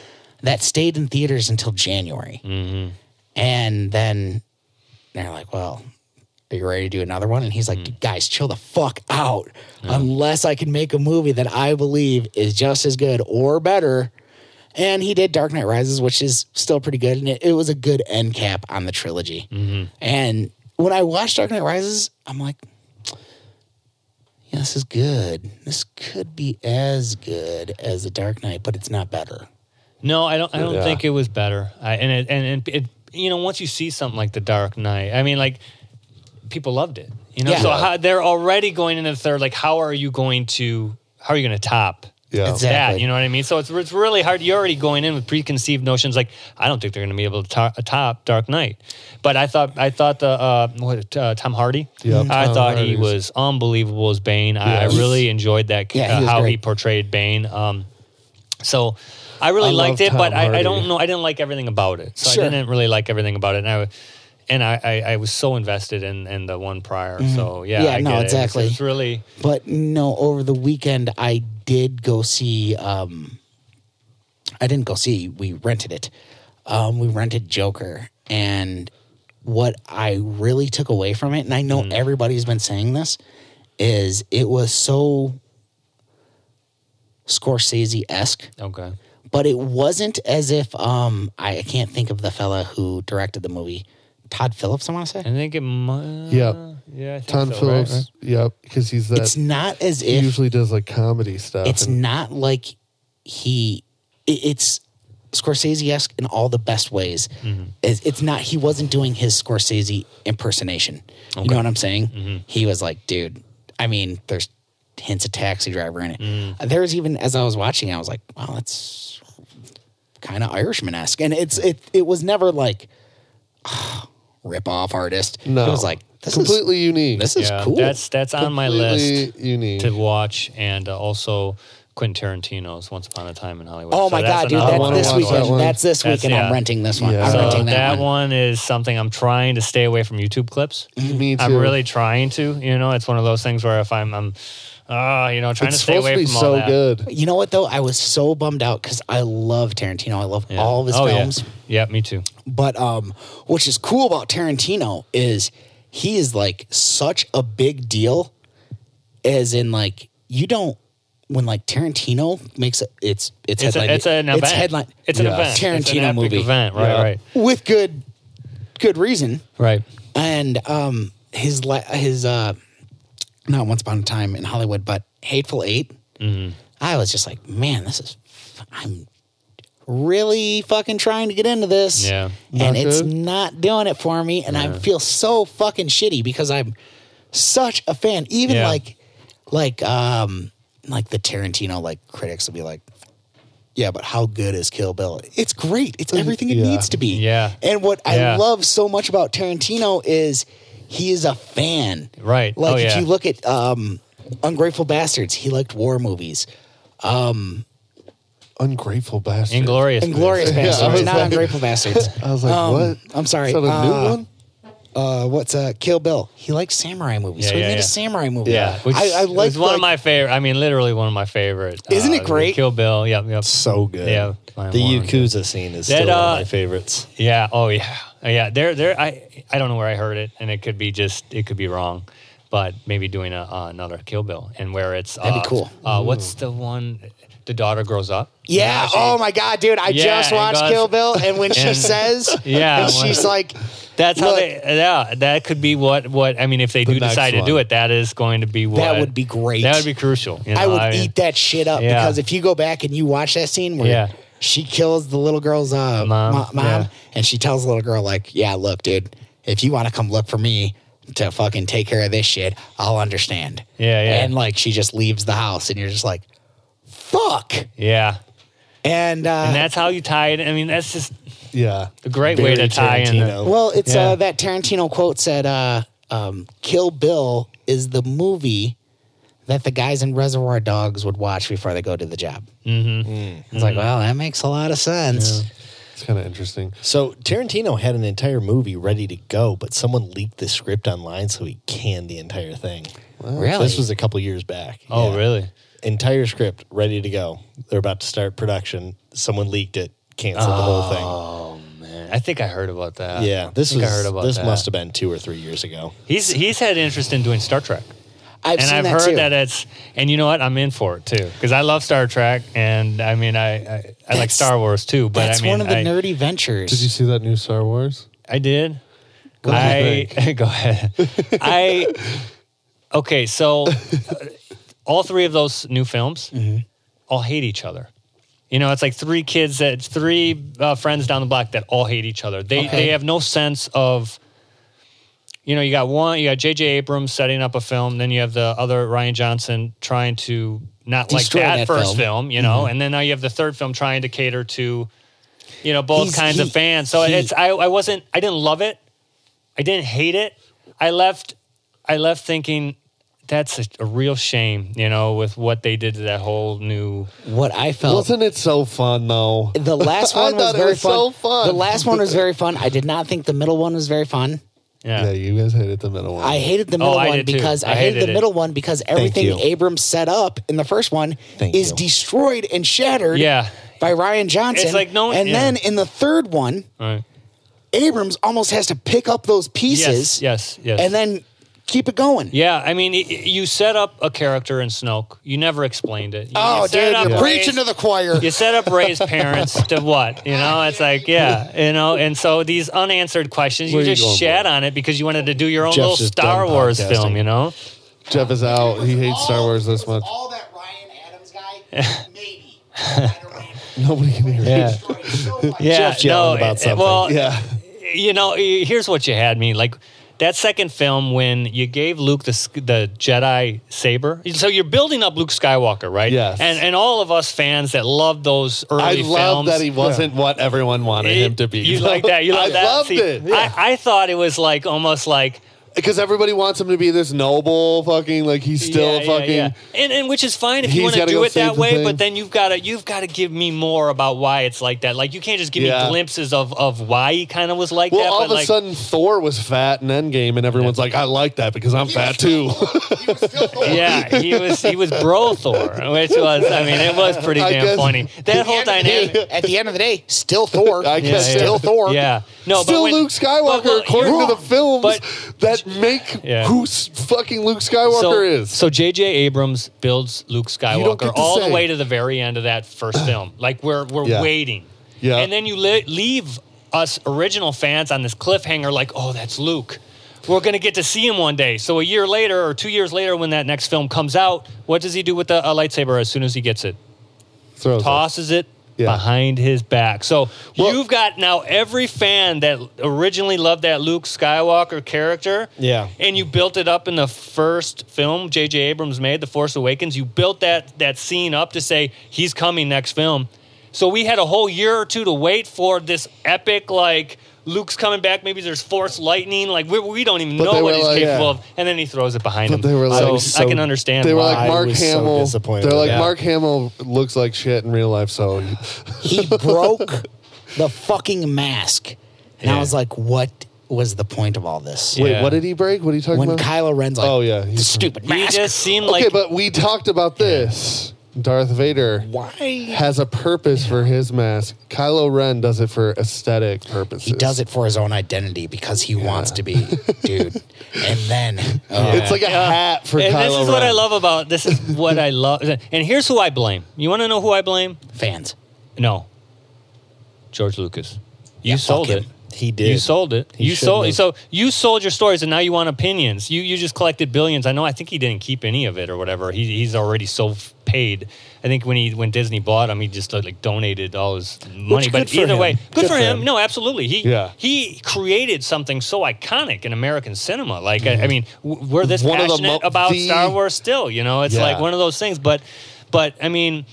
Speaker 3: that stayed in theaters until january and then they're like well are you ready to do another one and he's like guys chill the fuck out unless i can make a movie that i believe is just as good or better and he did Dark Knight Rises, which is still pretty good, and it, it was a good end cap on the trilogy. And when I watched Dark Knight Rises, I'm like, yeah, this is good. This could be as good as the Dark Knight, but it's not better.
Speaker 1: No, I don't. I don't
Speaker 2: Yeah.
Speaker 1: think it was better. I, and it, and and it, you know, once you see something like The Dark Knight, I mean, like people loved it. You know,
Speaker 3: Yeah.
Speaker 1: so
Speaker 3: Yeah.
Speaker 1: how, they're already going into the third. Like, how are you going to? How are you going to top?
Speaker 2: Yeah.
Speaker 3: Exactly.
Speaker 1: That you know what I mean. So it's, it's really hard. You're already going in with preconceived notions. Like I don't think they're going to be able to to- top Dark Knight. But I thought I thought the uh, what, uh, Tom Hardy.
Speaker 2: Yeah,
Speaker 1: I
Speaker 2: Tom
Speaker 1: thought he
Speaker 2: Hardy's-
Speaker 1: was unbelievable as Bane. I, I
Speaker 2: Yes.
Speaker 1: really enjoyed that
Speaker 3: Yeah, he
Speaker 1: uh,
Speaker 3: was
Speaker 1: how he
Speaker 3: great.
Speaker 1: portrayed Bane. Um, so I really
Speaker 2: I
Speaker 1: liked it,
Speaker 2: love
Speaker 1: but
Speaker 2: Tom
Speaker 1: I, I
Speaker 2: Hardy.
Speaker 1: don't know. I didn't like everything about it. So
Speaker 3: Sure.
Speaker 1: I didn't really like everything about it. And I and I, I, I was so invested in, in the one prior. So yeah,
Speaker 3: Yeah,
Speaker 1: I
Speaker 3: no,
Speaker 1: get it. It's-
Speaker 3: exactly.
Speaker 1: It's, really
Speaker 3: But no, over the weekend I did go see. Um, I didn't go see. We rented it. Um, we rented Joker, and what I really took away from it, and I know everybody's been saying this, is it was so Scorsese esque
Speaker 1: okay.
Speaker 3: but it wasn't as if um I, I can't think of the fella who directed the movie. Todd Phillips, I want to
Speaker 1: I
Speaker 3: say.
Speaker 1: think it might.
Speaker 2: Yep.
Speaker 1: Yeah. I think
Speaker 2: Tom
Speaker 1: so, right?
Speaker 2: Phillips. Yep, because he's that.
Speaker 3: Uh, It's not as
Speaker 2: he
Speaker 3: if
Speaker 2: usually does like comedy stuff.
Speaker 3: it's
Speaker 2: and
Speaker 3: not like he it- it's Scorsese-esque in all the best ways. It's, it's not he wasn't doing his Scorsese impersonation. You know what I'm saying? He was like, dude. I mean, there's hints of Taxi Driver in it. There's even as I was watching, I was like, wow, that's kind of Irishman-esque, and it's it it was never like rip off artist.
Speaker 2: no,
Speaker 3: it was like this
Speaker 2: completely unique.
Speaker 3: Is, this is
Speaker 1: yeah,
Speaker 3: cool.
Speaker 1: That's that's on my list
Speaker 2: Completely unique.
Speaker 1: to watch, and uh, also Quentin Tarantino's Once Upon a Time in Hollywood.
Speaker 3: Oh
Speaker 1: So
Speaker 3: my
Speaker 1: that's
Speaker 3: god, dude!
Speaker 1: another
Speaker 3: That's
Speaker 1: one I
Speaker 3: this
Speaker 1: wanna watch.
Speaker 3: weekend.
Speaker 2: that one.
Speaker 3: That's this
Speaker 1: That's-
Speaker 3: weekend.
Speaker 1: yeah.
Speaker 3: I'm renting this one.
Speaker 2: Yeah.
Speaker 3: I'm
Speaker 2: So
Speaker 1: So
Speaker 3: renting
Speaker 1: that,
Speaker 3: that, one.
Speaker 1: one is something I'm trying to stay away from YouTube clips.
Speaker 2: Me too.
Speaker 1: I'm really trying to. You know, it's one of those things where if I'm, I'm, uh, you know, trying
Speaker 2: it's
Speaker 1: to stay
Speaker 2: supposed
Speaker 1: away
Speaker 2: to be
Speaker 1: from all
Speaker 2: so
Speaker 1: that.
Speaker 2: good.
Speaker 3: You know what though? I was so bummed out because I love Tarantino. I love
Speaker 1: Yeah.
Speaker 3: all of his
Speaker 1: oh,
Speaker 3: films.
Speaker 1: Yeah. yeah, me too.
Speaker 3: But um, which is cool about Tarantino is he is like such a big deal, as in like you don't when like Tarantino makes a, it's it's
Speaker 1: It's,
Speaker 3: headline
Speaker 1: a, it's an event.
Speaker 3: it's headline
Speaker 1: It's an
Speaker 2: Yeah.
Speaker 1: event. it's an
Speaker 3: Tarantino
Speaker 1: epic
Speaker 3: movie.
Speaker 1: event. Right,
Speaker 2: Yeah.
Speaker 1: right,
Speaker 3: with good good reason.
Speaker 1: right.
Speaker 3: and um his la- his uh not once upon a time in hollywood but hateful 8
Speaker 1: Mm-hmm.
Speaker 3: i was just like man this is i'm really fucking trying to get into this
Speaker 1: Yeah.
Speaker 3: and it's
Speaker 2: good.
Speaker 3: not doing it for me and i feel so fucking shitty because i'm such a fan even
Speaker 1: Yeah.
Speaker 3: like like um like the tarantino like critics will be like yeah, but how good is Kill Bill? It's great. It's everything it
Speaker 2: Yeah.
Speaker 3: needs to be.
Speaker 1: Yeah.
Speaker 3: And what I
Speaker 1: Yeah.
Speaker 3: love so much about Tarantino is he is a fan.
Speaker 1: Right.
Speaker 3: Like
Speaker 1: Oh,
Speaker 3: if
Speaker 1: yeah.
Speaker 3: you look at um, Ungrateful Bastards, he liked war movies.
Speaker 2: Ungrateful bastard.
Speaker 1: Inglorious.
Speaker 3: Inglorious
Speaker 2: Yeah, I
Speaker 3: Bastards,
Speaker 2: was
Speaker 3: not
Speaker 2: like-
Speaker 3: Ungrateful Bastards.
Speaker 2: I was like,
Speaker 3: Um,
Speaker 2: what?
Speaker 3: I'm sorry.
Speaker 2: Is that a
Speaker 3: Uh,
Speaker 2: new one?
Speaker 3: Uh, what's uh, Kill Bill? He likes samurai movies,
Speaker 1: Yeah,
Speaker 3: so he
Speaker 1: yeah,
Speaker 3: made
Speaker 1: yeah.
Speaker 3: a samurai movie.
Speaker 1: Yeah, which
Speaker 3: I, I like
Speaker 1: it's one
Speaker 3: like,
Speaker 1: of my favorite. I mean, literally one of my favorite. uh,
Speaker 3: Isn't it great?
Speaker 1: Kill Bill. Yep, yep.
Speaker 5: So good.
Speaker 1: Yeah, I
Speaker 5: The
Speaker 1: wanna-
Speaker 5: Yakuza scene is
Speaker 1: That,
Speaker 5: still one of
Speaker 1: uh,
Speaker 5: my favorites.
Speaker 1: Yeah. Oh yeah. Oh, Yeah. There. There. I. I don't know where I heard it, and it could be just. It could be wrong, but maybe doing a, uh, another Kill Bill and where it's. Uh,
Speaker 3: That'd be cool.
Speaker 1: Uh, what's the one? The daughter grows up.
Speaker 3: Yeah.
Speaker 1: she-
Speaker 3: oh my God, dude! I
Speaker 1: Yeah,
Speaker 3: just
Speaker 1: and
Speaker 3: watched
Speaker 1: goes-
Speaker 3: Kill Bill, and when she
Speaker 1: and-
Speaker 3: says,
Speaker 1: Yeah,
Speaker 3: and
Speaker 1: when-
Speaker 3: she's like,
Speaker 1: That's how
Speaker 3: Look.
Speaker 1: they. Yeah, that could be what. What I mean, if they do
Speaker 2: next
Speaker 1: decide to do
Speaker 2: one.
Speaker 1: it, that is going to be what.
Speaker 3: would be great.
Speaker 1: That would be crucial. you
Speaker 3: I
Speaker 1: know,
Speaker 3: would
Speaker 1: mean,
Speaker 3: eat that shit up
Speaker 1: Yeah.
Speaker 3: because if you go back and you watch that scene where
Speaker 1: Yeah.
Speaker 3: she kills the little girl's uh,
Speaker 1: Mom,
Speaker 3: mom, mom
Speaker 1: yeah.
Speaker 3: and she tells the little girl like, "Yeah, look, dude, if you want to come look for me to fucking take care of this shit, I'll understand."
Speaker 1: Yeah, yeah.
Speaker 3: And like she just leaves the house, and you're just like, "Fuck!"
Speaker 1: Yeah,
Speaker 3: And, uh,
Speaker 1: and that's how you tie it. I mean, that's just
Speaker 2: Yeah.
Speaker 1: a great way to
Speaker 5: Very
Speaker 1: tie in. the-
Speaker 5: Tarantino.
Speaker 3: well, it's
Speaker 1: Yeah.
Speaker 3: uh, that Tarantino quote said, uh, um, "Kill Bill is the movie." That the guys in Reservoir Dogs would watch before they go to the job. Mm-hmm.
Speaker 5: Hmm.
Speaker 3: It's like, well, that makes a lot of sense.
Speaker 2: It's kind of interesting.
Speaker 5: So Tarantino had an entire movie ready to go, but someone leaked the script online, so he canned the entire thing.
Speaker 3: Really?
Speaker 5: This was a couple years back.
Speaker 1: Oh,
Speaker 5: Yeah.
Speaker 1: really?
Speaker 5: Entire script ready to go. They're about to start production. Someone leaked it, canceled the whole
Speaker 1: I think I heard about that.
Speaker 5: thing. Yeah, this
Speaker 1: Ah. I think
Speaker 5: was.
Speaker 1: I heard about
Speaker 5: this
Speaker 1: that.
Speaker 5: must have been two or three years ago.
Speaker 1: He's he's had interest in doing Star Trek,
Speaker 3: I've
Speaker 1: and
Speaker 3: seen
Speaker 1: I've
Speaker 3: that
Speaker 1: heard
Speaker 3: too.
Speaker 1: that uh, it's and you know what I'm in for it too because I love Star Trek and I mean I I, I like
Speaker 3: That's-
Speaker 1: Star Wars too, but
Speaker 3: That's
Speaker 1: I mean
Speaker 3: one of the
Speaker 1: I,
Speaker 3: nerdy ventures.
Speaker 2: Did you see that new Star Wars?
Speaker 1: I did.
Speaker 2: did you
Speaker 1: I go ahead. I okay. So uh, all three of those new films all hate each other. You know, it's like three kids that three uh, friends down the block that all hate each other. They
Speaker 3: Okay.
Speaker 1: they have no sense of. You know, you got one. You got J.J. Abrams setting up a film. Then you have the other Ryan Johnson trying to not
Speaker 3: Destroy
Speaker 1: like that,
Speaker 3: that
Speaker 1: first
Speaker 3: film.
Speaker 1: film. Mm-hmm. You know, and then now you have the third film trying to cater to, you know, both
Speaker 3: He's-
Speaker 1: kinds of
Speaker 3: he-
Speaker 1: fans. So
Speaker 3: he-
Speaker 1: it's I, I wasn't I didn't love it. I didn't hate it. I left I left thinking that's a, a real shame, you know, with what they did to that whole new
Speaker 3: what I felt
Speaker 2: Wasn't it so fun though?
Speaker 3: the last
Speaker 2: I
Speaker 3: one was
Speaker 2: thought it
Speaker 3: very
Speaker 2: was so fun.
Speaker 3: The last one was very fun. I did not think the middle one was very fun.
Speaker 1: yeah.
Speaker 2: Yeah, you guys hated the middle one.
Speaker 3: I hated the middle
Speaker 1: Oh, I
Speaker 3: one
Speaker 1: did too.
Speaker 3: because I,
Speaker 1: I
Speaker 3: hated,
Speaker 1: hated
Speaker 3: the
Speaker 1: it.
Speaker 3: middle one because everything
Speaker 5: you.
Speaker 3: Abrams set up in the first one
Speaker 5: Thank
Speaker 3: is
Speaker 5: you.
Speaker 3: destroyed and shattered
Speaker 1: Yeah.
Speaker 3: by Ryan Johnson.
Speaker 1: It's like no-
Speaker 3: and
Speaker 1: yeah.
Speaker 3: then in the third one,
Speaker 1: All right.
Speaker 3: Abrams almost has to pick up those pieces
Speaker 1: Yes, yes, yes.
Speaker 3: and then keep it going.
Speaker 1: Yeah, I mean, y- y- you set up a character in Snoke. You never explained it. You,
Speaker 3: Oh,
Speaker 1: you set
Speaker 3: dude,
Speaker 1: up
Speaker 3: you're
Speaker 1: Rey's-
Speaker 3: preaching to the choir.
Speaker 1: You set up Ray's parents to what? You know, it's like, yeah, you know, and so these unanswered questions, you
Speaker 2: Where you
Speaker 1: just
Speaker 2: going,
Speaker 1: shat on it because you wanted to do your own
Speaker 5: Jeff's
Speaker 1: little
Speaker 5: just
Speaker 1: Star
Speaker 5: done
Speaker 1: Wars
Speaker 5: podcasting.
Speaker 1: film, you know?
Speaker 2: Jeff is out. He hates Star Wars this much.
Speaker 7: All that Ryan Adams guy, maybe. Might have ran-
Speaker 2: Nobody can hear.
Speaker 1: Yeah.
Speaker 7: destroyed so much.
Speaker 1: Yeah,
Speaker 5: Jeff's
Speaker 1: no,
Speaker 5: yelling about
Speaker 1: eh, Well,
Speaker 2: it. Yeah.
Speaker 1: you know, eh, here's what you had me like that second film when you gave Luke the s- the Jedi saber. So you're building up Luke Skywalker, right?
Speaker 2: Yes.
Speaker 1: And and all of us fans that love those early
Speaker 2: I love
Speaker 1: films.
Speaker 2: that he wasn't what everyone wanted
Speaker 1: Eh,
Speaker 2: him to be.
Speaker 1: You like that? You like
Speaker 2: I
Speaker 1: that?
Speaker 2: loved
Speaker 1: See,
Speaker 2: it.
Speaker 1: I, I thought it was like almost like
Speaker 2: because everybody wants him to be this noble fucking like he's still
Speaker 1: Yeah,
Speaker 2: a
Speaker 1: yeah,
Speaker 2: fucking
Speaker 1: yeah. And, and which is fine if you
Speaker 2: He's
Speaker 1: want to
Speaker 2: gotta
Speaker 1: do
Speaker 2: go
Speaker 1: it
Speaker 2: save
Speaker 1: that
Speaker 2: the
Speaker 1: way,
Speaker 2: thing.
Speaker 1: but then you've got to you've got to give me more about why it's like that. Like you can't just give
Speaker 2: Yeah.
Speaker 1: me glimpses of of why he kind of was like
Speaker 2: Well,
Speaker 1: that.
Speaker 2: all
Speaker 1: but
Speaker 2: of a
Speaker 1: like,
Speaker 2: sudden, Thor was fat in Endgame, and everyone's like, "I like that because I'm fat too."
Speaker 7: He was still Thor.
Speaker 1: yeah, he was he was bro Thor, which was I mean it was pretty
Speaker 2: I
Speaker 1: damn
Speaker 2: guess-
Speaker 1: funny. That whole
Speaker 3: At the end of
Speaker 1: dynamic.
Speaker 3: the day- At the end of the day, still Thor.
Speaker 2: I guess
Speaker 1: yeah.
Speaker 2: so.
Speaker 3: still Thor.
Speaker 1: Yeah, no, but
Speaker 2: Still
Speaker 1: when-
Speaker 2: Luke Skywalker,
Speaker 1: but, well,
Speaker 2: according to
Speaker 1: you're-
Speaker 2: the films
Speaker 1: but-
Speaker 2: that make
Speaker 1: Yeah.
Speaker 2: who s- fucking Luke Skywalker
Speaker 1: so,
Speaker 2: is.
Speaker 1: So J.J. Abrams builds Luke
Speaker 2: don't
Speaker 1: Skywalker
Speaker 2: get to
Speaker 1: all
Speaker 2: say.
Speaker 1: the way to the very end of that first film. Like we're we're
Speaker 2: Yeah.
Speaker 1: waiting.
Speaker 2: Yeah.
Speaker 1: And then you li- leave us original fans on this cliffhanger like, "Oh, that's Luke." We're going to get to see him one day. So a year later or 2 years later when that next film comes out, what does he do with the a lightsaber as soon as he gets it?
Speaker 2: Throws it.
Speaker 1: tosses it
Speaker 2: Yeah.
Speaker 1: behind his back. So
Speaker 2: Well-
Speaker 1: you've got now every fan that originally loved that Luke Skywalker character.
Speaker 5: Yeah.
Speaker 1: And you built it up in the first film J.J. Abrams made, The Force Awakens. You built that that scene up to say he's coming next film. So we had a whole year or two to wait for this epic like Luke's coming back. Maybe there's force lightning. Like we, we don't even
Speaker 2: But they
Speaker 1: know what
Speaker 2: were
Speaker 1: he's
Speaker 2: like-
Speaker 1: capable
Speaker 5: Yeah.
Speaker 1: of. And then he throws it behind
Speaker 2: But
Speaker 1: him.
Speaker 2: they were
Speaker 1: So
Speaker 2: like-
Speaker 1: I can understand.
Speaker 2: They were
Speaker 1: why.
Speaker 2: like
Speaker 5: I
Speaker 2: Mark
Speaker 5: was so
Speaker 2: Hamill.
Speaker 5: disappointed
Speaker 2: They're like
Speaker 5: with that.
Speaker 2: Mark Hamill looks like shit in real life. So
Speaker 3: He broke the fucking mask. And I
Speaker 1: Yeah.
Speaker 3: was like, what was the point of all this?
Speaker 2: wait,
Speaker 1: Yeah.
Speaker 2: what did he break? What are you talking
Speaker 3: When
Speaker 2: about?
Speaker 3: Kylo Ren's like,
Speaker 2: Oh, yeah,
Speaker 3: the
Speaker 2: he's-
Speaker 3: stupid
Speaker 1: he
Speaker 3: mask.
Speaker 1: just seemed like
Speaker 2: okay, but we talked about this. Darth Vader
Speaker 3: Why?
Speaker 2: has a purpose for his mask. Kylo Ren does it for aesthetic purposes.
Speaker 3: He does it for his own identity because he wants to be, dude. And then, oh,
Speaker 2: It's like a hat for
Speaker 1: and
Speaker 2: Kylo
Speaker 1: this is
Speaker 2: Ren.
Speaker 1: what I love about this is what I love. And here's who I blame. You want to know who I blame?
Speaker 3: fans.
Speaker 1: No, George Lucas. You
Speaker 3: Yeah, fuck
Speaker 1: sold
Speaker 3: him.
Speaker 1: it.
Speaker 5: He did.
Speaker 1: You sold it.
Speaker 5: He
Speaker 1: you sold.
Speaker 5: shouldn't
Speaker 1: So you sold your stories, and now you want opinions. You you just collected billions. I know. I think he didn't keep any of it or whatever. He, he's already so f- paid. I think when he when Disney bought him, he just uh, like donated all his money.
Speaker 5: good
Speaker 1: but
Speaker 5: for
Speaker 1: either
Speaker 5: him.
Speaker 1: way, good,
Speaker 5: Good
Speaker 1: for
Speaker 5: for
Speaker 1: him.
Speaker 5: him.
Speaker 1: No, absolutely. He
Speaker 2: Yeah.
Speaker 1: he created something so iconic in American cinema. Like I, I mean, w- we're this
Speaker 2: One of the
Speaker 1: passionate
Speaker 2: mo-
Speaker 1: about
Speaker 2: the-
Speaker 1: Star Wars still. You know, it's
Speaker 2: Yeah.
Speaker 1: like one of those things. But but I mean.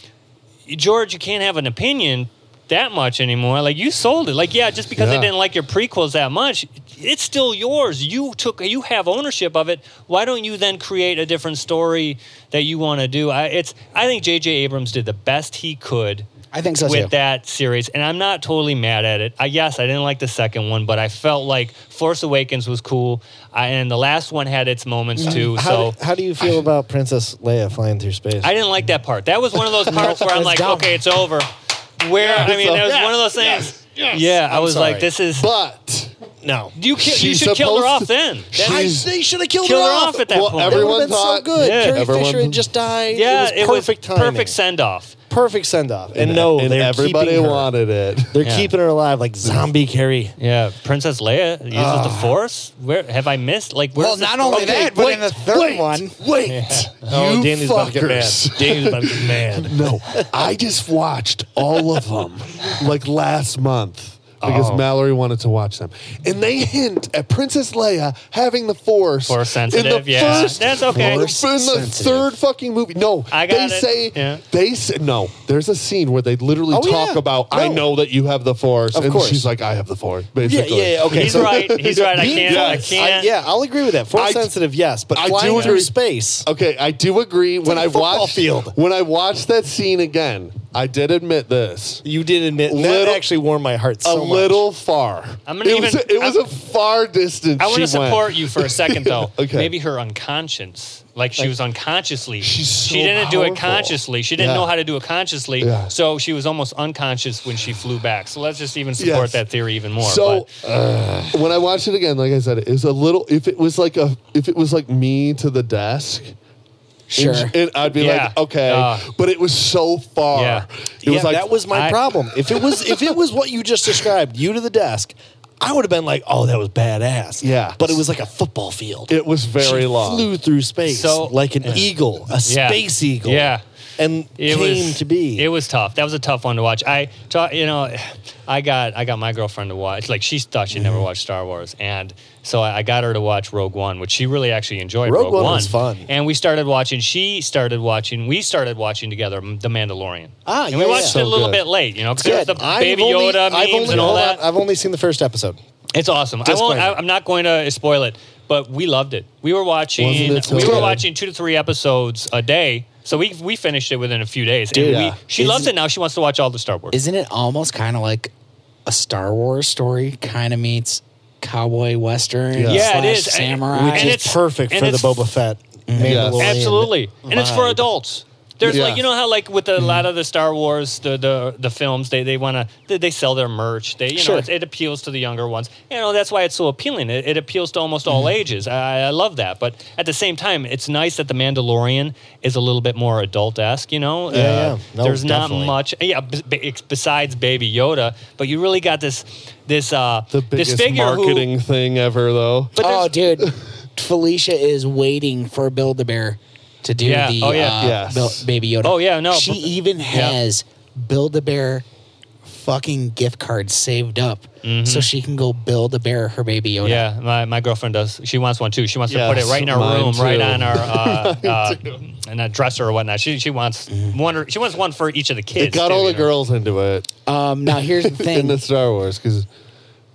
Speaker 1: George, you can't have an opinion that much anymore. Like you sold it. Like yeah, just because
Speaker 2: Yeah.
Speaker 1: they didn't like your prequels that much, it's still yours. You took you have ownership of it. Why don't you then create a different story that you want to do? I it's I think JJ Abrams did the best he could
Speaker 3: I think so
Speaker 1: with
Speaker 3: too.
Speaker 1: that series, and I'm not totally mad at it. I yes, I didn't like the second one, but I felt like Force Awakens was cool. I, and the last one had its moments too.
Speaker 5: How,
Speaker 1: so
Speaker 5: do- how do you feel about Princess Leia flying through space?
Speaker 1: I didn't like that part. That was one of those parts where I'm
Speaker 3: It's
Speaker 1: like,
Speaker 3: dumb.
Speaker 1: okay, it's over. Where I mean, that was one of those things. Yeah, I was like, this is.
Speaker 2: But
Speaker 5: no.
Speaker 1: You ki- you
Speaker 2: She's
Speaker 1: should kill her
Speaker 2: supposed
Speaker 1: off
Speaker 2: to-
Speaker 1: then. That-
Speaker 5: I,
Speaker 2: She's-
Speaker 5: they should have killed,
Speaker 1: Kill
Speaker 5: her,
Speaker 1: her
Speaker 5: off.
Speaker 1: off at that
Speaker 2: well,
Speaker 1: point.
Speaker 2: everyone
Speaker 5: It would have been so
Speaker 2: thought
Speaker 5: good.
Speaker 1: Yeah.
Speaker 5: Carrie
Speaker 2: Everyone-
Speaker 5: Fisher had just died.
Speaker 1: yeah,
Speaker 5: it was perfect timing.
Speaker 1: perfect send off.
Speaker 5: perfect send off. And no,
Speaker 2: and
Speaker 5: they're
Speaker 2: everybody
Speaker 5: keeping her.
Speaker 2: wanted it.
Speaker 5: They're
Speaker 1: Yeah.
Speaker 5: keeping her alive like zombie Carrie.
Speaker 1: Yeah, Princess Leia uses the Force. Where have I missed? Like, where's
Speaker 3: Well,
Speaker 1: the
Speaker 3: not
Speaker 1: Force?
Speaker 3: only that, but in the third
Speaker 2: wait,
Speaker 3: one,
Speaker 2: Wait,
Speaker 1: Oh,
Speaker 2: you
Speaker 5: Oh, Danny's about to get mad.
Speaker 2: fuckers.
Speaker 5: Danny's about to get mad.
Speaker 2: No, I just watched all of them like last month because
Speaker 5: Oh.
Speaker 2: Mallory wanted to watch them, and they hint at Princess Leia having the Force.
Speaker 1: Force
Speaker 2: In
Speaker 1: sensitive,
Speaker 2: the
Speaker 1: yeah.
Speaker 2: first,
Speaker 1: That's okay.
Speaker 2: Force in the
Speaker 5: sensitive.
Speaker 2: third fucking movie. No,
Speaker 1: I got
Speaker 2: they
Speaker 1: it.
Speaker 2: say
Speaker 1: Yeah.
Speaker 2: they say no. There's a scene where they literally
Speaker 5: Oh,
Speaker 2: talk
Speaker 5: yeah.
Speaker 2: about I
Speaker 5: No.
Speaker 2: know that you have the Force,
Speaker 5: Of
Speaker 2: and
Speaker 5: course.
Speaker 2: she's like I have the Force. Basically,
Speaker 5: yeah, okay.
Speaker 1: He's
Speaker 5: so-
Speaker 1: right. He's right. I can't. I
Speaker 2: Yes.
Speaker 1: can't.
Speaker 5: I- yeah, I'll agree with that. Force
Speaker 2: I-
Speaker 5: sensitive, yes, but
Speaker 2: I
Speaker 5: flying
Speaker 2: do
Speaker 5: through
Speaker 2: agree.
Speaker 5: space.
Speaker 2: Okay, I do agree. when
Speaker 5: like
Speaker 2: I
Speaker 5: a football
Speaker 2: watched
Speaker 5: field.
Speaker 2: when I watched that scene again, I did admit this.
Speaker 5: You did admit that
Speaker 2: Little-
Speaker 5: actually warmed my heart so
Speaker 2: a
Speaker 5: much.
Speaker 2: little far.
Speaker 1: I'm gonna
Speaker 2: it was,
Speaker 1: even-
Speaker 2: a, it was
Speaker 1: I'm-
Speaker 2: a far distance.
Speaker 1: I want
Speaker 2: she
Speaker 1: to support
Speaker 2: went.
Speaker 1: you for a second, though.
Speaker 2: Okay.
Speaker 1: Maybe her unconscious, like she was unconsciously.
Speaker 2: She's so
Speaker 1: she didn't do it
Speaker 2: powerful.
Speaker 1: consciously. She didn't
Speaker 2: Yeah.
Speaker 1: know how to do it consciously,
Speaker 2: Yeah.
Speaker 1: so she was almost unconscious when she flew back. So let's just even support
Speaker 2: Yes.
Speaker 1: that theory even more.
Speaker 2: So uh,
Speaker 1: but-
Speaker 2: when I watched it again, like I said, it was a little. If it was like a, if it was like me to the desk,
Speaker 3: Sure.
Speaker 2: it, I'd be
Speaker 1: Yeah.
Speaker 2: like, okay.
Speaker 1: Uh.
Speaker 2: but it was so far.
Speaker 1: Yeah.
Speaker 2: It was
Speaker 5: yeah,
Speaker 2: like
Speaker 5: that was my
Speaker 1: I-
Speaker 5: problem. If it was if it was what you just described, you to the desk, I would have been like, "Oh, that was badass."
Speaker 2: Yeah.
Speaker 5: but it was like a football field.
Speaker 2: It was very
Speaker 5: She
Speaker 2: long.
Speaker 5: Flew through space
Speaker 1: So-
Speaker 5: like an eagle, a
Speaker 1: Yeah.
Speaker 5: space eagle.
Speaker 1: Yeah.
Speaker 5: and
Speaker 1: it
Speaker 5: came
Speaker 1: was
Speaker 5: to be.
Speaker 1: It was tough. That was a tough one to watch. I, ta- you know, I got I got my girlfriend to watch. Like she thought she would
Speaker 5: Mm-hmm.
Speaker 1: never watched Star Wars, and so I, I got her to watch Rogue One, which she really actually enjoyed.
Speaker 5: Rogue
Speaker 1: Rogue,
Speaker 5: One was fun.
Speaker 1: and we started watching. She started watching. We started watching together M- The Mandalorian.
Speaker 5: Ah,
Speaker 1: and we
Speaker 5: yeah,
Speaker 1: watched
Speaker 5: yeah.
Speaker 1: it a
Speaker 5: So
Speaker 1: little
Speaker 2: good.
Speaker 1: bit late, you know,
Speaker 5: Good.
Speaker 1: because the
Speaker 5: I've
Speaker 1: Baby
Speaker 5: only-
Speaker 1: Yoda
Speaker 5: I've
Speaker 1: memes
Speaker 5: only-
Speaker 1: and all
Speaker 5: hold
Speaker 1: that.
Speaker 5: on, I've only seen the first episode.
Speaker 1: It's awesome. I won't, I,
Speaker 5: Disclaimer.
Speaker 1: I'm not going to spoil it, but we loved it. We were watching.
Speaker 2: Wasn't it so
Speaker 1: We were
Speaker 2: good?
Speaker 1: watching two to three episodes a day, so we we finished it within a few days. And
Speaker 3: Dude,
Speaker 1: we-
Speaker 3: yeah.
Speaker 1: she loves it now. She wants to watch all the Star Wars.
Speaker 3: Isn't it almost kind of like a Star Wars story kind of meets cowboy western?
Speaker 2: Yeah.
Speaker 1: Yeah, it
Speaker 3: slash
Speaker 1: is.
Speaker 3: Samurai.
Speaker 1: Which And
Speaker 5: it's,
Speaker 1: it's-
Speaker 5: perfect
Speaker 1: and
Speaker 5: for
Speaker 1: it's-
Speaker 5: the Boba Fett. Mandalorian
Speaker 1: Absolutely, and it's for
Speaker 5: vibe.
Speaker 1: adults. There's
Speaker 2: Yeah.
Speaker 1: like you know how like with a lot of the Star Wars the the, the films they they want to they, they sell their merch they you
Speaker 3: Sure.
Speaker 1: know it, it appeals to the younger ones you know that's why it's so appealing it, it appeals to almost all ages I, I love that but at the same time it's nice that the Mandalorian is a little bit more adult esque you know Uh,
Speaker 5: Yeah, yeah. No,
Speaker 1: there's
Speaker 5: definitely.
Speaker 1: not much yeah b- b- besides Baby Yoda but you really got this this uh
Speaker 2: the
Speaker 1: this
Speaker 2: biggest
Speaker 1: figure who-
Speaker 2: marketing thing ever, though.
Speaker 1: but there's-
Speaker 3: oh, dude, Felicia is waiting for Build a Bear to do
Speaker 1: Yeah.
Speaker 3: the
Speaker 1: Oh, yeah.
Speaker 3: uh,
Speaker 2: Yes.
Speaker 3: Bil- Baby Yoda.
Speaker 1: Oh, yeah, no,
Speaker 3: She
Speaker 1: but-
Speaker 3: even has Build a Bear fucking gift card saved up so she can go Build a Bear her Baby Yoda.
Speaker 1: Mm-hmm. Yeah, my, my girlfriend does. She wants one too. She wants to put
Speaker 2: Yes,
Speaker 1: it right in our
Speaker 2: mine
Speaker 1: room, right
Speaker 2: too.
Speaker 1: on our uh, uh, in a dresser or whatnot. She she wants one. She wants one for each of the kids.
Speaker 2: It got
Speaker 1: too,
Speaker 2: all
Speaker 1: you
Speaker 2: the
Speaker 1: know.
Speaker 2: girls into it
Speaker 3: Um, now here's the
Speaker 2: in
Speaker 3: thing.
Speaker 2: the Star Wars because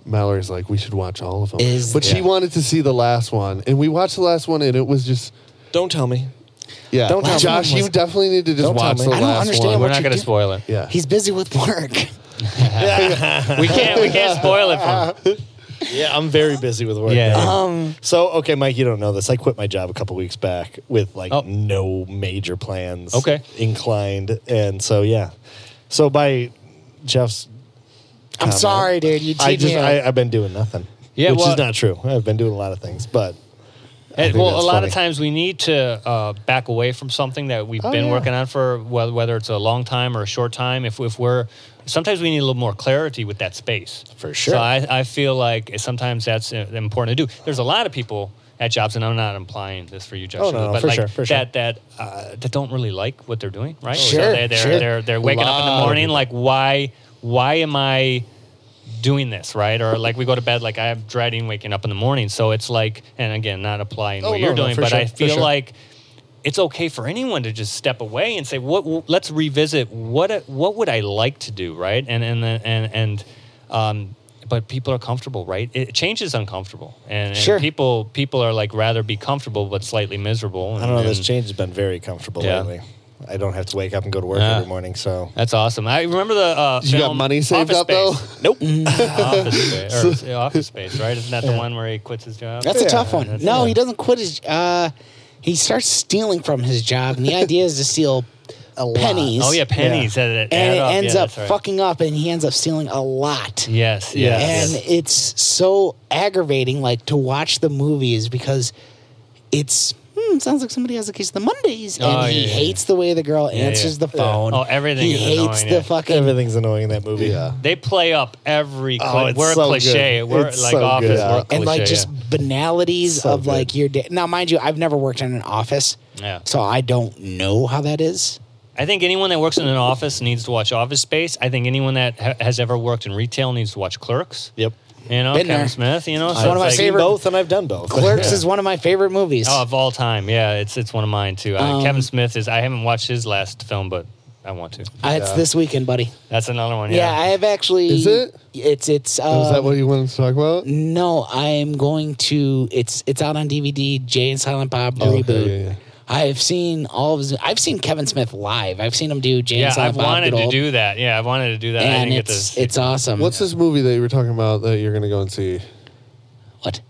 Speaker 2: Mallory's like, we should watch all of them.
Speaker 3: Is-
Speaker 2: but she
Speaker 3: Yeah.
Speaker 2: wanted to see the last one, and we watched the last one, and it was just
Speaker 5: Don't tell me.
Speaker 2: yeah.
Speaker 5: Don't tell
Speaker 2: Josh,
Speaker 5: me.
Speaker 2: you definitely need to just
Speaker 5: Don't tell
Speaker 2: watch the
Speaker 5: me. I
Speaker 2: last
Speaker 5: don't
Speaker 3: understand
Speaker 2: one.
Speaker 1: We're
Speaker 3: what
Speaker 1: not
Speaker 3: you
Speaker 1: going to
Speaker 3: do-
Speaker 1: spoil it.
Speaker 2: yeah,
Speaker 3: He's busy with work.
Speaker 1: We can't we can't spoil it for. Him.
Speaker 5: Yeah, I'm very busy with work.
Speaker 1: Yeah.
Speaker 5: now.
Speaker 3: Um,
Speaker 5: so okay, Mike, you don't know this. I quit my job a couple weeks back with like
Speaker 1: Oh.
Speaker 5: no major plans.
Speaker 1: Okay.
Speaker 5: Inclined, and so yeah. So by Jeff's,
Speaker 3: I'm sorry, dude. You
Speaker 5: I
Speaker 3: teed
Speaker 5: just
Speaker 3: me up.
Speaker 5: I, I've been doing nothing.
Speaker 1: Yeah,
Speaker 5: which
Speaker 1: well-
Speaker 5: is not true. I've been doing a lot of things, but
Speaker 1: And,
Speaker 5: think
Speaker 1: well, a
Speaker 5: that's
Speaker 1: lot of
Speaker 5: funny. Oh,
Speaker 1: times we need to uh, back away from something that we've been
Speaker 2: yeah.
Speaker 1: working on for whether, whether it's a long time or a short time. If if we're sometimes we need a little more clarity with that space.
Speaker 5: For sure.
Speaker 1: So I, I feel like sometimes that's uh, important to do. There's a lot of people at jobs, and I'm not implying this for you, Josh,
Speaker 5: Oh, no, no,
Speaker 1: but
Speaker 5: for
Speaker 1: like
Speaker 5: sure, for sure. Oh,
Speaker 1: that that uh, that don't really like what they're doing, right?
Speaker 3: Sure,
Speaker 1: so they, they're,
Speaker 3: sure.
Speaker 1: they're they're waking up in the morning like why why am I doing this, right? Or like we go to bed, like I'm dreading waking up in the morning. So it's like, and again, not applying
Speaker 5: Oh,
Speaker 1: what
Speaker 5: no,
Speaker 1: you're
Speaker 5: no,
Speaker 1: doing,
Speaker 5: for
Speaker 1: but
Speaker 5: sure,
Speaker 1: I
Speaker 5: for
Speaker 1: feel
Speaker 5: sure.
Speaker 1: like it's okay for anyone to just step away and say, what? w- Let's revisit what what would I like to do, right? And and and and. Um, but people are comfortable, right? It, change is uncomfortable, and, and
Speaker 3: Sure.
Speaker 1: people people are like rather be comfortable but slightly miserable. And,
Speaker 5: I don't know.
Speaker 1: and-
Speaker 5: This change has been very comfortable
Speaker 1: Yeah.
Speaker 5: lately. I don't have to wake up and go to work
Speaker 1: Yeah.
Speaker 5: every morning. So
Speaker 1: That's awesome. I remember the uh,
Speaker 2: You got
Speaker 1: film
Speaker 2: money saved
Speaker 1: Office
Speaker 2: up,
Speaker 1: Space.
Speaker 2: though?
Speaker 5: nope.
Speaker 3: Mm.
Speaker 1: Office Space, or, yeah, Office Space, right? Isn't that the one where he quits his job?
Speaker 3: That's a tough one.
Speaker 1: that's-
Speaker 3: no,
Speaker 1: yeah.
Speaker 3: he doesn't quit his. Uh, he starts stealing from his job, and the idea is to steal pennies.
Speaker 1: Oh yeah, pennies. that add
Speaker 3: and it
Speaker 1: up.
Speaker 3: ends
Speaker 1: Yeah,
Speaker 3: up
Speaker 1: that's right.
Speaker 3: fucking up, and he ends up stealing a lot.
Speaker 1: Yes,
Speaker 5: Yeah.
Speaker 1: yes.
Speaker 3: and
Speaker 5: Yes.
Speaker 3: it's so aggravating, like to watch the movies because it's hmm, sounds like somebody has a case of the Mondays, and
Speaker 1: Oh,
Speaker 3: he
Speaker 1: yeah, yeah.
Speaker 3: hates the way the girl answers the phone.
Speaker 1: Oh, everything
Speaker 3: He
Speaker 1: is
Speaker 3: hates
Speaker 1: annoying,
Speaker 3: the
Speaker 1: yeah.
Speaker 3: fucking.
Speaker 5: Everything's annoying in that movie.
Speaker 2: yeah.
Speaker 1: They play up every. Cli-
Speaker 5: Oh, it's
Speaker 1: we're
Speaker 5: so
Speaker 1: cliche.
Speaker 5: good.
Speaker 1: We're
Speaker 5: It's
Speaker 1: like
Speaker 5: so
Speaker 1: office.
Speaker 5: good.
Speaker 1: We're
Speaker 3: and like
Speaker 1: cliche,
Speaker 3: just
Speaker 1: yeah.
Speaker 3: banalities
Speaker 5: So
Speaker 3: of like
Speaker 5: good.
Speaker 3: your day. Now, mind you, I've never worked in an office,
Speaker 1: Yeah.
Speaker 3: so I don't know how that is.
Speaker 1: I think anyone that works in an office needs to watch Office Space. I think anyone that ha- has ever worked in retail needs to watch Clerks.
Speaker 5: Yep.
Speaker 1: You know,
Speaker 3: Been
Speaker 1: Kevin
Speaker 3: there.
Speaker 1: Smith. You know,
Speaker 3: It's one of
Speaker 1: it's
Speaker 3: my
Speaker 1: like-
Speaker 3: favorite-
Speaker 5: both, and I've done both.
Speaker 3: Clerks is one of my favorite movies.
Speaker 1: Oh, of all time, yeah, it's it's one of mine too. Uh,
Speaker 3: Um,
Speaker 1: Kevin Smith is. I haven't watched his last film, but I want to.
Speaker 3: Uh, it's this weekend, buddy.
Speaker 1: That's another one.
Speaker 3: Yeah. I have actually.
Speaker 2: Is it? Oh,
Speaker 3: It's it's. Um,
Speaker 2: is that what you wanted to talk about?
Speaker 3: No, I am going to. It's it's out on DVD. Jay and Silent Bob
Speaker 2: okay,
Speaker 3: reboot.
Speaker 2: yeah, yeah.
Speaker 3: I've seen all of his. I've seen Kevin Smith live. I've seen him do
Speaker 1: Yeah,
Speaker 3: James. on
Speaker 1: I've
Speaker 3: Bob
Speaker 1: wanted to
Speaker 3: Goodall,
Speaker 1: do that. Yeah, I've wanted to do that. I
Speaker 3: and
Speaker 1: didn't get
Speaker 3: it's
Speaker 1: this.
Speaker 3: it's awesome.
Speaker 2: What's this movie that you were talking about that you're going to go and see
Speaker 3: what?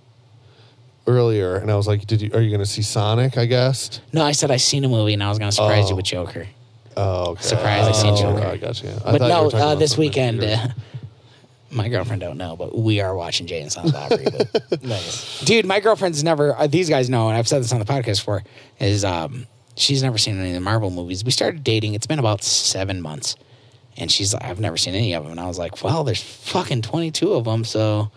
Speaker 2: earlier? And I was like, did you? Are you going to see Sonic? I guessed.
Speaker 3: No, I said I seen a movie and I was going to surprise
Speaker 2: Oh.
Speaker 3: you with Joker.
Speaker 2: Oh, okay.
Speaker 3: Surprise, I seen
Speaker 2: Oh,
Speaker 3: Joker.
Speaker 2: I got you. I
Speaker 3: but
Speaker 2: thought you were
Speaker 3: no,
Speaker 2: talking
Speaker 3: uh,
Speaker 2: about
Speaker 3: this
Speaker 2: something
Speaker 3: weekend,
Speaker 2: different.
Speaker 3: uh, my girlfriend don't know, but we are watching Jay and Silent Bob reboot. Dude, my girlfriend's never. Uh, these guys know, and I've said this on the podcast before. Is um, she's never seen any of the Marvel movies. We started dating. It's been about seven months, and she's like, I've never seen any of them. And I was like, Well, there's fucking twenty two of them, so.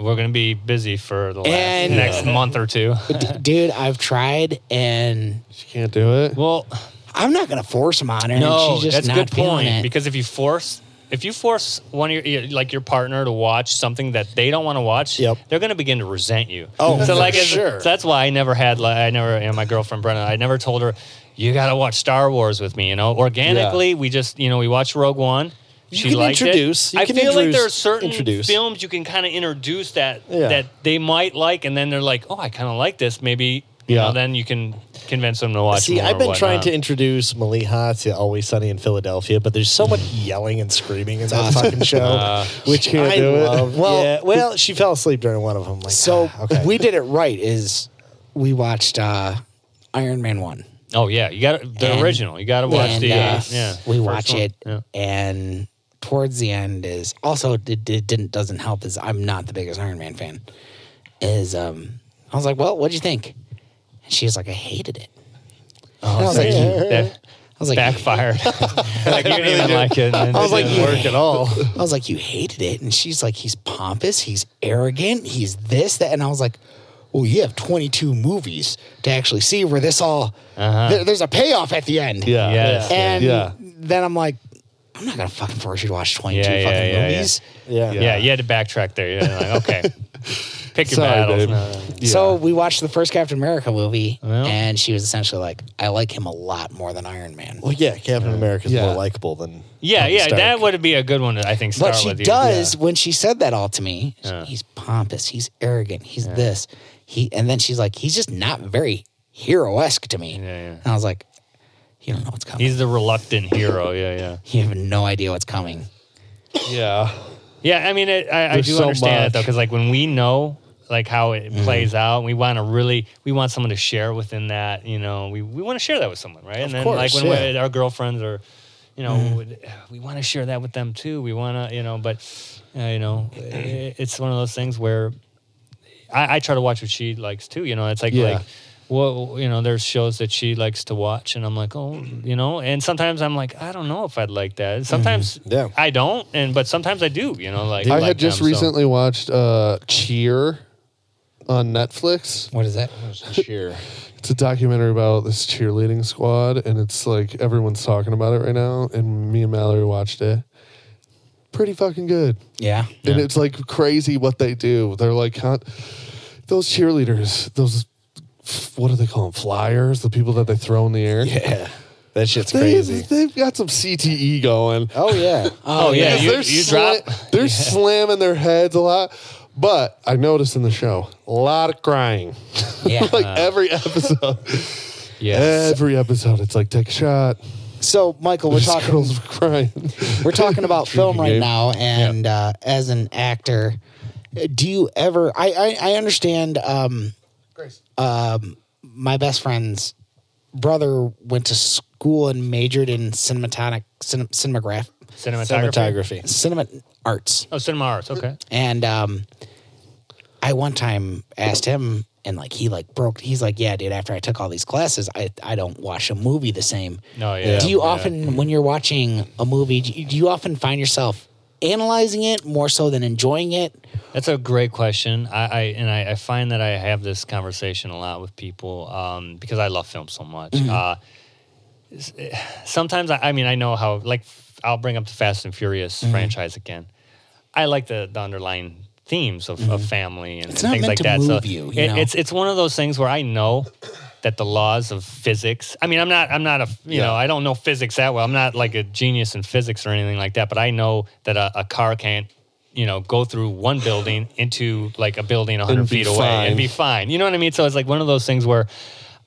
Speaker 1: We're gonna be busy for the last,
Speaker 3: And-
Speaker 1: next month or two.
Speaker 3: D- dude, I've tried, and
Speaker 2: She can't do it.
Speaker 1: well,
Speaker 3: I'm not gonna force them on her. and
Speaker 1: no,
Speaker 3: she's just
Speaker 1: that's a
Speaker 3: not
Speaker 1: good
Speaker 3: feeling
Speaker 1: point.
Speaker 3: it.
Speaker 1: Because if you force, if you force one of your like your partner to watch something that they don't want to watch,
Speaker 5: Yep.
Speaker 1: they're gonna begin to resent you.
Speaker 5: Oh,
Speaker 1: so
Speaker 5: for
Speaker 1: like it's-
Speaker 5: sure.
Speaker 1: so that's why I never had like I never and my girlfriend Brenna, I never told her you gotta watch Star Wars with me. You know, organically we just you know we watched Rogue One. She
Speaker 5: can
Speaker 1: liked it.
Speaker 5: introduce- you
Speaker 1: I
Speaker 5: can
Speaker 1: feel like
Speaker 5: introduce-
Speaker 1: there are certain
Speaker 5: introduce.
Speaker 1: films you can kind of introduce that
Speaker 5: Yeah.
Speaker 1: that they might like, and then they're like, oh, I kind of like this. Maybe you
Speaker 5: Yeah.
Speaker 1: know, then you can convince them to watch.
Speaker 5: See,
Speaker 1: more
Speaker 5: I've
Speaker 1: or
Speaker 5: been trying
Speaker 1: whatnot.
Speaker 5: to introduce Maliha to Always Sunny in Philadelphia, but there's so much yelling and screaming in that fucking show, which
Speaker 2: can't
Speaker 5: I
Speaker 2: do it.
Speaker 5: love.
Speaker 3: Well-
Speaker 5: Well, yeah, well, she fell asleep during one of them. Like,
Speaker 3: So
Speaker 5: ah, okay.
Speaker 3: we did it right. Is we watched uh, Iron Man one.
Speaker 1: Oh yeah, you got the
Speaker 3: And-
Speaker 1: original. You got to watch
Speaker 3: and,
Speaker 1: the
Speaker 3: uh,
Speaker 1: yeah.
Speaker 3: We
Speaker 1: first
Speaker 3: watch
Speaker 1: one.
Speaker 3: it,
Speaker 1: Yeah.
Speaker 3: and towards the end is also it, it didn't doesn't help. Is I'm not the biggest Iron Man fan. Is um, I was like, well, what'd you think? And she was like, I hated it. And I was like, I
Speaker 1: That
Speaker 3: was like,
Speaker 1: Oh, backfired. like you didn't even like it. I
Speaker 3: was like,
Speaker 1: didn't
Speaker 3: yeah.
Speaker 1: work at all.
Speaker 3: I was like, you hated it. And she's like, he's pompous, he's arrogant, he's this, that. And I was like, well, you have 22 movies to actually see where this all,
Speaker 1: Uh-huh.
Speaker 3: there- there's a payoff at the end.
Speaker 2: Yeah.
Speaker 1: Yes.
Speaker 2: Yeah.
Speaker 3: And
Speaker 2: Yeah.
Speaker 3: then I'm like, I'm not going to fucking force you to watch 22
Speaker 1: Yeah, yeah,
Speaker 3: fucking
Speaker 1: yeah, yeah.
Speaker 3: movies.
Speaker 5: yeah.
Speaker 1: Yeah. you had to backtrack there. You're like, okay, pick your
Speaker 2: Sorry,
Speaker 1: battles.
Speaker 2: babe.
Speaker 1: No, no, no.
Speaker 2: Yeah.
Speaker 3: So we watched the first Captain America movie,
Speaker 1: Well.
Speaker 3: and she was essentially like, I like him a lot more than Iron Man.
Speaker 5: Well, yeah, Captain America's
Speaker 2: Yeah.
Speaker 5: more likable than
Speaker 1: Yeah,
Speaker 5: Tony
Speaker 1: yeah,
Speaker 5: Stark.
Speaker 1: that would be a good one. to, I think. Start
Speaker 3: But she
Speaker 1: with you.
Speaker 3: does when she said that all to me. she-
Speaker 1: Yeah.
Speaker 3: He's pompous. He's arrogant. He's this. He and then she's like, he's just not very hero esque to me.
Speaker 1: Yeah, yeah.
Speaker 3: And I was like, you don't know what's coming.
Speaker 1: He's the reluctant hero. Yeah, yeah,
Speaker 3: you have no idea what's coming.
Speaker 2: Yeah.
Speaker 1: yeah. I mean, it, I, I
Speaker 2: There's
Speaker 1: do
Speaker 2: so
Speaker 1: understand
Speaker 2: much. Mm-hmm.
Speaker 1: it though, because like when we know like how it plays out, we want to really we want someone to share within that. You know, we we want to share that with someone, right? and then
Speaker 5: course,
Speaker 1: like when
Speaker 5: yeah.
Speaker 1: we, our girlfriends are. You know,
Speaker 2: Mm-hmm.
Speaker 1: would- we want to share that with them too. We want to, you know, but uh, you know, i it's one of those things where I, I try to watch what she likes too. You know, it's like
Speaker 2: Yeah.
Speaker 1: like well, you know, there's shows that she likes to watch, and I'm like, oh, you know, and sometimes I'm like, I don't know if I'd like
Speaker 3: Mm-hmm.
Speaker 1: that. Sometimes
Speaker 5: Yeah.
Speaker 1: I don't, and but sometimes I do. You know, like
Speaker 2: I
Speaker 1: like
Speaker 2: had just
Speaker 1: them, so-
Speaker 2: recently watched uh, Cheer on Netflix.
Speaker 3: What is that?
Speaker 5: Sure.
Speaker 2: It's a documentary about this cheerleading squad, and it's like everyone's talking about it right now. And me and Mallory watched it. Pretty fucking good.
Speaker 3: Yeah.
Speaker 2: And it's like crazy what they do. They're like, huh, those cheerleaders, those, what do they call them? Flyers? The people that they throw in the air?
Speaker 5: Yeah, that shit's
Speaker 2: They,
Speaker 5: crazy.
Speaker 2: They've got some CTE going.
Speaker 5: Oh yeah.
Speaker 1: Oh yeah,
Speaker 2: Because
Speaker 1: you,
Speaker 2: they're
Speaker 1: you
Speaker 2: sla-
Speaker 1: drop.
Speaker 2: They're slamming their heads a lot. But I noticed in the show a lot of crying.
Speaker 3: Yeah.
Speaker 2: like every episode,
Speaker 1: Uh, Yeah,
Speaker 2: every episode, it's like take a shot.
Speaker 3: So Michael, we're
Speaker 2: These
Speaker 3: talking
Speaker 2: girls are crying.
Speaker 3: we're talking about film right
Speaker 2: game.
Speaker 3: now, and uh, as an actor, do you ever? I I, I understand. Um, um, my best friend's brother went to school and majored in cinematonic cinem, cinematograph
Speaker 1: cinematography.
Speaker 5: Cinematography.
Speaker 3: cinema arts,
Speaker 1: Oh, cinema arts. Okay.
Speaker 3: and um, I one time asked him. And like he like broke, he's like, yeah, dude. After I took all these classes, I I don't watch a movie the same.
Speaker 1: No, Oh, yeah.
Speaker 3: Do you
Speaker 1: yeah.
Speaker 3: often, when you're watching a movie, do you, do you often find yourself analyzing it more so than enjoying it?
Speaker 1: That's a great question. I, I and I, I find that I have this conversation a lot with people um, because I love film so much.
Speaker 3: Mm-hmm.
Speaker 1: Uh, s- eh, sometimes I, I mean I know how like f- I'll bring up the Fast and Furious
Speaker 3: Mm-hmm.
Speaker 1: franchise again. I like the, the underlying themes of, of family and,
Speaker 3: Mm-hmm. It's
Speaker 1: and
Speaker 3: not
Speaker 1: things
Speaker 3: meant
Speaker 1: like
Speaker 3: to
Speaker 1: that.
Speaker 3: move
Speaker 1: so
Speaker 3: you, you
Speaker 1: it-
Speaker 3: know?
Speaker 1: it's it's one of those things where I know that the laws of physics. I mean, I'm not I'm not a you know I don't know physics that well. I'm not like a genius in physics or anything like that. But I know that a, a car can't you know go through one building into like a building 100
Speaker 2: be
Speaker 1: feet away
Speaker 2: fine.
Speaker 1: and be fine. You know what I mean? So it's like one of those things where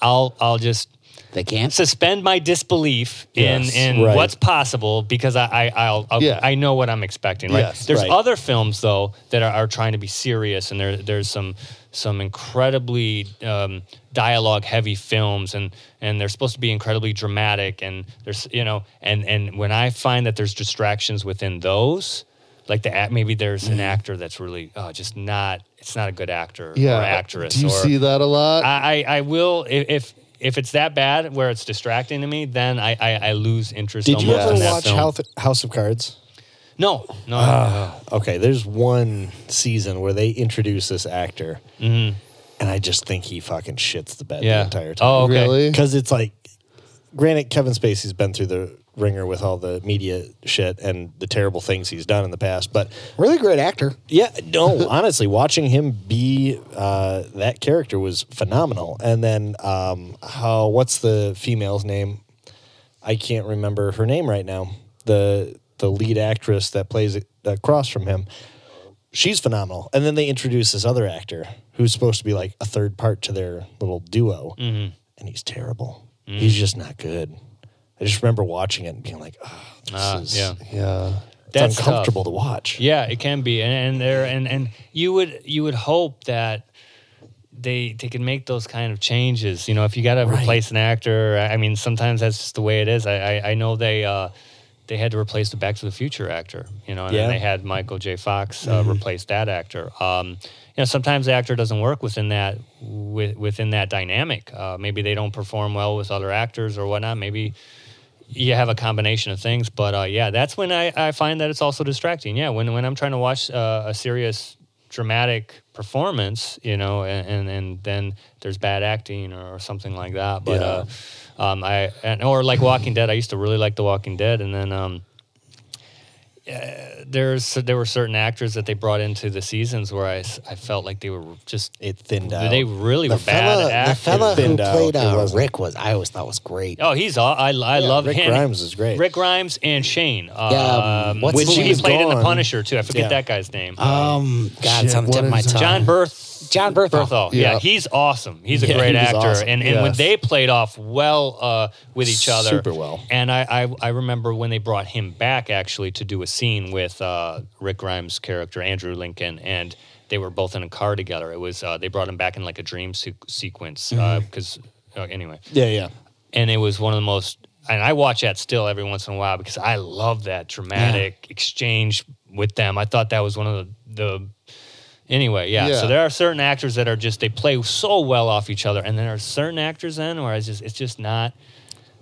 Speaker 1: I'll I'll just
Speaker 3: They can't.
Speaker 1: suspend my disbelief
Speaker 5: Yes,
Speaker 1: in in
Speaker 5: right.
Speaker 1: what's possible because I, I I'll, I'll
Speaker 2: Yeah.
Speaker 1: I know what I'm expecting. Right?
Speaker 2: Yes,
Speaker 1: there's
Speaker 5: right.
Speaker 1: other films though that are, are trying to be serious, and there there's some some incredibly um, dialogue heavy films, and and they're supposed to be incredibly dramatic, and there's you know, and and when I find that there's distractions within those. Like the act, maybe there's an
Speaker 2: Mm.
Speaker 1: actor that's really oh, just not. It's not a good actor
Speaker 2: yeah. uh,
Speaker 1: or actress.
Speaker 2: Do you
Speaker 1: or,
Speaker 2: see that a lot?
Speaker 1: I, I I will i- if if it's that bad where it's distracting to me, then I I, I lose interest.
Speaker 5: Did you
Speaker 1: almost
Speaker 5: ever
Speaker 1: in that
Speaker 5: watch Ah,
Speaker 1: film.
Speaker 5: House, House of Cards?
Speaker 1: No, no.
Speaker 5: Okay, there's one season where they introduce this actor, and I just think he fucking shits the bed
Speaker 1: yeah.
Speaker 5: the entire time.
Speaker 1: Oh, okay.
Speaker 2: Really?
Speaker 5: because it's like, granted, Kevin Spacey's been through the ringer with all the media shit and the terrible things he's done in the past, but
Speaker 3: Really great actor.
Speaker 5: yeah, no, honestly, watching him be uh, that character was phenomenal. And then, um, how? What's the female's name? I can't remember her name right now. The the lead actress that plays it- across from him, she's phenomenal. And then they introduce this other actor who's supposed to be like a third part to their little duo,
Speaker 1: Mm-hmm.
Speaker 5: and he's terrible. He's just not good. I just remember watching it and being like, oh, this
Speaker 1: Ah,
Speaker 5: is
Speaker 1: yeah.
Speaker 2: yeah.
Speaker 5: it's
Speaker 1: That's tough.
Speaker 5: uncomfortable to watch.
Speaker 1: Yeah, it can be, and, and there and and you would you would hope that they they can make those kind of changes. You know, if you got to
Speaker 5: Right.
Speaker 1: replace an actor, I I mean, sometimes that's just the way it is. I I, I know they. Uh, they had to replace the Back to the Future actor, you know, and
Speaker 5: Yeah. Mm-hmm.
Speaker 1: then they had Michael J. Fox uh, replace that actor. Um, you know, sometimes the actor doesn't work within that with, within that dynamic. Uh, maybe they don't perform well with other actors or whatnot. Maybe you have a combination of things but uh, yeah that's when I, I find that it's also distracting yeah when, when i'm trying to watch uh, a serious dramatic performance you know and, and, and then there's bad acting or, or something like that but uh, um, i and, or like walking dead i used to really like the walking dead and then um, uh, there's there were certain actors that they brought into the seasons where i, s- I felt like they were just
Speaker 5: It thinned out.
Speaker 1: they really were bad
Speaker 3: Fella, the
Speaker 1: actors
Speaker 3: fella who
Speaker 5: Thinned out.
Speaker 3: played
Speaker 5: It
Speaker 3: uh,
Speaker 5: wasn't-
Speaker 3: Rick was I always thought was great.
Speaker 1: Oh, he's all I. I love
Speaker 5: Rick
Speaker 1: him.
Speaker 5: Grimes is great.
Speaker 1: Rick Grimes and Shane. Um,
Speaker 3: what's
Speaker 1: which
Speaker 3: his
Speaker 1: he
Speaker 3: name?
Speaker 1: played in the
Speaker 5: Gone.
Speaker 1: Punisher too. I forget
Speaker 5: Yeah. Uh,
Speaker 1: that guy's name.
Speaker 3: Um, God, it's on the
Speaker 2: Shit,
Speaker 3: tip of
Speaker 2: what
Speaker 3: my
Speaker 2: is that?
Speaker 3: tongue.
Speaker 1: John Berth.
Speaker 3: John Berthel.
Speaker 1: Berthel. Yeah.
Speaker 2: Yeah.
Speaker 1: he's awesome. He's a
Speaker 5: Yeah,
Speaker 1: great
Speaker 5: he was
Speaker 1: actor,
Speaker 5: awesome.
Speaker 1: and and when
Speaker 5: Yes.
Speaker 1: they played off well uh, with each other,
Speaker 5: Super well.
Speaker 1: And I, I I remember when they brought him back actually to do a scene with uh, Rick Grimes' character Andrew Lincoln and. They were both in a car together. It was uh, they brought him back in like a dream se- sequence
Speaker 5: Mm-hmm.
Speaker 1: because anyway,
Speaker 5: Yeah, yeah.
Speaker 1: and it was one of the most and I watch that still every once in a while because I love that dramatic exchange with them. I thought that was one of the, the anyway, yeah.
Speaker 2: Yeah.
Speaker 1: So there are certain actors that are just they play so well off each other, and there are certain actors then where it's just it's just not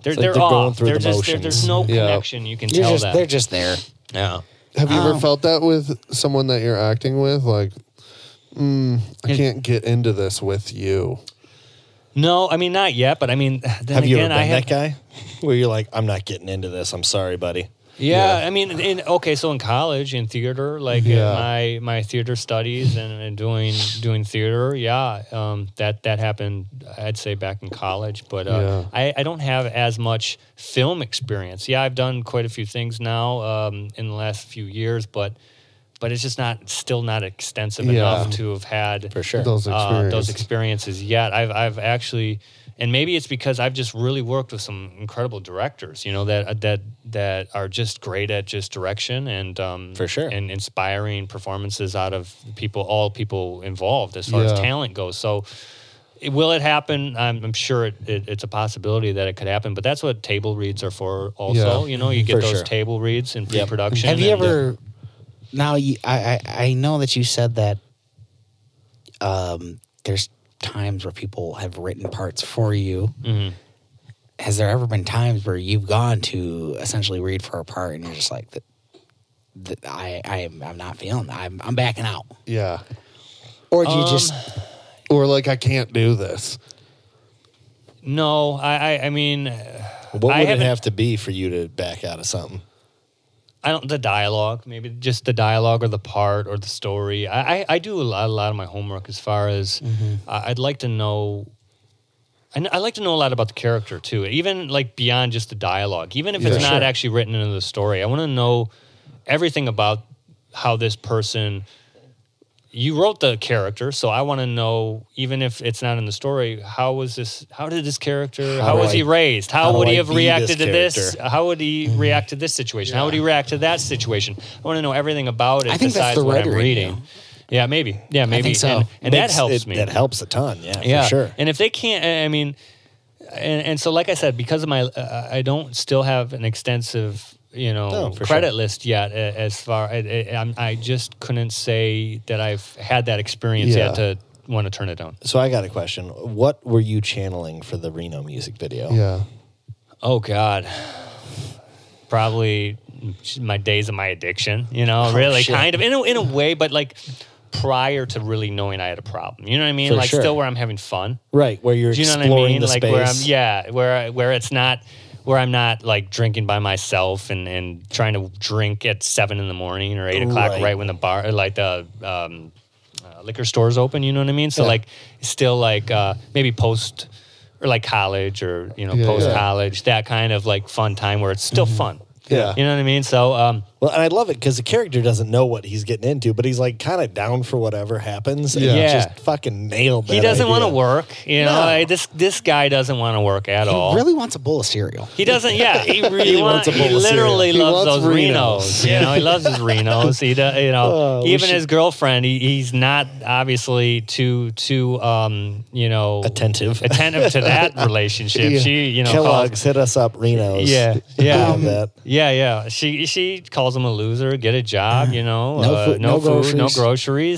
Speaker 1: they're
Speaker 5: like
Speaker 1: they're,
Speaker 5: they're
Speaker 1: off.
Speaker 5: going through
Speaker 1: they're
Speaker 5: the
Speaker 1: just there- there's no
Speaker 2: Yeah.
Speaker 1: connection. You can
Speaker 3: You're
Speaker 1: tell
Speaker 3: just-
Speaker 1: that.
Speaker 3: They're just there.
Speaker 1: yeah.
Speaker 2: Have you
Speaker 5: Um,
Speaker 2: ever felt that with someone that you're acting with? Like, mm, I can't get into this with you.
Speaker 1: No, I mean not yet, but I mean then
Speaker 5: Have
Speaker 1: again
Speaker 5: you ever been
Speaker 1: I have
Speaker 5: that guy where you're like, I'm not getting into this. I'm sorry, buddy.
Speaker 1: Yeah, I mean, in, okay, so in college, in theater, like in
Speaker 2: Yeah.
Speaker 1: my my theater studies and, and doing doing theater, yeah, um, that that happened. I'd say back in college, but uh,
Speaker 2: Yeah.
Speaker 1: I, I don't have as much film experience. Yeah, I've done quite a few things now um, in the last few years, but but it's just not still not extensive
Speaker 2: Yeah.
Speaker 1: enough to have had
Speaker 5: For sure.
Speaker 2: Those
Speaker 1: uh,
Speaker 2: experiences.
Speaker 1: those experiences yet. I've I've actually, and maybe it's because I've just really worked with some incredible directors, you know, that uh, that that are just great at just direction and um,
Speaker 5: For sure.
Speaker 1: and inspiring performances out of people, all people involved as far as
Speaker 2: Yeah.
Speaker 1: talent goes. So. it- Will it happen? I'm, I'm sure it, it, it's a possibility that it could happen, but that's what table reads are for. Also,
Speaker 2: Yeah.
Speaker 1: you know, you get
Speaker 5: For
Speaker 1: those
Speaker 5: sure.
Speaker 1: table reads in pre-production.
Speaker 3: Have you
Speaker 1: and- uh,
Speaker 3: ever? Now you, I, I I know that you said that. Um, there's times where people have written parts for you.
Speaker 1: Mm-hmm.
Speaker 3: Has there ever been times where you've gone to essentially read for a part and you're just like, that, that I I am I'm not feeling. it. I'm I'm backing out.
Speaker 2: Yeah.
Speaker 3: Or do you
Speaker 1: Um,
Speaker 3: just
Speaker 2: Or like, I can't do this.
Speaker 1: No, I, I, I mean,
Speaker 5: What
Speaker 1: I
Speaker 5: would it
Speaker 1: haven't-
Speaker 5: have to be for you to back out of something?
Speaker 1: I don't the dialogue, maybe just the dialogue or the part or the story. I I, I do a lot, a lot of my homework as far as
Speaker 5: Mm-hmm.
Speaker 1: I I'd like to know. I, kn- I like to know a lot about the character too, even like beyond just the dialogue. Even if it's
Speaker 2: Yeah.
Speaker 1: not
Speaker 2: Sure.
Speaker 1: actually written into the story, I want to know everything about how this person you wrote the character, so I want to know, even if it's not in the story, how was this? How did this character? How,
Speaker 5: do
Speaker 1: was
Speaker 5: I-
Speaker 1: he raised? How,
Speaker 5: how do
Speaker 1: would
Speaker 5: I
Speaker 1: he have
Speaker 5: be this
Speaker 1: reacted to this?
Speaker 5: character?
Speaker 1: How would he
Speaker 5: Mm-hmm.
Speaker 1: react to this situation? How would he react to that situation? I want to know everything about it
Speaker 3: I think that's
Speaker 1: besides
Speaker 3: the
Speaker 1: what I'm
Speaker 3: writer in
Speaker 1: reading.
Speaker 3: you.
Speaker 1: Yeah, maybe. Yeah, maybe.
Speaker 3: think so.
Speaker 1: And, and that
Speaker 5: Makes
Speaker 1: helps
Speaker 5: it-
Speaker 1: me.
Speaker 5: That helps a ton. Yeah,
Speaker 1: yeah,
Speaker 5: for sure.
Speaker 1: And if they can't, I I mean, and, and so like I said, because of my, uh, I don't still have an extensive, you know,
Speaker 5: No, for
Speaker 1: credit
Speaker 5: sure.
Speaker 1: list yet. a- As far, I, I, I'm- I just couldn't say that I've had that experience
Speaker 2: Yeah.
Speaker 1: yet to want to turn it down.
Speaker 5: so I got a question. What were you channeling for the Reno music video?
Speaker 2: Yeah.
Speaker 1: Oh God, probably my days of my addiction. You know, really
Speaker 5: Oh, shit.
Speaker 1: kind of in a, in a way, but like prior to really knowing I had a problem. You know what I mean?
Speaker 5: For
Speaker 1: like
Speaker 5: sure.
Speaker 1: still where I'm having fun.
Speaker 5: Right, where you're
Speaker 1: Do you know what
Speaker 5: exploring
Speaker 1: I mean?
Speaker 5: the
Speaker 1: Like
Speaker 5: space.
Speaker 1: where I'm, yeah, where I- where it's not where I'm not like drinking by myself and and trying to drink at seven in the morning or eight o'clock
Speaker 5: Right.
Speaker 1: right when the bar or, like the um, uh, liquor stores open. You know what I mean? So
Speaker 5: Yeah.
Speaker 1: like still like uh, maybe post or like college or you know
Speaker 2: Yeah, yeah.
Speaker 1: post college that kind of like fun time where it's still fun.
Speaker 5: Mm-hmm. Yeah.
Speaker 1: you know what I mean. So um,
Speaker 5: Well, and I love it because the character doesn't know what he's getting into, but he's like kind of down for whatever happens. And
Speaker 2: Yeah.
Speaker 5: he
Speaker 1: Yeah.
Speaker 5: just fucking nailed that.
Speaker 1: he doesn't want to
Speaker 5: idea.
Speaker 1: work. You know
Speaker 5: No.
Speaker 1: I- this this guy doesn't want to work at all.
Speaker 3: He really wants a bowl of cereal.
Speaker 1: He doesn't. Yeah, he really
Speaker 5: He
Speaker 1: wants.
Speaker 5: wants a bowl
Speaker 1: He
Speaker 5: of cereal.
Speaker 1: literally
Speaker 2: He
Speaker 1: loves
Speaker 2: wants
Speaker 1: those
Speaker 2: Renos.
Speaker 1: Renos. You know, he loves his Renos. He, do, you know,
Speaker 5: Oh, we
Speaker 1: even
Speaker 5: should-
Speaker 1: his girlfriend. He, he's not obviously too too um you know
Speaker 5: Attentive.
Speaker 1: attentive to that relationship.
Speaker 2: Yeah.
Speaker 1: She you know
Speaker 5: Kellogg's hit us up, Reno's.
Speaker 1: Calls, yeah,
Speaker 5: I
Speaker 1: yeah.
Speaker 5: love that.
Speaker 1: Yeah, yeah. She she calls him a loser. Get a job, you know.
Speaker 3: No
Speaker 1: uh,
Speaker 3: food-
Speaker 1: no,
Speaker 3: no
Speaker 1: food, no
Speaker 3: groceries.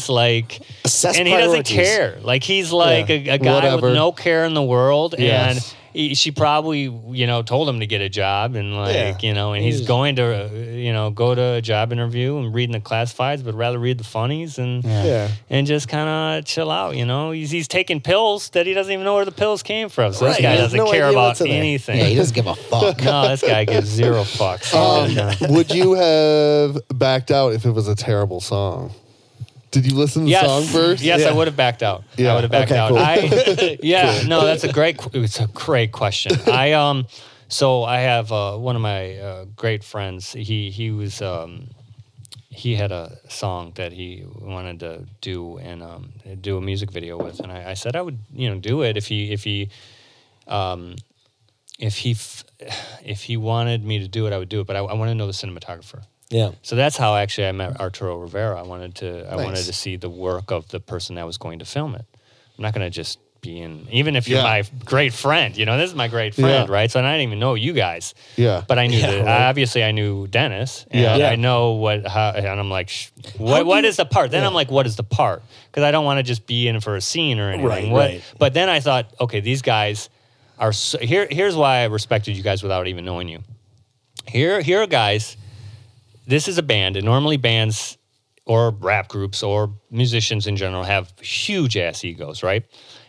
Speaker 1: groceries. Like,
Speaker 3: Assess
Speaker 1: and he doesn't
Speaker 3: priorities.
Speaker 1: care. Like he's like
Speaker 5: Yeah,
Speaker 1: a, a guy
Speaker 2: whatever.
Speaker 1: with no care in the world,
Speaker 5: Yes.
Speaker 1: and he, she probably you know told him to get a job, and like
Speaker 5: Yeah.
Speaker 1: you know, and he's,
Speaker 5: He's-
Speaker 1: going to uh, you know go to a job interview and reading the classifieds, but rather read the funnies and
Speaker 5: Yeah.
Speaker 1: and just kind of chill out. You know, he's he's taking pills that he doesn't even know where the pills came from. So
Speaker 5: Right,
Speaker 1: this guy
Speaker 5: he has
Speaker 1: doesn't
Speaker 5: no
Speaker 1: care
Speaker 5: idea
Speaker 1: about
Speaker 5: what's in there.
Speaker 1: anything.
Speaker 3: Yeah, he doesn't give a fuck.
Speaker 1: no, this guy gives zero fucks.
Speaker 2: Um, would you have backed out if it was a terrible song? Did you listen to the
Speaker 1: yes,
Speaker 2: song first?
Speaker 1: yes, I
Speaker 5: Yeah.
Speaker 1: would have backed out.
Speaker 2: Yeah,
Speaker 1: I would have backed
Speaker 5: okay,
Speaker 1: out.
Speaker 5: cool.
Speaker 1: I, yeah, no, that's a great. qu- It's a great question. I um, so I have uh, one of my uh, great friends. He he was um, he had a song that he wanted to do and um, do a music video with, and I, I said I would you know do it if he if he um, if he f- if he wanted me to do it, I would do it. But I, I want to know the cinematographer.
Speaker 5: Yeah.
Speaker 1: So that's how actually I met Arturo Rivera. I wanted to I wanted
Speaker 5: Nice.
Speaker 1: to see the work of the person that was going to film it. I'm not going to just be in even if you're
Speaker 2: Yeah.
Speaker 1: my great friend, you know, this is my great friend,
Speaker 2: Yeah.
Speaker 1: right? So and I didn't even know you guys.
Speaker 2: Yeah.
Speaker 1: But I knew
Speaker 5: Yeah,
Speaker 1: that
Speaker 5: right.
Speaker 1: obviously I knew Dennis and
Speaker 2: Yeah.
Speaker 1: I know what how and I'm like "Shh, what what is the part? Then I'm like what is the part? Cuz I don't want to just be in for a scene or anything.
Speaker 5: Right,
Speaker 1: What-
Speaker 5: right.
Speaker 1: But then I thought, okay, these guys are so, here here's why I respected you guys without even knowing you. Here here are guys this is a band, and normally bands or rap groups or musicians in general have huge ass egos, right?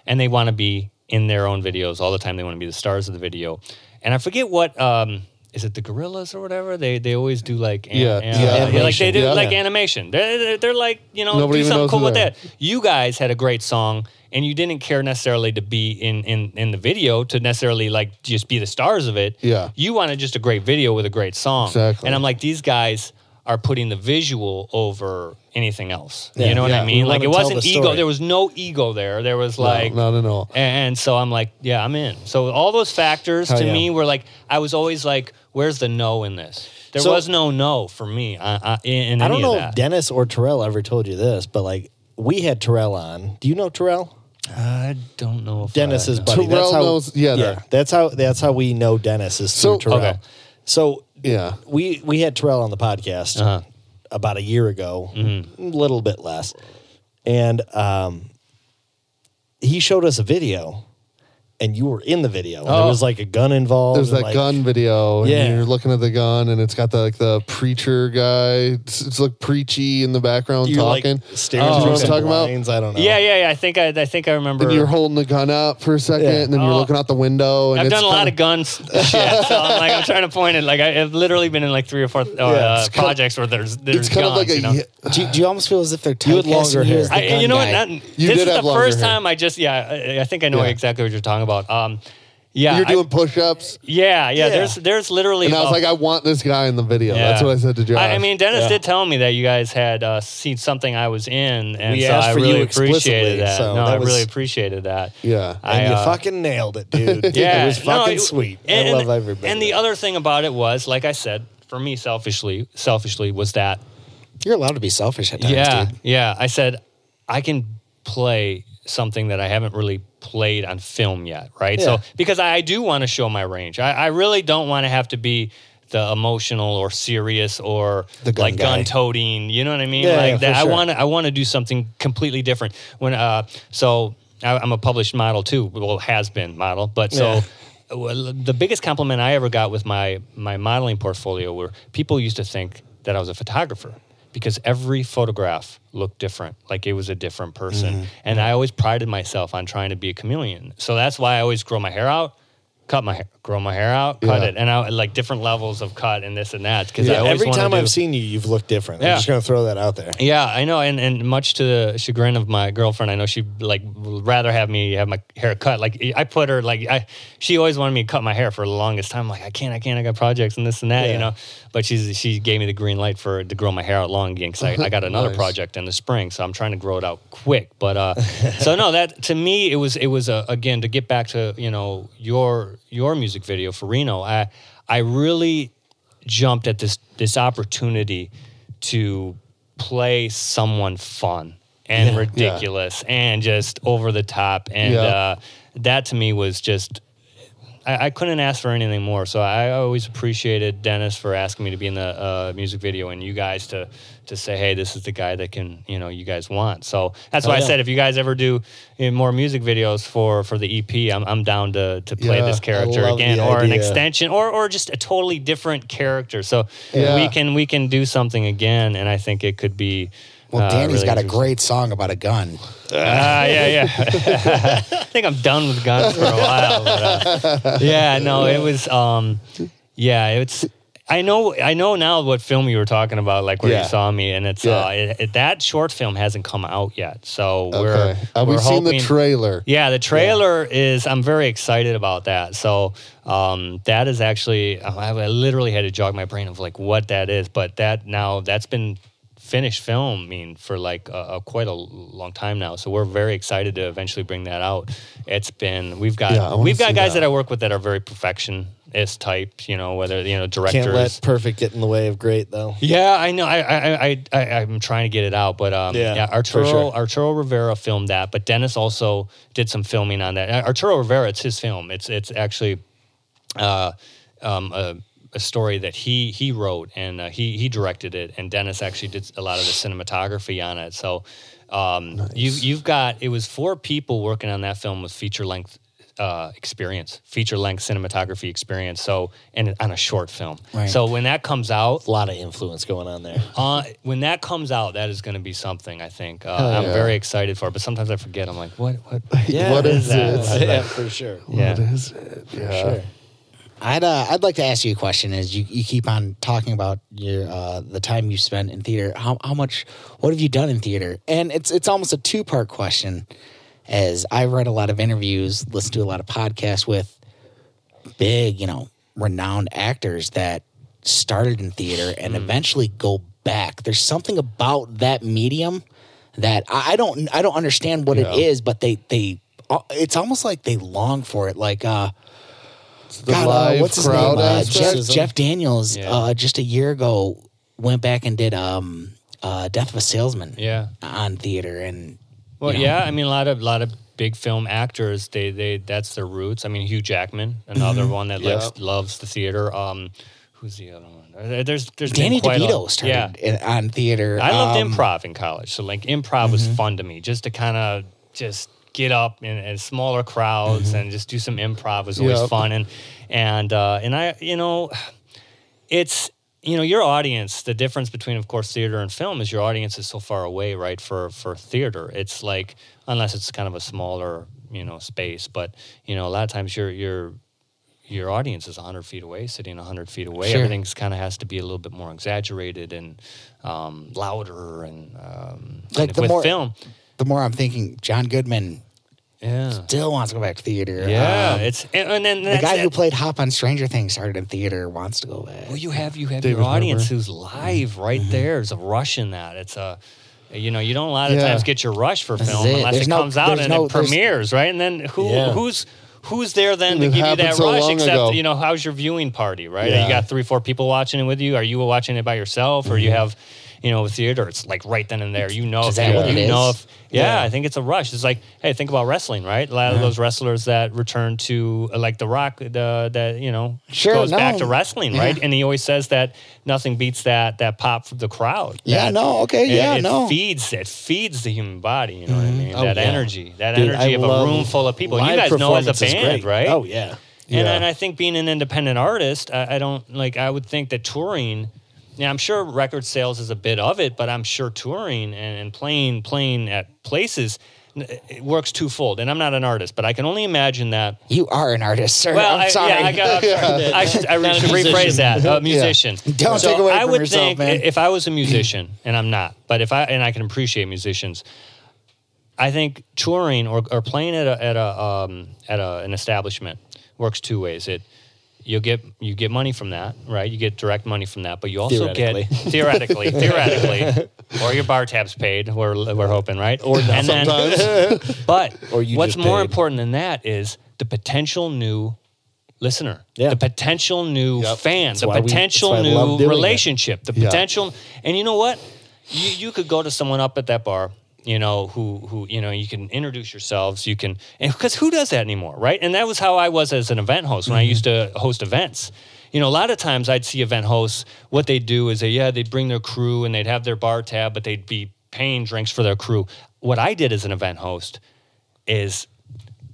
Speaker 1: And they want to be in their own videos all the time. They want to be the stars of the video. And I forget what um, is it, the Gorillas or whatever? They they always do like an-
Speaker 2: Yeah,
Speaker 1: an-
Speaker 2: yeah.
Speaker 1: like they do
Speaker 2: Animation,
Speaker 1: like
Speaker 5: yeah.
Speaker 1: animation. They're, they're, they're like you know
Speaker 2: Nobody
Speaker 1: do
Speaker 2: even
Speaker 1: something
Speaker 2: knows
Speaker 1: cool
Speaker 2: who
Speaker 1: with
Speaker 2: they are.
Speaker 1: that. You guys had a great song. And you didn't care necessarily to be in, in, in the video to necessarily like just be the stars of it.
Speaker 2: Yeah.
Speaker 1: You wanted just a great video with a great song.
Speaker 2: Exactly.
Speaker 1: And I'm like like these guys are putting the visual over anything else.
Speaker 5: Yeah.
Speaker 1: You know what
Speaker 2: Yeah,
Speaker 1: I
Speaker 2: we
Speaker 1: mean? Like
Speaker 5: wanna
Speaker 1: it
Speaker 5: tell
Speaker 1: wasn't
Speaker 5: the
Speaker 1: ego.
Speaker 5: story.
Speaker 1: There was no ego there. There was
Speaker 2: No,
Speaker 1: like
Speaker 2: not at all.
Speaker 1: And so I'm like, yeah, I'm in. So all those factors
Speaker 5: Hell
Speaker 1: to
Speaker 5: yeah.
Speaker 1: me were like, I was always like, where's the no in this? There
Speaker 5: So-
Speaker 1: was no no for me uh, uh, in, in
Speaker 5: I
Speaker 1: any
Speaker 5: don't
Speaker 1: of
Speaker 5: know if
Speaker 1: that.
Speaker 5: Dennis or Terrell ever told you this, but like we had Terrell on. Do you know Terrell?
Speaker 1: I don't know. If
Speaker 5: Dennis's
Speaker 1: I know.
Speaker 5: buddy.
Speaker 2: Terrell
Speaker 5: that's how,
Speaker 2: knows- yeah, they're-
Speaker 5: that's how that's how we know Dennis is
Speaker 2: So-
Speaker 5: through Terrell.
Speaker 1: Okay.
Speaker 5: So
Speaker 2: Yeah.
Speaker 5: we we had Terrell on the podcast
Speaker 1: Uh-huh. Mm-hmm.
Speaker 5: about a year ago, a little bit less, and um, he showed us a video, and you were in the video. And
Speaker 1: Oh.
Speaker 5: There was like a gun involved.
Speaker 2: There's
Speaker 5: and,
Speaker 2: that
Speaker 5: like-
Speaker 2: gun video, and
Speaker 5: Yeah.
Speaker 2: you're looking at the gun, and it's got the like the preacher guy. It's, it's like preachy in the background
Speaker 5: You're like
Speaker 2: talking. Oh,
Speaker 5: staring
Speaker 2: You know
Speaker 5: through
Speaker 2: what I'm
Speaker 5: some
Speaker 2: talking about?
Speaker 5: blinds, I don't know.
Speaker 1: Yeah, yeah, yeah. I think I, I think I remember.
Speaker 2: and you're holding the gun up for a second,
Speaker 5: Yeah.
Speaker 2: and then you're
Speaker 1: Oh.
Speaker 2: looking out the window. And
Speaker 1: I've
Speaker 2: it's
Speaker 1: done a lot
Speaker 2: kinda-
Speaker 1: of guns shit, so I'm like I'm trying to point it. Like I, have literally been in like three or four uh, uh,
Speaker 5: it's kinda-
Speaker 1: projects where there's there's
Speaker 2: It's kind
Speaker 1: guns,
Speaker 2: of like a.
Speaker 1: you know?
Speaker 3: Do, do you almost feel as if they're
Speaker 5: You had longer
Speaker 3: typecasting you
Speaker 5: hair.
Speaker 3: as the
Speaker 1: I,
Speaker 3: gun
Speaker 1: you know
Speaker 3: guy?
Speaker 1: what? Not,
Speaker 2: You
Speaker 1: this
Speaker 2: did
Speaker 1: is
Speaker 2: have
Speaker 1: the
Speaker 2: longer
Speaker 1: first
Speaker 2: hair.
Speaker 1: time I just yeah. I, I think I know
Speaker 2: Yeah.
Speaker 1: exactly what you're talking about. Um, Yeah,
Speaker 2: You're
Speaker 1: I-
Speaker 2: doing push ups.
Speaker 1: yeah, yeah, There's there's literally.
Speaker 2: And I was
Speaker 1: a-
Speaker 2: like, I want this guy in the video.
Speaker 1: yeah.
Speaker 2: That's what I said to Josh.
Speaker 1: I, I mean, Dennis
Speaker 5: Yeah.
Speaker 1: did tell me that you guys had uh, seen something I was in, and
Speaker 5: We
Speaker 1: so
Speaker 5: asked
Speaker 1: I
Speaker 5: for you
Speaker 1: really
Speaker 5: explicitly,
Speaker 1: appreciated that.
Speaker 5: so
Speaker 1: no,
Speaker 5: that
Speaker 1: I
Speaker 5: was-
Speaker 1: really appreciated that.
Speaker 2: yeah.
Speaker 1: I,
Speaker 5: and you
Speaker 1: uh,
Speaker 5: fucking nailed it, dude.
Speaker 1: Yeah,
Speaker 5: it was
Speaker 1: No,
Speaker 5: fucking
Speaker 1: it-
Speaker 5: sweet.
Speaker 1: And,
Speaker 5: I
Speaker 1: and-
Speaker 5: love every bit
Speaker 1: And
Speaker 5: of
Speaker 1: the
Speaker 5: it.
Speaker 1: other thing about it was, like I said, for me selfishly, selfishly was that
Speaker 3: You're allowed to be selfish at times,
Speaker 1: yeah,
Speaker 3: dude.
Speaker 1: yeah. I said I can play something that I haven't really played on film yet, right?
Speaker 5: Yeah.
Speaker 1: So because I do want to show my range, I, I really don't want to have to be the emotional or serious or
Speaker 3: The gun
Speaker 1: like
Speaker 3: guy.
Speaker 1: gun toting. You know what I mean?
Speaker 5: Yeah,
Speaker 1: like
Speaker 5: yeah, for
Speaker 1: that. I
Speaker 5: sure.
Speaker 1: want to I want to do something completely different. When uh, so I, I'm a published model too. Well, has been model, but so.
Speaker 5: Yeah.
Speaker 1: Well, the biggest compliment I ever got with my my modeling portfolio were people used to think that I was a photographer because every photograph looked different, like it was a different person.
Speaker 5: Mm-hmm.
Speaker 1: And I always prided myself on trying to be a chameleon. So that's why I always grow my hair out, cut my hair, grow my hair out, cut
Speaker 2: Yeah.
Speaker 1: it, and I like different levels of cut and this and that because I
Speaker 5: Yeah,
Speaker 1: always
Speaker 5: every
Speaker 1: wanna
Speaker 5: time
Speaker 1: do,
Speaker 5: I've seen you, you've looked different.
Speaker 1: Yeah.
Speaker 5: I'm just gonna throw that out there.
Speaker 1: yeah, I know, and, and much to the chagrin of my girlfriend, I know she like would rather have me have my hair cut. Like I put her like I, she always wanted me to cut my hair for the longest time. Like I can't, I can't, I got projects and this and that, you
Speaker 5: Yeah.
Speaker 1: know. But she's she gave me the green light for to grow my hair out long again because I, I got another
Speaker 2: Nice.
Speaker 1: project in the spring, so I'm trying to grow it out quick. But uh, so no, that to me it was it was a, again to get back to you know your your music video for Reno. I I really jumped at this this opportunity to play someone fun and ridiculous and just over the top and
Speaker 2: Yeah.
Speaker 1: uh, that to me was just I, I couldn't ask for anything more so i always appreciated dennis for asking me to be in the uh, music video and you guys to to say hey this is the guy that can you know you guys want so that's why
Speaker 5: Oh,
Speaker 1: i
Speaker 5: yeah.
Speaker 1: said if you guys ever do you know, more music videos for for the ep i'm, I'm down to to play
Speaker 2: Yeah,
Speaker 1: this
Speaker 2: I
Speaker 1: character
Speaker 5: love
Speaker 1: again
Speaker 5: the
Speaker 1: or an
Speaker 5: idea.
Speaker 1: extension extension or or just a totally different character. So
Speaker 2: Yeah.
Speaker 1: we can we can do something again, and I think it could be.
Speaker 3: Well,
Speaker 1: uh,
Speaker 3: Danny's
Speaker 1: really
Speaker 3: got a
Speaker 1: interesting.
Speaker 3: great song about a gun.
Speaker 1: Ah, yeah, yeah. I think I'm done with guns for a while. but, uh, yeah, no, it was. Um, yeah, it's. I know, I know now what film you were talking about, like where
Speaker 2: Yeah.
Speaker 1: you saw me, and it's
Speaker 2: Yeah.
Speaker 1: uh, it, it- that short film hasn't come out yet, so we're
Speaker 2: okay. Have
Speaker 1: we're
Speaker 2: we Uh, seen the
Speaker 1: hoping-
Speaker 2: trailer?
Speaker 1: yeah, the trailer is. I'm very excited about that. So um, that is actually. um, I I literally had to jog my brain of like what that is, but that now that's been finished film. I mean, for like a, a quite a long time now. So we're very excited to eventually bring that out. It's been we've got
Speaker 2: Yeah, I wanna
Speaker 1: we've got
Speaker 2: see
Speaker 1: guys
Speaker 2: that.
Speaker 1: that. I work with that are very perfectionist type. You know, whether you know directors.
Speaker 5: Can't let perfect get in the way of great, though.
Speaker 1: Yeah, I know. I I I, I I'm trying to get it out, but um, yeah,
Speaker 5: Yeah,
Speaker 1: Arturo
Speaker 5: for sure.
Speaker 1: Arturo Rivera filmed that, but Dennis also did some filming on that. Uh, Arturo Rivera, it's his film. It's it's actually uh, um, a, a story that he he wrote and uh, he he directed it, and Dennis actually did a lot of the cinematography on it. So um, you you've got it was four people working on that film with feature length. Uh, experience, feature length cinematography experience. So, and on a short film.
Speaker 3: Right.
Speaker 1: So when that comes out,
Speaker 5: A lot of influence going on there.
Speaker 1: uh, when that comes out, that is going to be something. I think uh, I'm
Speaker 2: yeah.
Speaker 1: very excited for it. But sometimes I forget. I'm like, what? What?
Speaker 2: what is
Speaker 1: that?
Speaker 2: it?
Speaker 5: Yeah, for sure.
Speaker 1: Yeah.
Speaker 2: What is it? Yeah.
Speaker 5: Sure.
Speaker 3: I'd uh, I'd like to ask you a question. As you, you keep on talking about your uh, the time you spent in theater, how how much what have you done in theater? And it's it's almost a two part question. As I read a lot of interviews, listen to a lot of podcasts with big, you know, renowned actors that started in theater and
Speaker 2: Hmm.
Speaker 3: eventually go back. There's something about that medium that I, I don't I don't understand what
Speaker 2: Yeah.
Speaker 3: it is, but they they uh, it's almost like they long for it. Like uh,
Speaker 2: The
Speaker 3: God, uh,
Speaker 2: live
Speaker 3: what's his
Speaker 2: crowd
Speaker 3: name? Uh,
Speaker 2: aspect?
Speaker 3: Jeff, Jeff Daniels
Speaker 1: Yeah.
Speaker 3: uh, just a year ago went back and did um, uh, Death of a Salesman
Speaker 1: Yeah.
Speaker 3: on theater, and
Speaker 1: Well,
Speaker 3: you know,
Speaker 1: yeah. I mean, a lot of lot of big film actors. They they that's their roots. I mean, Hugh Jackman, another one that
Speaker 2: Yeah.
Speaker 1: loves loves the theater. Um, who's the other one? Uh, There's there's been
Speaker 3: Danny
Speaker 1: quite a-
Speaker 3: DeVito started
Speaker 1: Yeah.
Speaker 3: in, on theater.
Speaker 1: I loved
Speaker 3: um,
Speaker 1: improv in college. So like improv was fun to me, just to kind of just get up in, in smaller crowds and just do some improv was always
Speaker 2: Yep.
Speaker 1: fun. And and uh, and I you know, it's you know your audience. The difference between of course theater and film is your audience is so far away, right? For for theater, it's like unless it's kind of a smaller you know space, but you know a lot of times you're you're your audience is 100 feet away, sitting 100 feet away.
Speaker 3: Sure.
Speaker 1: Everything's kind of has to be a little bit more exaggerated and um, louder. And um,
Speaker 3: Like
Speaker 1: and
Speaker 3: the
Speaker 1: with
Speaker 3: more-
Speaker 1: film,
Speaker 3: The more I'm thinking, John Goodman
Speaker 1: Yeah.
Speaker 3: Still wants to go back to theater.
Speaker 1: Yeah.
Speaker 3: Um,
Speaker 1: it's and, and then
Speaker 3: the
Speaker 1: that's
Speaker 3: guy who
Speaker 1: it.
Speaker 3: played Hop on Stranger Things started in theater wants to go back.
Speaker 1: Well, you have you have
Speaker 2: David
Speaker 1: your audience
Speaker 2: Harbour.
Speaker 1: who's live right there. There's a rush in that. It's a you know you don't a lot of
Speaker 2: Yeah.
Speaker 1: times get your rush for
Speaker 3: This
Speaker 1: film
Speaker 3: is it.
Speaker 1: unless
Speaker 3: There's
Speaker 1: it
Speaker 3: no-
Speaker 1: comes out
Speaker 3: there's
Speaker 1: and
Speaker 3: no-
Speaker 1: it
Speaker 3: there's-
Speaker 1: premieres right. And then who
Speaker 5: Yeah.
Speaker 1: who's who's there then
Speaker 2: And
Speaker 1: to
Speaker 2: it
Speaker 1: give you that
Speaker 2: happened so
Speaker 1: rush?
Speaker 2: long
Speaker 1: Except
Speaker 2: ago.
Speaker 1: you know how's your viewing party right?
Speaker 5: Yeah.
Speaker 1: You got three four people watching it with you. Are you watching it by yourself or you have you know a theater? It's like right then and there. You know
Speaker 3: Is
Speaker 1: if
Speaker 3: that
Speaker 1: you,
Speaker 3: what it
Speaker 1: you know
Speaker 3: is?
Speaker 1: if yeah,
Speaker 5: Yeah.
Speaker 1: I think it's a rush. It's like, hey, think about wrestling, right? A lot of those wrestlers that return to, uh, like The Rock, the, that you know
Speaker 3: Sure,
Speaker 1: goes back
Speaker 3: no.
Speaker 1: to wrestling, right? And he always says that nothing beats that that pop from the crowd.
Speaker 3: Yeah,
Speaker 1: That-
Speaker 3: no, okay,
Speaker 1: it-
Speaker 3: yeah,
Speaker 1: it
Speaker 3: no.
Speaker 1: feeds it feeds the human body. You know what I mean?
Speaker 5: Oh,
Speaker 1: that
Speaker 5: yeah.
Speaker 1: energy, that
Speaker 5: Dude,
Speaker 1: energy
Speaker 5: I
Speaker 1: of a
Speaker 5: love
Speaker 1: room full of people. And you
Speaker 5: live
Speaker 1: guys know as a
Speaker 5: performance is
Speaker 1: band,
Speaker 5: great.
Speaker 1: right?
Speaker 5: Oh yeah.
Speaker 1: And,
Speaker 5: Yeah.
Speaker 1: and I think being an independent artist, I, I don't like. I would think that touring. Yeah, I'm sure record sales is a bit of it, but I'm sure touring and, and playing playing at places n- it works twofold. And I'm not an artist, but I can only imagine that.
Speaker 3: You are an artist, sir.
Speaker 1: Well,
Speaker 3: I'm
Speaker 1: I-
Speaker 3: sorry.
Speaker 1: yeah, I, got, I'm sorry. I should, I
Speaker 8: Not a
Speaker 1: should rephrase
Speaker 8: musician.
Speaker 1: that. A musician.
Speaker 3: Don't take away
Speaker 1: I
Speaker 3: from
Speaker 1: would
Speaker 3: yourself,
Speaker 1: think
Speaker 3: man.
Speaker 1: if I was a musician, and I'm not, but if I and I can appreciate musicians, I think touring or, or playing at a at a um, at a, an establishment works two ways. It you get you get money from that, right? You get direct money from that, but you also get theoretically, theoretically, or your bar tabs paid. We're we're hoping, right? Or and then, but
Speaker 5: Or you
Speaker 1: what's
Speaker 5: just
Speaker 1: more
Speaker 5: paid.
Speaker 1: important than that is the potential new listener,
Speaker 5: Yeah.
Speaker 1: the potential new fan,
Speaker 5: why
Speaker 1: the
Speaker 5: we-
Speaker 1: potential
Speaker 5: that's why I love
Speaker 1: new
Speaker 5: doing it.
Speaker 1: relationship, the
Speaker 2: Yeah.
Speaker 1: potential. And you know what? You, you could go to someone up at that bar, you know, who who you know, you can introduce yourselves, you can, and because who does that anymore, right? And that was how I was as an event host when I
Speaker 5: Mm-hmm.
Speaker 1: used to host events. You know, a lot of times I'd see event hosts. What they do is they yeah they'd bring their crew and they'd have their bar tab, but they'd be paying drinks for their crew. What I did as an event host is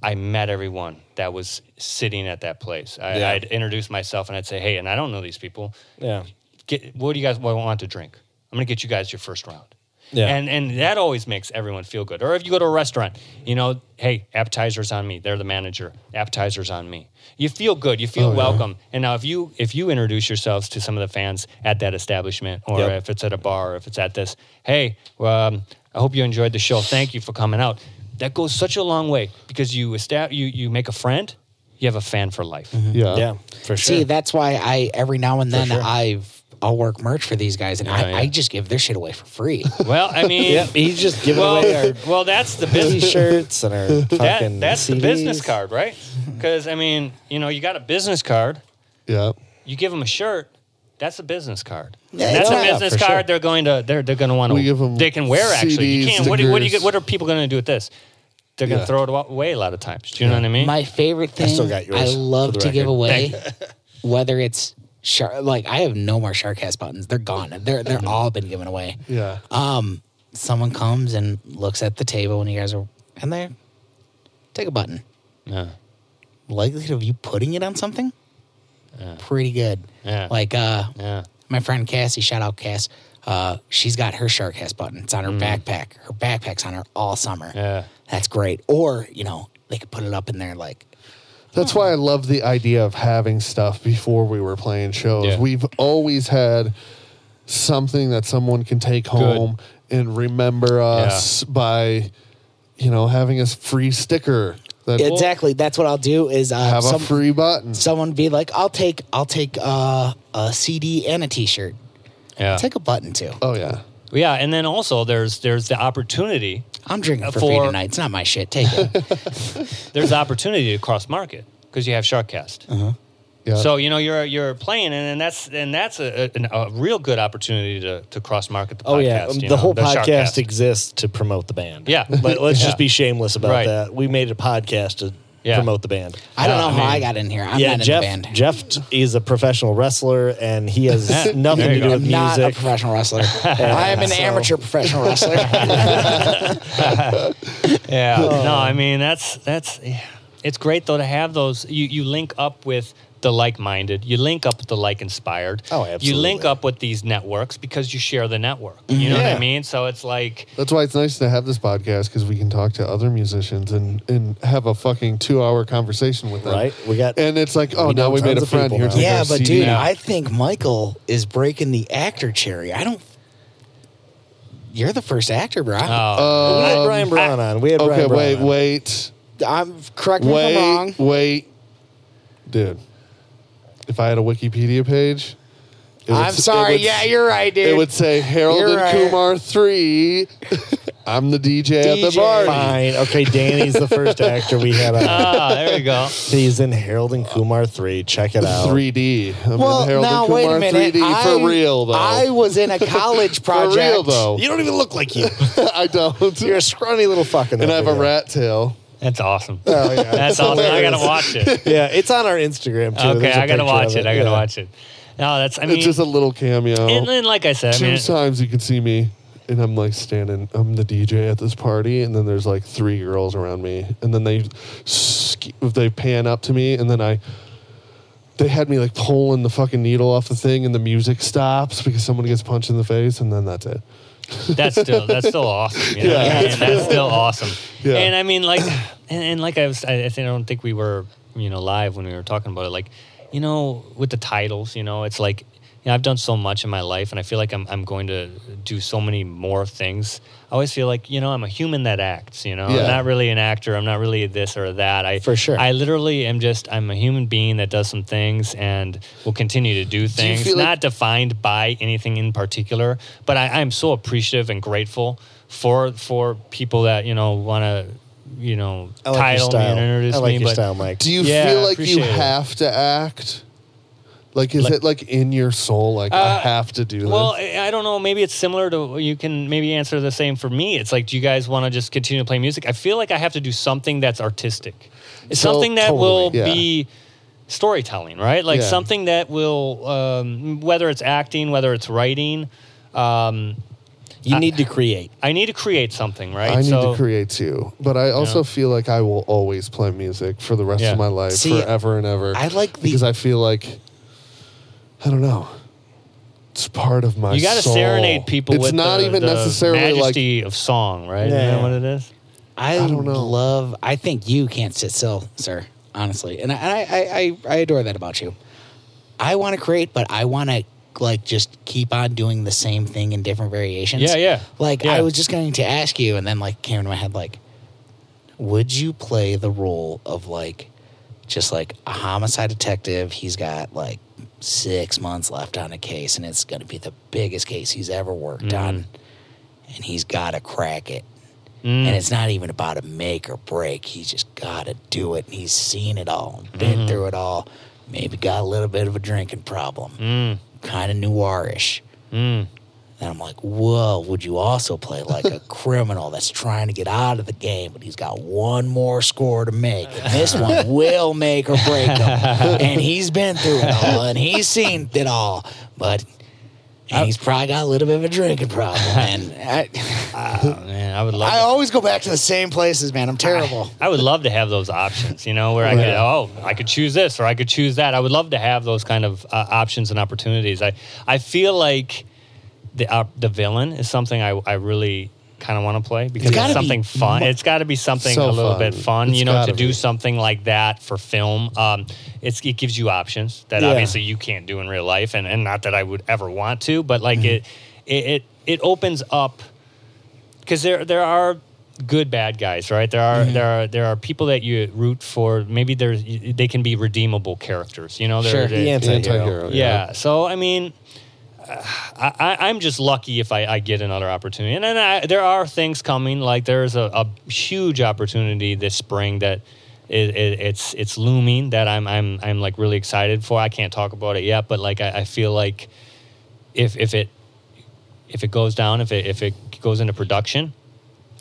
Speaker 1: I met everyone that was sitting at that place. I,
Speaker 5: Yeah.
Speaker 1: I'd introduce myself and I'd say, "Hey, and I don't know these people.
Speaker 5: Yeah.
Speaker 1: Get, what do you guys want to drink? I'm gonna get you guys your first round."
Speaker 5: Yeah.
Speaker 1: And and that always makes everyone feel good. Or if you go to a restaurant, you know, hey, appetizers on me. They're the manager. Appetizers on me. You feel good. You
Speaker 5: Oh,
Speaker 1: feel welcome. And now if you if you introduce yourselves to some of the fans at that establishment, or
Speaker 5: Yep.
Speaker 1: if it's at a bar, or if it's at this, hey, um, I hope you enjoyed the show. Thank you for coming out. That goes such a long way because you estab- you you make a friend. You have a fan for life.
Speaker 2: Yeah.
Speaker 5: Yeah. For sure.
Speaker 3: See, that's why I every now and then
Speaker 5: sure.
Speaker 3: I've I'll work merch for these guys, and I,
Speaker 1: Oh, Yeah, yeah.
Speaker 3: I just give their shit away for free.
Speaker 1: Well, I mean,
Speaker 5: Yep, he's just giving
Speaker 1: well,
Speaker 5: away our
Speaker 1: well, that's the business.
Speaker 5: t-shirts and our fucking
Speaker 1: that, that's the
Speaker 5: CDs.
Speaker 1: business card, right? Because I mean, you know, you got a business card,
Speaker 2: Yeah.
Speaker 1: you give them a shirt. That's a business card.
Speaker 3: Yeah,
Speaker 1: that's
Speaker 3: yeah,
Speaker 1: a business
Speaker 5: for sure.
Speaker 1: card. They're going to they're they're going to want
Speaker 2: We give
Speaker 1: to.
Speaker 2: 'em
Speaker 1: They can wear actually. You
Speaker 2: CDs,
Speaker 1: can't. What, do- what do you
Speaker 2: stickers.
Speaker 1: get? What are people going to do with this? They're going to
Speaker 2: Yeah.
Speaker 1: throw it awa- away a lot of times. Do you know what I mean?
Speaker 3: My favorite thing I,
Speaker 5: still got yours,
Speaker 3: love
Speaker 5: for
Speaker 3: to
Speaker 5: the
Speaker 3: give
Speaker 5: record.
Speaker 3: away, whether it's shark, like I have no more shark cast buttons. They're gone. They're they're
Speaker 1: Mm-hmm.
Speaker 3: all been given away.
Speaker 2: Yeah.
Speaker 3: Um, someone comes and looks at the table when you guys are and they take a button.
Speaker 1: yeah.
Speaker 3: Likelihood of you putting it on something? Pretty good.
Speaker 1: Yeah.
Speaker 3: Like uh
Speaker 1: Yeah.
Speaker 3: my friend Cassie, shout out Cass. Uh, she's got her shark cast button. It's on her backpack. Her backpack's on her all summer.
Speaker 1: Mm-hmm. Yeah.
Speaker 3: That's great. Or, you know, they could put it up in there like
Speaker 2: That's why I love the idea of having stuff before we were playing shows.
Speaker 1: Yeah.
Speaker 2: We've always had something that someone can take home and remember us by, you know, having a s- free sticker that
Speaker 3: Exactly. That's what I'll do is uh,
Speaker 2: have
Speaker 3: some-
Speaker 2: a free button.
Speaker 3: someone be like, I'll take I'll take uh, a CD and a t shirt.
Speaker 1: Yeah.
Speaker 3: Take a button too.
Speaker 2: Oh yeah.
Speaker 1: yeah. And then also there's there's the opportunity
Speaker 3: I'm drinking
Speaker 1: uh,
Speaker 3: for, free
Speaker 1: for-
Speaker 3: tonight. It's not my shit. Take it.
Speaker 1: there's the opportunity to cross market because you have Sharkcast.
Speaker 5: Uh-huh.
Speaker 2: Yeah.
Speaker 1: So you know you're you're playing, and, and that's and that's a, a, a real good opportunity to, to cross market the podcast.
Speaker 5: Oh yeah, um,
Speaker 1: you
Speaker 5: the
Speaker 1: know,
Speaker 5: whole podcast
Speaker 1: Sharkcast.
Speaker 5: exists to promote the band.
Speaker 1: Yeah.
Speaker 5: Let, us
Speaker 1: Yeah.
Speaker 5: just be shameless about
Speaker 1: Right.
Speaker 5: that. We made a podcast to
Speaker 1: Yeah.
Speaker 5: promote the band.
Speaker 3: I don't
Speaker 1: Yeah,
Speaker 3: know
Speaker 1: I
Speaker 3: how I
Speaker 1: mean-
Speaker 3: got in here. I'm
Speaker 5: yeah,
Speaker 3: not in
Speaker 5: Jeff.
Speaker 3: the band.
Speaker 5: Jeff t- is a professional wrestler, and he has nothing
Speaker 1: There
Speaker 5: to
Speaker 1: you
Speaker 5: do
Speaker 1: go.
Speaker 5: with
Speaker 3: I'm not a
Speaker 5: music.
Speaker 3: professional wrestler. I am an
Speaker 5: so-
Speaker 3: amateur professional wrestler.
Speaker 1: Yeah.
Speaker 5: Oh.
Speaker 1: No, I mean that's that's yeah. it's great though to have those. You you link up with the like-minded. You link up with the like-inspired.
Speaker 5: Oh,
Speaker 1: You link
Speaker 5: absolutely. Mm-hmm.
Speaker 1: up with these networks because you share the network. You know what
Speaker 5: Yeah.
Speaker 1: I mean? So it's like
Speaker 2: That's why it's nice to have this podcast because we can talk to other musicians and, and have a fucking two hour conversation with them.
Speaker 5: Right? We got-
Speaker 2: and it's like, oh,
Speaker 5: we know
Speaker 2: now we made
Speaker 5: tons
Speaker 2: a
Speaker 5: of
Speaker 2: friend.
Speaker 5: people
Speaker 2: Here's
Speaker 5: now.
Speaker 2: their
Speaker 3: yeah, but
Speaker 2: CD.
Speaker 3: dude, I think Michael is breaking the actor cherry. I don't. You're the first actor, bro.
Speaker 1: oh, Um,
Speaker 5: we had Uh, Brian Braun on. We had
Speaker 2: okay,
Speaker 5: Brian Braun
Speaker 2: wait,
Speaker 5: on.
Speaker 2: wait.
Speaker 3: I'm correct me if I'm wrong.
Speaker 2: Wait, wait, dude. If I had a Wikipedia page, it would
Speaker 3: I'm
Speaker 2: s- it
Speaker 3: sorry.
Speaker 2: would s-
Speaker 3: yeah, you're right, dude.
Speaker 2: It would say Harold
Speaker 3: You're
Speaker 2: and
Speaker 3: right.
Speaker 2: Kumar three. I'm the DJ, at the
Speaker 3: DJ.
Speaker 2: party.
Speaker 5: Fine. Okay, Danny's the first actor we had on.
Speaker 1: Ah, there we go.
Speaker 5: He's in Harold and Kumar 3. Check it out.
Speaker 2: 3D. I'm
Speaker 3: well,
Speaker 2: in Harold
Speaker 3: now
Speaker 2: and
Speaker 3: wait
Speaker 2: Kumar
Speaker 3: a minute.
Speaker 2: 3D
Speaker 3: I,
Speaker 2: for real though.
Speaker 3: I was in a college
Speaker 2: for
Speaker 3: project.
Speaker 2: real though.
Speaker 5: You don't even look like you.
Speaker 2: I don't.
Speaker 5: You're a scrawny little fucking.
Speaker 2: and I have a rat tail.
Speaker 1: That's awesome.
Speaker 5: Oh, yeah.
Speaker 1: That's awesome. I gotta watch it.
Speaker 5: Yeah, it's on our Instagram too.
Speaker 1: Okay,
Speaker 5: There's a
Speaker 1: I gotta
Speaker 5: picture
Speaker 1: watch
Speaker 5: of
Speaker 1: it. I gotta
Speaker 5: Yeah.
Speaker 1: watch it. No, that's. I mean,
Speaker 2: it's just a little cameo.
Speaker 1: and then like I said, I
Speaker 2: Two
Speaker 1: mean,
Speaker 2: times you can see me, and I'm like standing. I'm the DJ at this party, and then there's like three girls around me, and then they sk- they pan up to me, and then I. They had me like pulling the fucking needle off the thing, and the music stops because someone gets punched in the face, and then that's it.
Speaker 1: that's still that's still awesome. You know?
Speaker 2: Yeah.
Speaker 1: and that's still awesome.
Speaker 2: Yeah.
Speaker 1: And I mean, like, and, and like I was, I, I think- I don't think we were, you know, live when we were talking about it. Like, you know, with the titles, you know, it's like, you know, I've done so much in my life, and I feel like I'm I'm going to do so many more things. I always feel like, you know, I'm a human that acts. You know,
Speaker 2: Yeah.
Speaker 1: I'm not really an actor. I'm not really this or that. I
Speaker 5: For sure.
Speaker 1: I literally am just I'm a human being that does some things and will continue to do things,
Speaker 2: feel like-
Speaker 1: not defined by anything in particular. But I, I'm so appreciative and grateful for for people that you know want to you know
Speaker 5: I like
Speaker 1: title
Speaker 5: your
Speaker 1: me
Speaker 5: style.
Speaker 1: and introduce
Speaker 5: I like
Speaker 1: me.
Speaker 5: your
Speaker 1: but
Speaker 5: style, Mike.
Speaker 2: Do you
Speaker 1: Yeah,
Speaker 2: feel
Speaker 1: I
Speaker 2: like you
Speaker 1: appreciate it.
Speaker 2: have to act? Like, is
Speaker 1: Like-
Speaker 2: it like in your soul? Like, I
Speaker 1: Uh,
Speaker 2: have to do this.
Speaker 1: well, I I don't know. Maybe it's similar to you can maybe answer the same for me. It's like, do you guys want to just continue to play music? I feel like I have to do something that's artistic, It's
Speaker 2: So-
Speaker 1: something that will
Speaker 2: totally, yeah.
Speaker 1: be storytelling, right? Like
Speaker 2: Yeah.
Speaker 1: something that will, um, whether it's acting, whether it's writing, um,
Speaker 5: You need to create.
Speaker 1: I need to create something, right?
Speaker 2: I need
Speaker 1: So-
Speaker 2: to create too, but I also feel like I will always play music for the rest
Speaker 1: Yeah.
Speaker 2: of my life,
Speaker 3: See,
Speaker 2: forever and ever.
Speaker 3: I like the-
Speaker 2: because I feel like I don't know. It's part of my.
Speaker 1: You got to
Speaker 2: soul.
Speaker 1: serenade people.
Speaker 2: It's
Speaker 1: with
Speaker 2: not
Speaker 1: the-
Speaker 2: even
Speaker 1: the
Speaker 2: necessarily like
Speaker 1: majesty of song, right?
Speaker 5: Yeah.
Speaker 1: Isn't that what it is?
Speaker 3: I,
Speaker 2: I don't know.
Speaker 3: love. I think you can't sit still, sir. Honestly, and I I, I, I adore that about you. I want to create, but I want to like just keep on doing the same thing in different variations.
Speaker 1: Yeah, yeah.
Speaker 3: Like
Speaker 1: Yeah.
Speaker 3: I was just going to ask you, and then like came into my head like, would you play the role of like just like a homicide detective? He's got like six months left on a case, and it's going to be the biggest case he's ever worked
Speaker 1: Mm-hmm.
Speaker 3: on, and he's got to crack it. And it's not even about a make or break. He's just got to do it. And he's seen it all, been through it all. Maybe got a little bit of a drinking problem, kind of noirish. And I'm like, whoa, would you also play like a criminal that's trying to get out of the game, but he's got one more score to make? And this one will make or break him. And he's been through it all and he's seen it all, but and he's probably got a little bit of a drinking problem. And I,
Speaker 1: Oh, man, I would love.
Speaker 3: I
Speaker 1: to-
Speaker 3: always go back to the same places, man. I'm terrible.
Speaker 1: I would love to have those options, you know, where I could, oh, I could choose this or I could choose that. I would love to have those kind of uh, options and opportunities. I, I feel like the uh, the villain is something I, I really kind of want to play because
Speaker 3: It's
Speaker 1: it's,
Speaker 3: gotta
Speaker 1: something
Speaker 3: be
Speaker 1: fun.
Speaker 3: mu-
Speaker 1: it's got to be something
Speaker 2: So
Speaker 1: a little
Speaker 2: fun.
Speaker 1: bit fun,
Speaker 2: It's
Speaker 1: you know,
Speaker 2: gotta
Speaker 1: to do
Speaker 2: be.
Speaker 1: something like that for film. Um, it's, it gives you options that
Speaker 5: Yeah.
Speaker 1: obviously you can't do in real life, and, and not that I would ever want to, but like it, it, it, it opens up because there there are good bad guys, right? There are there are there are people that you root for. Maybe there's they can be redeemable characters, you know. They're,
Speaker 3: Sure.
Speaker 1: they're-
Speaker 5: The anti-hero.
Speaker 2: anti-hero,
Speaker 1: yeah. So I mean, uh, I, I- I'm just lucky if I, I get another opportunity, and then I, there are things coming. Like there's a, a huge opportunity this spring that it, it, it's it's looming that I'm I'm I'm like really excited for. I can't talk about it yet, but like I, I feel like if if it if it goes down, if it if it goes into production,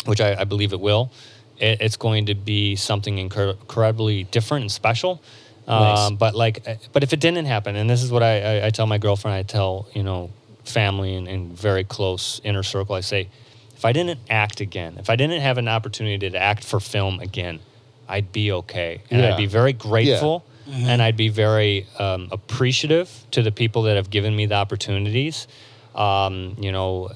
Speaker 1: which I, I believe it will, it, it's going to be something incre- incredibly different and special. Um,
Speaker 5: Nice.
Speaker 1: But like, uh, but if it didn't happen, and this is what I, I, I tell my girlfriend, I tell you know family and, and very close inner circle, I say, if I didn't act again, if I didn't have an opportunity to act for film again, I'd be okay, and
Speaker 2: Yeah.
Speaker 1: I'd be very grateful, and I'd be very um, appreciative to the people that have given me the opportunities. Um, you know,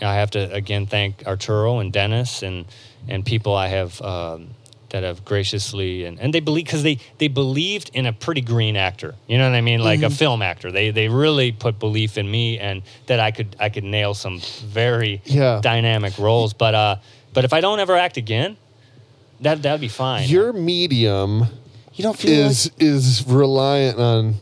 Speaker 1: I have to again thank Arturo and Dennis and and people I have um, that have graciously and, and they believe because they they believed in a pretty green actor. You know what I mean? Like a film actor. They they really put belief in me and that I could I could nail some very
Speaker 2: Yeah.
Speaker 1: dynamic roles. But uh, but if I don't ever act again, That that'd be fine.
Speaker 2: Your medium
Speaker 3: You don't feel
Speaker 2: is is reliant on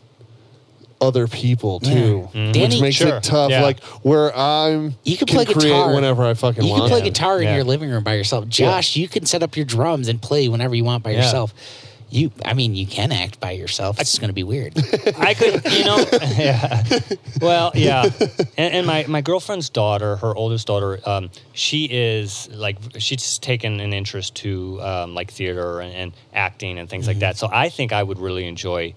Speaker 2: other people too,
Speaker 3: Danny-
Speaker 2: which makes
Speaker 1: Sure,
Speaker 2: it tough.
Speaker 1: yeah.
Speaker 2: Like where I'm,
Speaker 3: You can
Speaker 2: can
Speaker 3: play
Speaker 2: create
Speaker 3: guitar.
Speaker 2: whenever I fucking
Speaker 3: like you
Speaker 2: want.
Speaker 3: can play
Speaker 2: to.
Speaker 3: guitar in
Speaker 1: Yeah.
Speaker 3: your living room by yourself. Josh, you can set up your drums and play whenever you want by
Speaker 1: Yeah.
Speaker 3: yourself. You, I mean, you can act by yourself. It's going to be weird.
Speaker 1: I could, you know, yeah. Well, yeah. And, and my, my girlfriend's daughter, her oldest daughter, um, she is like, she's taken an interest to um, like theater and, and acting and things like that. So I think I would really enjoy,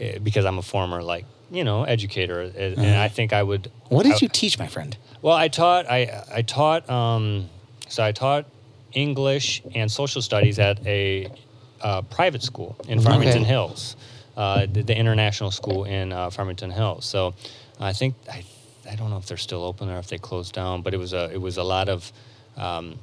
Speaker 1: uh, because I'm a former, like, you know, educator. eh, And, and I think I would.
Speaker 3: what
Speaker 1: I-
Speaker 3: did you teach, my friend?
Speaker 1: well, I taught I I taught um, so I taught English and social studies at a uh, private school in Farmington Hills, uh, the, the international school in uh, Farmington Hills. So I think I I don't know if they're still open or if they closed down, but it was a it was a lot of um,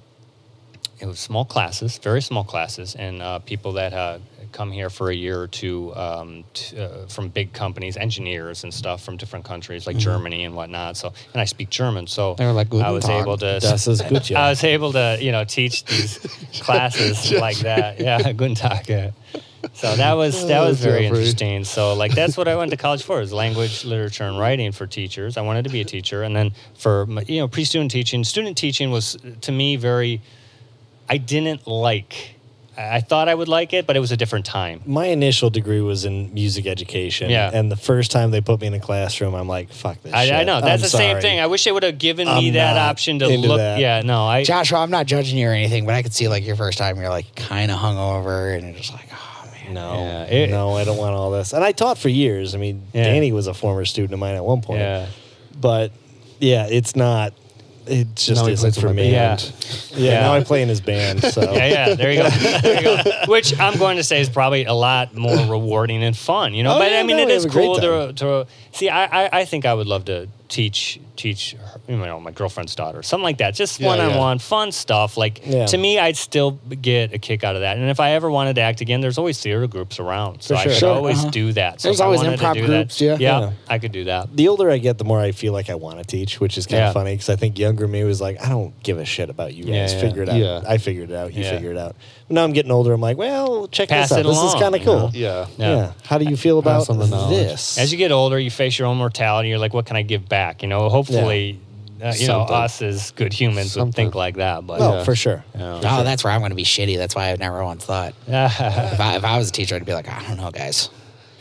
Speaker 1: it was small classes, very small classes, and uh, people that uh, come here for a year or two um, t- uh, from big companies, engineers and stuff from different countries like Germany and whatnot. So, and I speak German, so
Speaker 3: Mm-hmm. They were like,
Speaker 1: I was
Speaker 3: "Guten
Speaker 1: able to.
Speaker 5: Das ist gut, ja.
Speaker 1: I was able to, you know, teach these classes like that. Yeah, Guten Tag. Yeah. So that was that
Speaker 2: Oh,
Speaker 1: was very
Speaker 2: Jeffrey.
Speaker 1: interesting. So like that's what I went to college for is language, literature, and writing for teachers. I wanted to be a teacher, and then for my- you know pre-student teaching, student teaching was to me very I didn't like. I I thought I would like it, but it was a different time.
Speaker 5: my initial degree was in music education.
Speaker 1: Yeah.
Speaker 5: And the first time they put me in a classroom, I'm like, fuck this
Speaker 1: I, I
Speaker 5: shit.
Speaker 1: know that's
Speaker 5: I'm
Speaker 1: the same
Speaker 5: sorry.
Speaker 1: thing. I wish they would have given me
Speaker 5: I'm
Speaker 1: that
Speaker 5: not
Speaker 1: option to
Speaker 5: into
Speaker 1: look.
Speaker 5: that.
Speaker 1: Yeah, no, I.
Speaker 3: Joshua, I'm not judging you or anything, but I could see like your first time, you're like kind of hungover, and you're just like, oh man.
Speaker 5: No,
Speaker 1: Yeah, it-
Speaker 5: no, I don't want all this. And I taught for years. I mean,
Speaker 1: Yeah.
Speaker 5: Danny was a former student of mine at one point.
Speaker 1: Yeah.
Speaker 5: But yeah, it's not. It just
Speaker 2: Now he
Speaker 5: isn't
Speaker 2: plays for
Speaker 5: for
Speaker 2: a
Speaker 5: me.
Speaker 1: yeah.
Speaker 5: Yeah,
Speaker 1: Yeah.
Speaker 5: Now I play in his band. So
Speaker 1: Yeah, yeah. There you go. There you go. Which I'm going to say is probably a lot more rewarding and fun, you know.
Speaker 5: Oh,
Speaker 1: but
Speaker 5: yeah,
Speaker 1: I mean,
Speaker 5: no,
Speaker 1: it
Speaker 5: it
Speaker 1: is
Speaker 5: was a great
Speaker 1: cool to,
Speaker 5: time.
Speaker 1: to see. I, I, I think I would love to teach teach her, you know my girlfriend's daughter something like that. Just
Speaker 2: Yeah,
Speaker 1: one on one fun stuff. Like
Speaker 5: Yeah.
Speaker 1: to me, I'd still get a kick out of that. And if I ever wanted to act again, there's always theater groups around, so
Speaker 5: For
Speaker 1: I
Speaker 5: sure.
Speaker 1: could
Speaker 5: Sure,
Speaker 1: always
Speaker 3: uh-huh.
Speaker 1: do that. So
Speaker 3: There's
Speaker 1: if I
Speaker 3: always
Speaker 1: wanted to
Speaker 3: improv
Speaker 1: do that-
Speaker 3: groups, yeah.
Speaker 1: yeah,
Speaker 5: Yeah.
Speaker 1: I could do that.
Speaker 5: The older I get, the more I feel like I want to teach, which is kind
Speaker 1: Yeah.
Speaker 5: of funny because I think younger me was like, I don't give a shit about you
Speaker 1: Yeah,
Speaker 5: guys.
Speaker 1: yeah.
Speaker 5: Figure it out.
Speaker 2: Yeah.
Speaker 5: I figured it out. You
Speaker 1: Yeah.
Speaker 5: figure it out. But now I'm getting older. I'm like, well, check
Speaker 1: Pass
Speaker 5: this out.
Speaker 1: it
Speaker 5: This
Speaker 1: along,
Speaker 5: is kind of
Speaker 1: you know?
Speaker 5: cool.
Speaker 2: Yeah.
Speaker 1: Yeah.
Speaker 5: Yeah. How do you feel about
Speaker 2: Pass on the knowledge.
Speaker 5: this?
Speaker 1: As you get older, you face your own mortality. You're like, what can I give back? You know, hopefully, uh, you know,
Speaker 2: Something.
Speaker 1: us as good humans would think
Speaker 2: Something.
Speaker 1: like that. But
Speaker 5: oh,
Speaker 2: Yeah.
Speaker 5: for sure.
Speaker 1: Yeah.
Speaker 3: Oh, that's where I'm going to be shitty. That's why I've never once thought. if, I, if I was a teacher, I'd be like, I don't know, guys.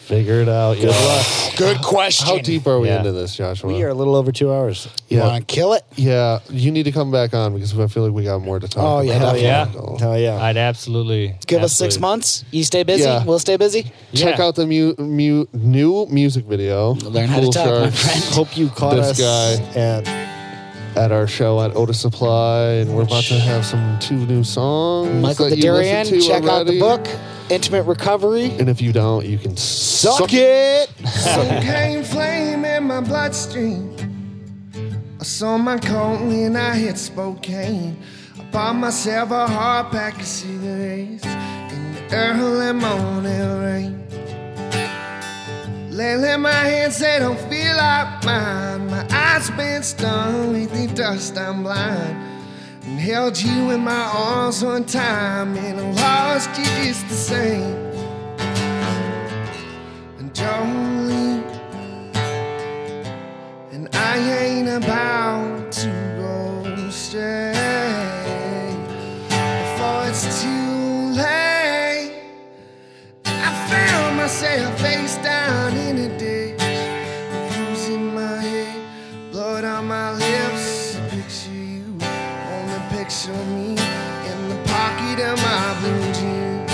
Speaker 2: Figure it out. Good luck.
Speaker 3: Good question.
Speaker 2: How deep are we
Speaker 1: Yeah.
Speaker 2: into this, Joshua?
Speaker 5: We are a little over two hours.
Speaker 3: You
Speaker 2: Yeah.
Speaker 3: want to kill it?
Speaker 2: Yeah, you need to come back on because I feel like we got more to talk.
Speaker 3: Oh, yeah,
Speaker 2: about.
Speaker 3: Hell
Speaker 1: yeah.
Speaker 2: So,
Speaker 5: Hell yeah.
Speaker 1: I'd absolutely
Speaker 3: Give us six
Speaker 1: absolutely-
Speaker 3: months. You stay busy.
Speaker 2: Yeah.
Speaker 3: We'll stay busy.
Speaker 2: Check
Speaker 1: Yeah.
Speaker 2: out the mu- mu- new music video.
Speaker 3: Learn how to
Speaker 2: Cool
Speaker 3: talk, my
Speaker 2: Sharks,
Speaker 3: friend.
Speaker 5: Hope you caught
Speaker 2: This
Speaker 5: us.
Speaker 2: guy.
Speaker 5: And
Speaker 2: at our show at Otis Supply, and we're about to have some two new songs.
Speaker 3: Michael
Speaker 2: that you
Speaker 3: Dadarian,
Speaker 2: listened to
Speaker 3: check out the
Speaker 2: already.
Speaker 3: book, Intimate Recovery.
Speaker 2: And if you don't, you can suck,
Speaker 3: Suck it.
Speaker 2: it.
Speaker 4: Cocaine flame in my bloodstream. I saw my Coney and I hit Spokane. I bought myself a hard pack of cigarettes in the early morning rain. Lately my hands they don't feel like mine. My eyes been stung with the dust. I'm blind. And held you in my arms one time and I lost you just the same. And Jolene, and I ain't about to go stray before it's too late. I found myself face down in a ditch, bruise in my head, blood on my lips. I Picture you, only picture me in the pocket of my blue jeans.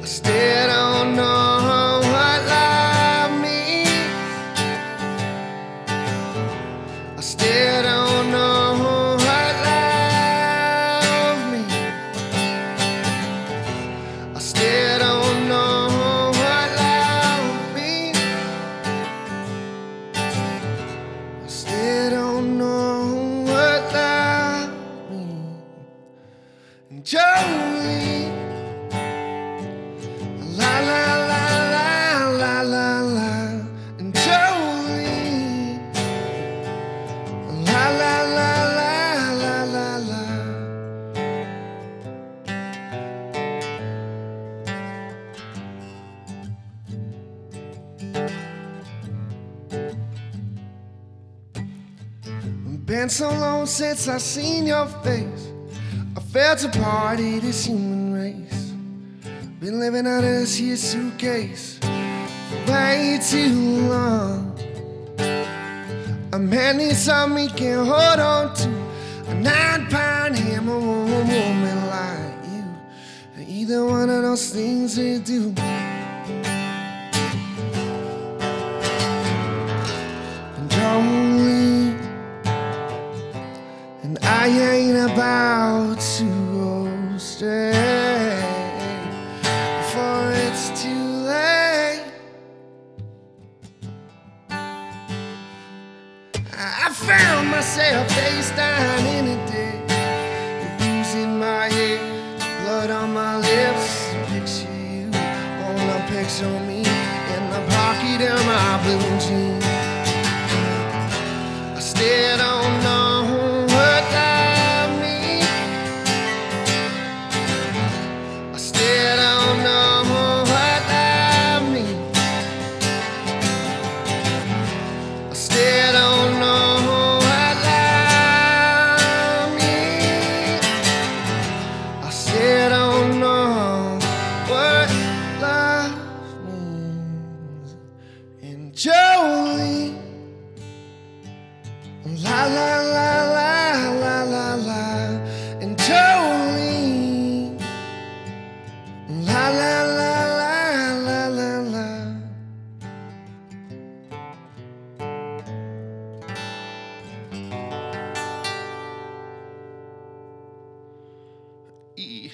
Speaker 4: I still don't know what love means. I still don't know what love means. I still don't know what love means. I still don't know what love means. And Jolene. La la la la la la la and Jolene. La la Been so long since I seen your face. I felt a part of this human race. Been living out of this here suitcase for way too long. A man needs something he can hold on to. A nine pound hammer or a woman like you. And either one of those things will do. And Jolene, and I ain't about to go stray before it's too late. I found myself face down in a day, booze in my head, blood on my lips. Picture you, wanna picture me in the pocket of my blue jeans. I still don't know what I mean. I still don't know what I mean. I still don't know what I mean. I still don't know what love means. And Jolene, la la la la la la la. And Jolene, la la la la la la la. E.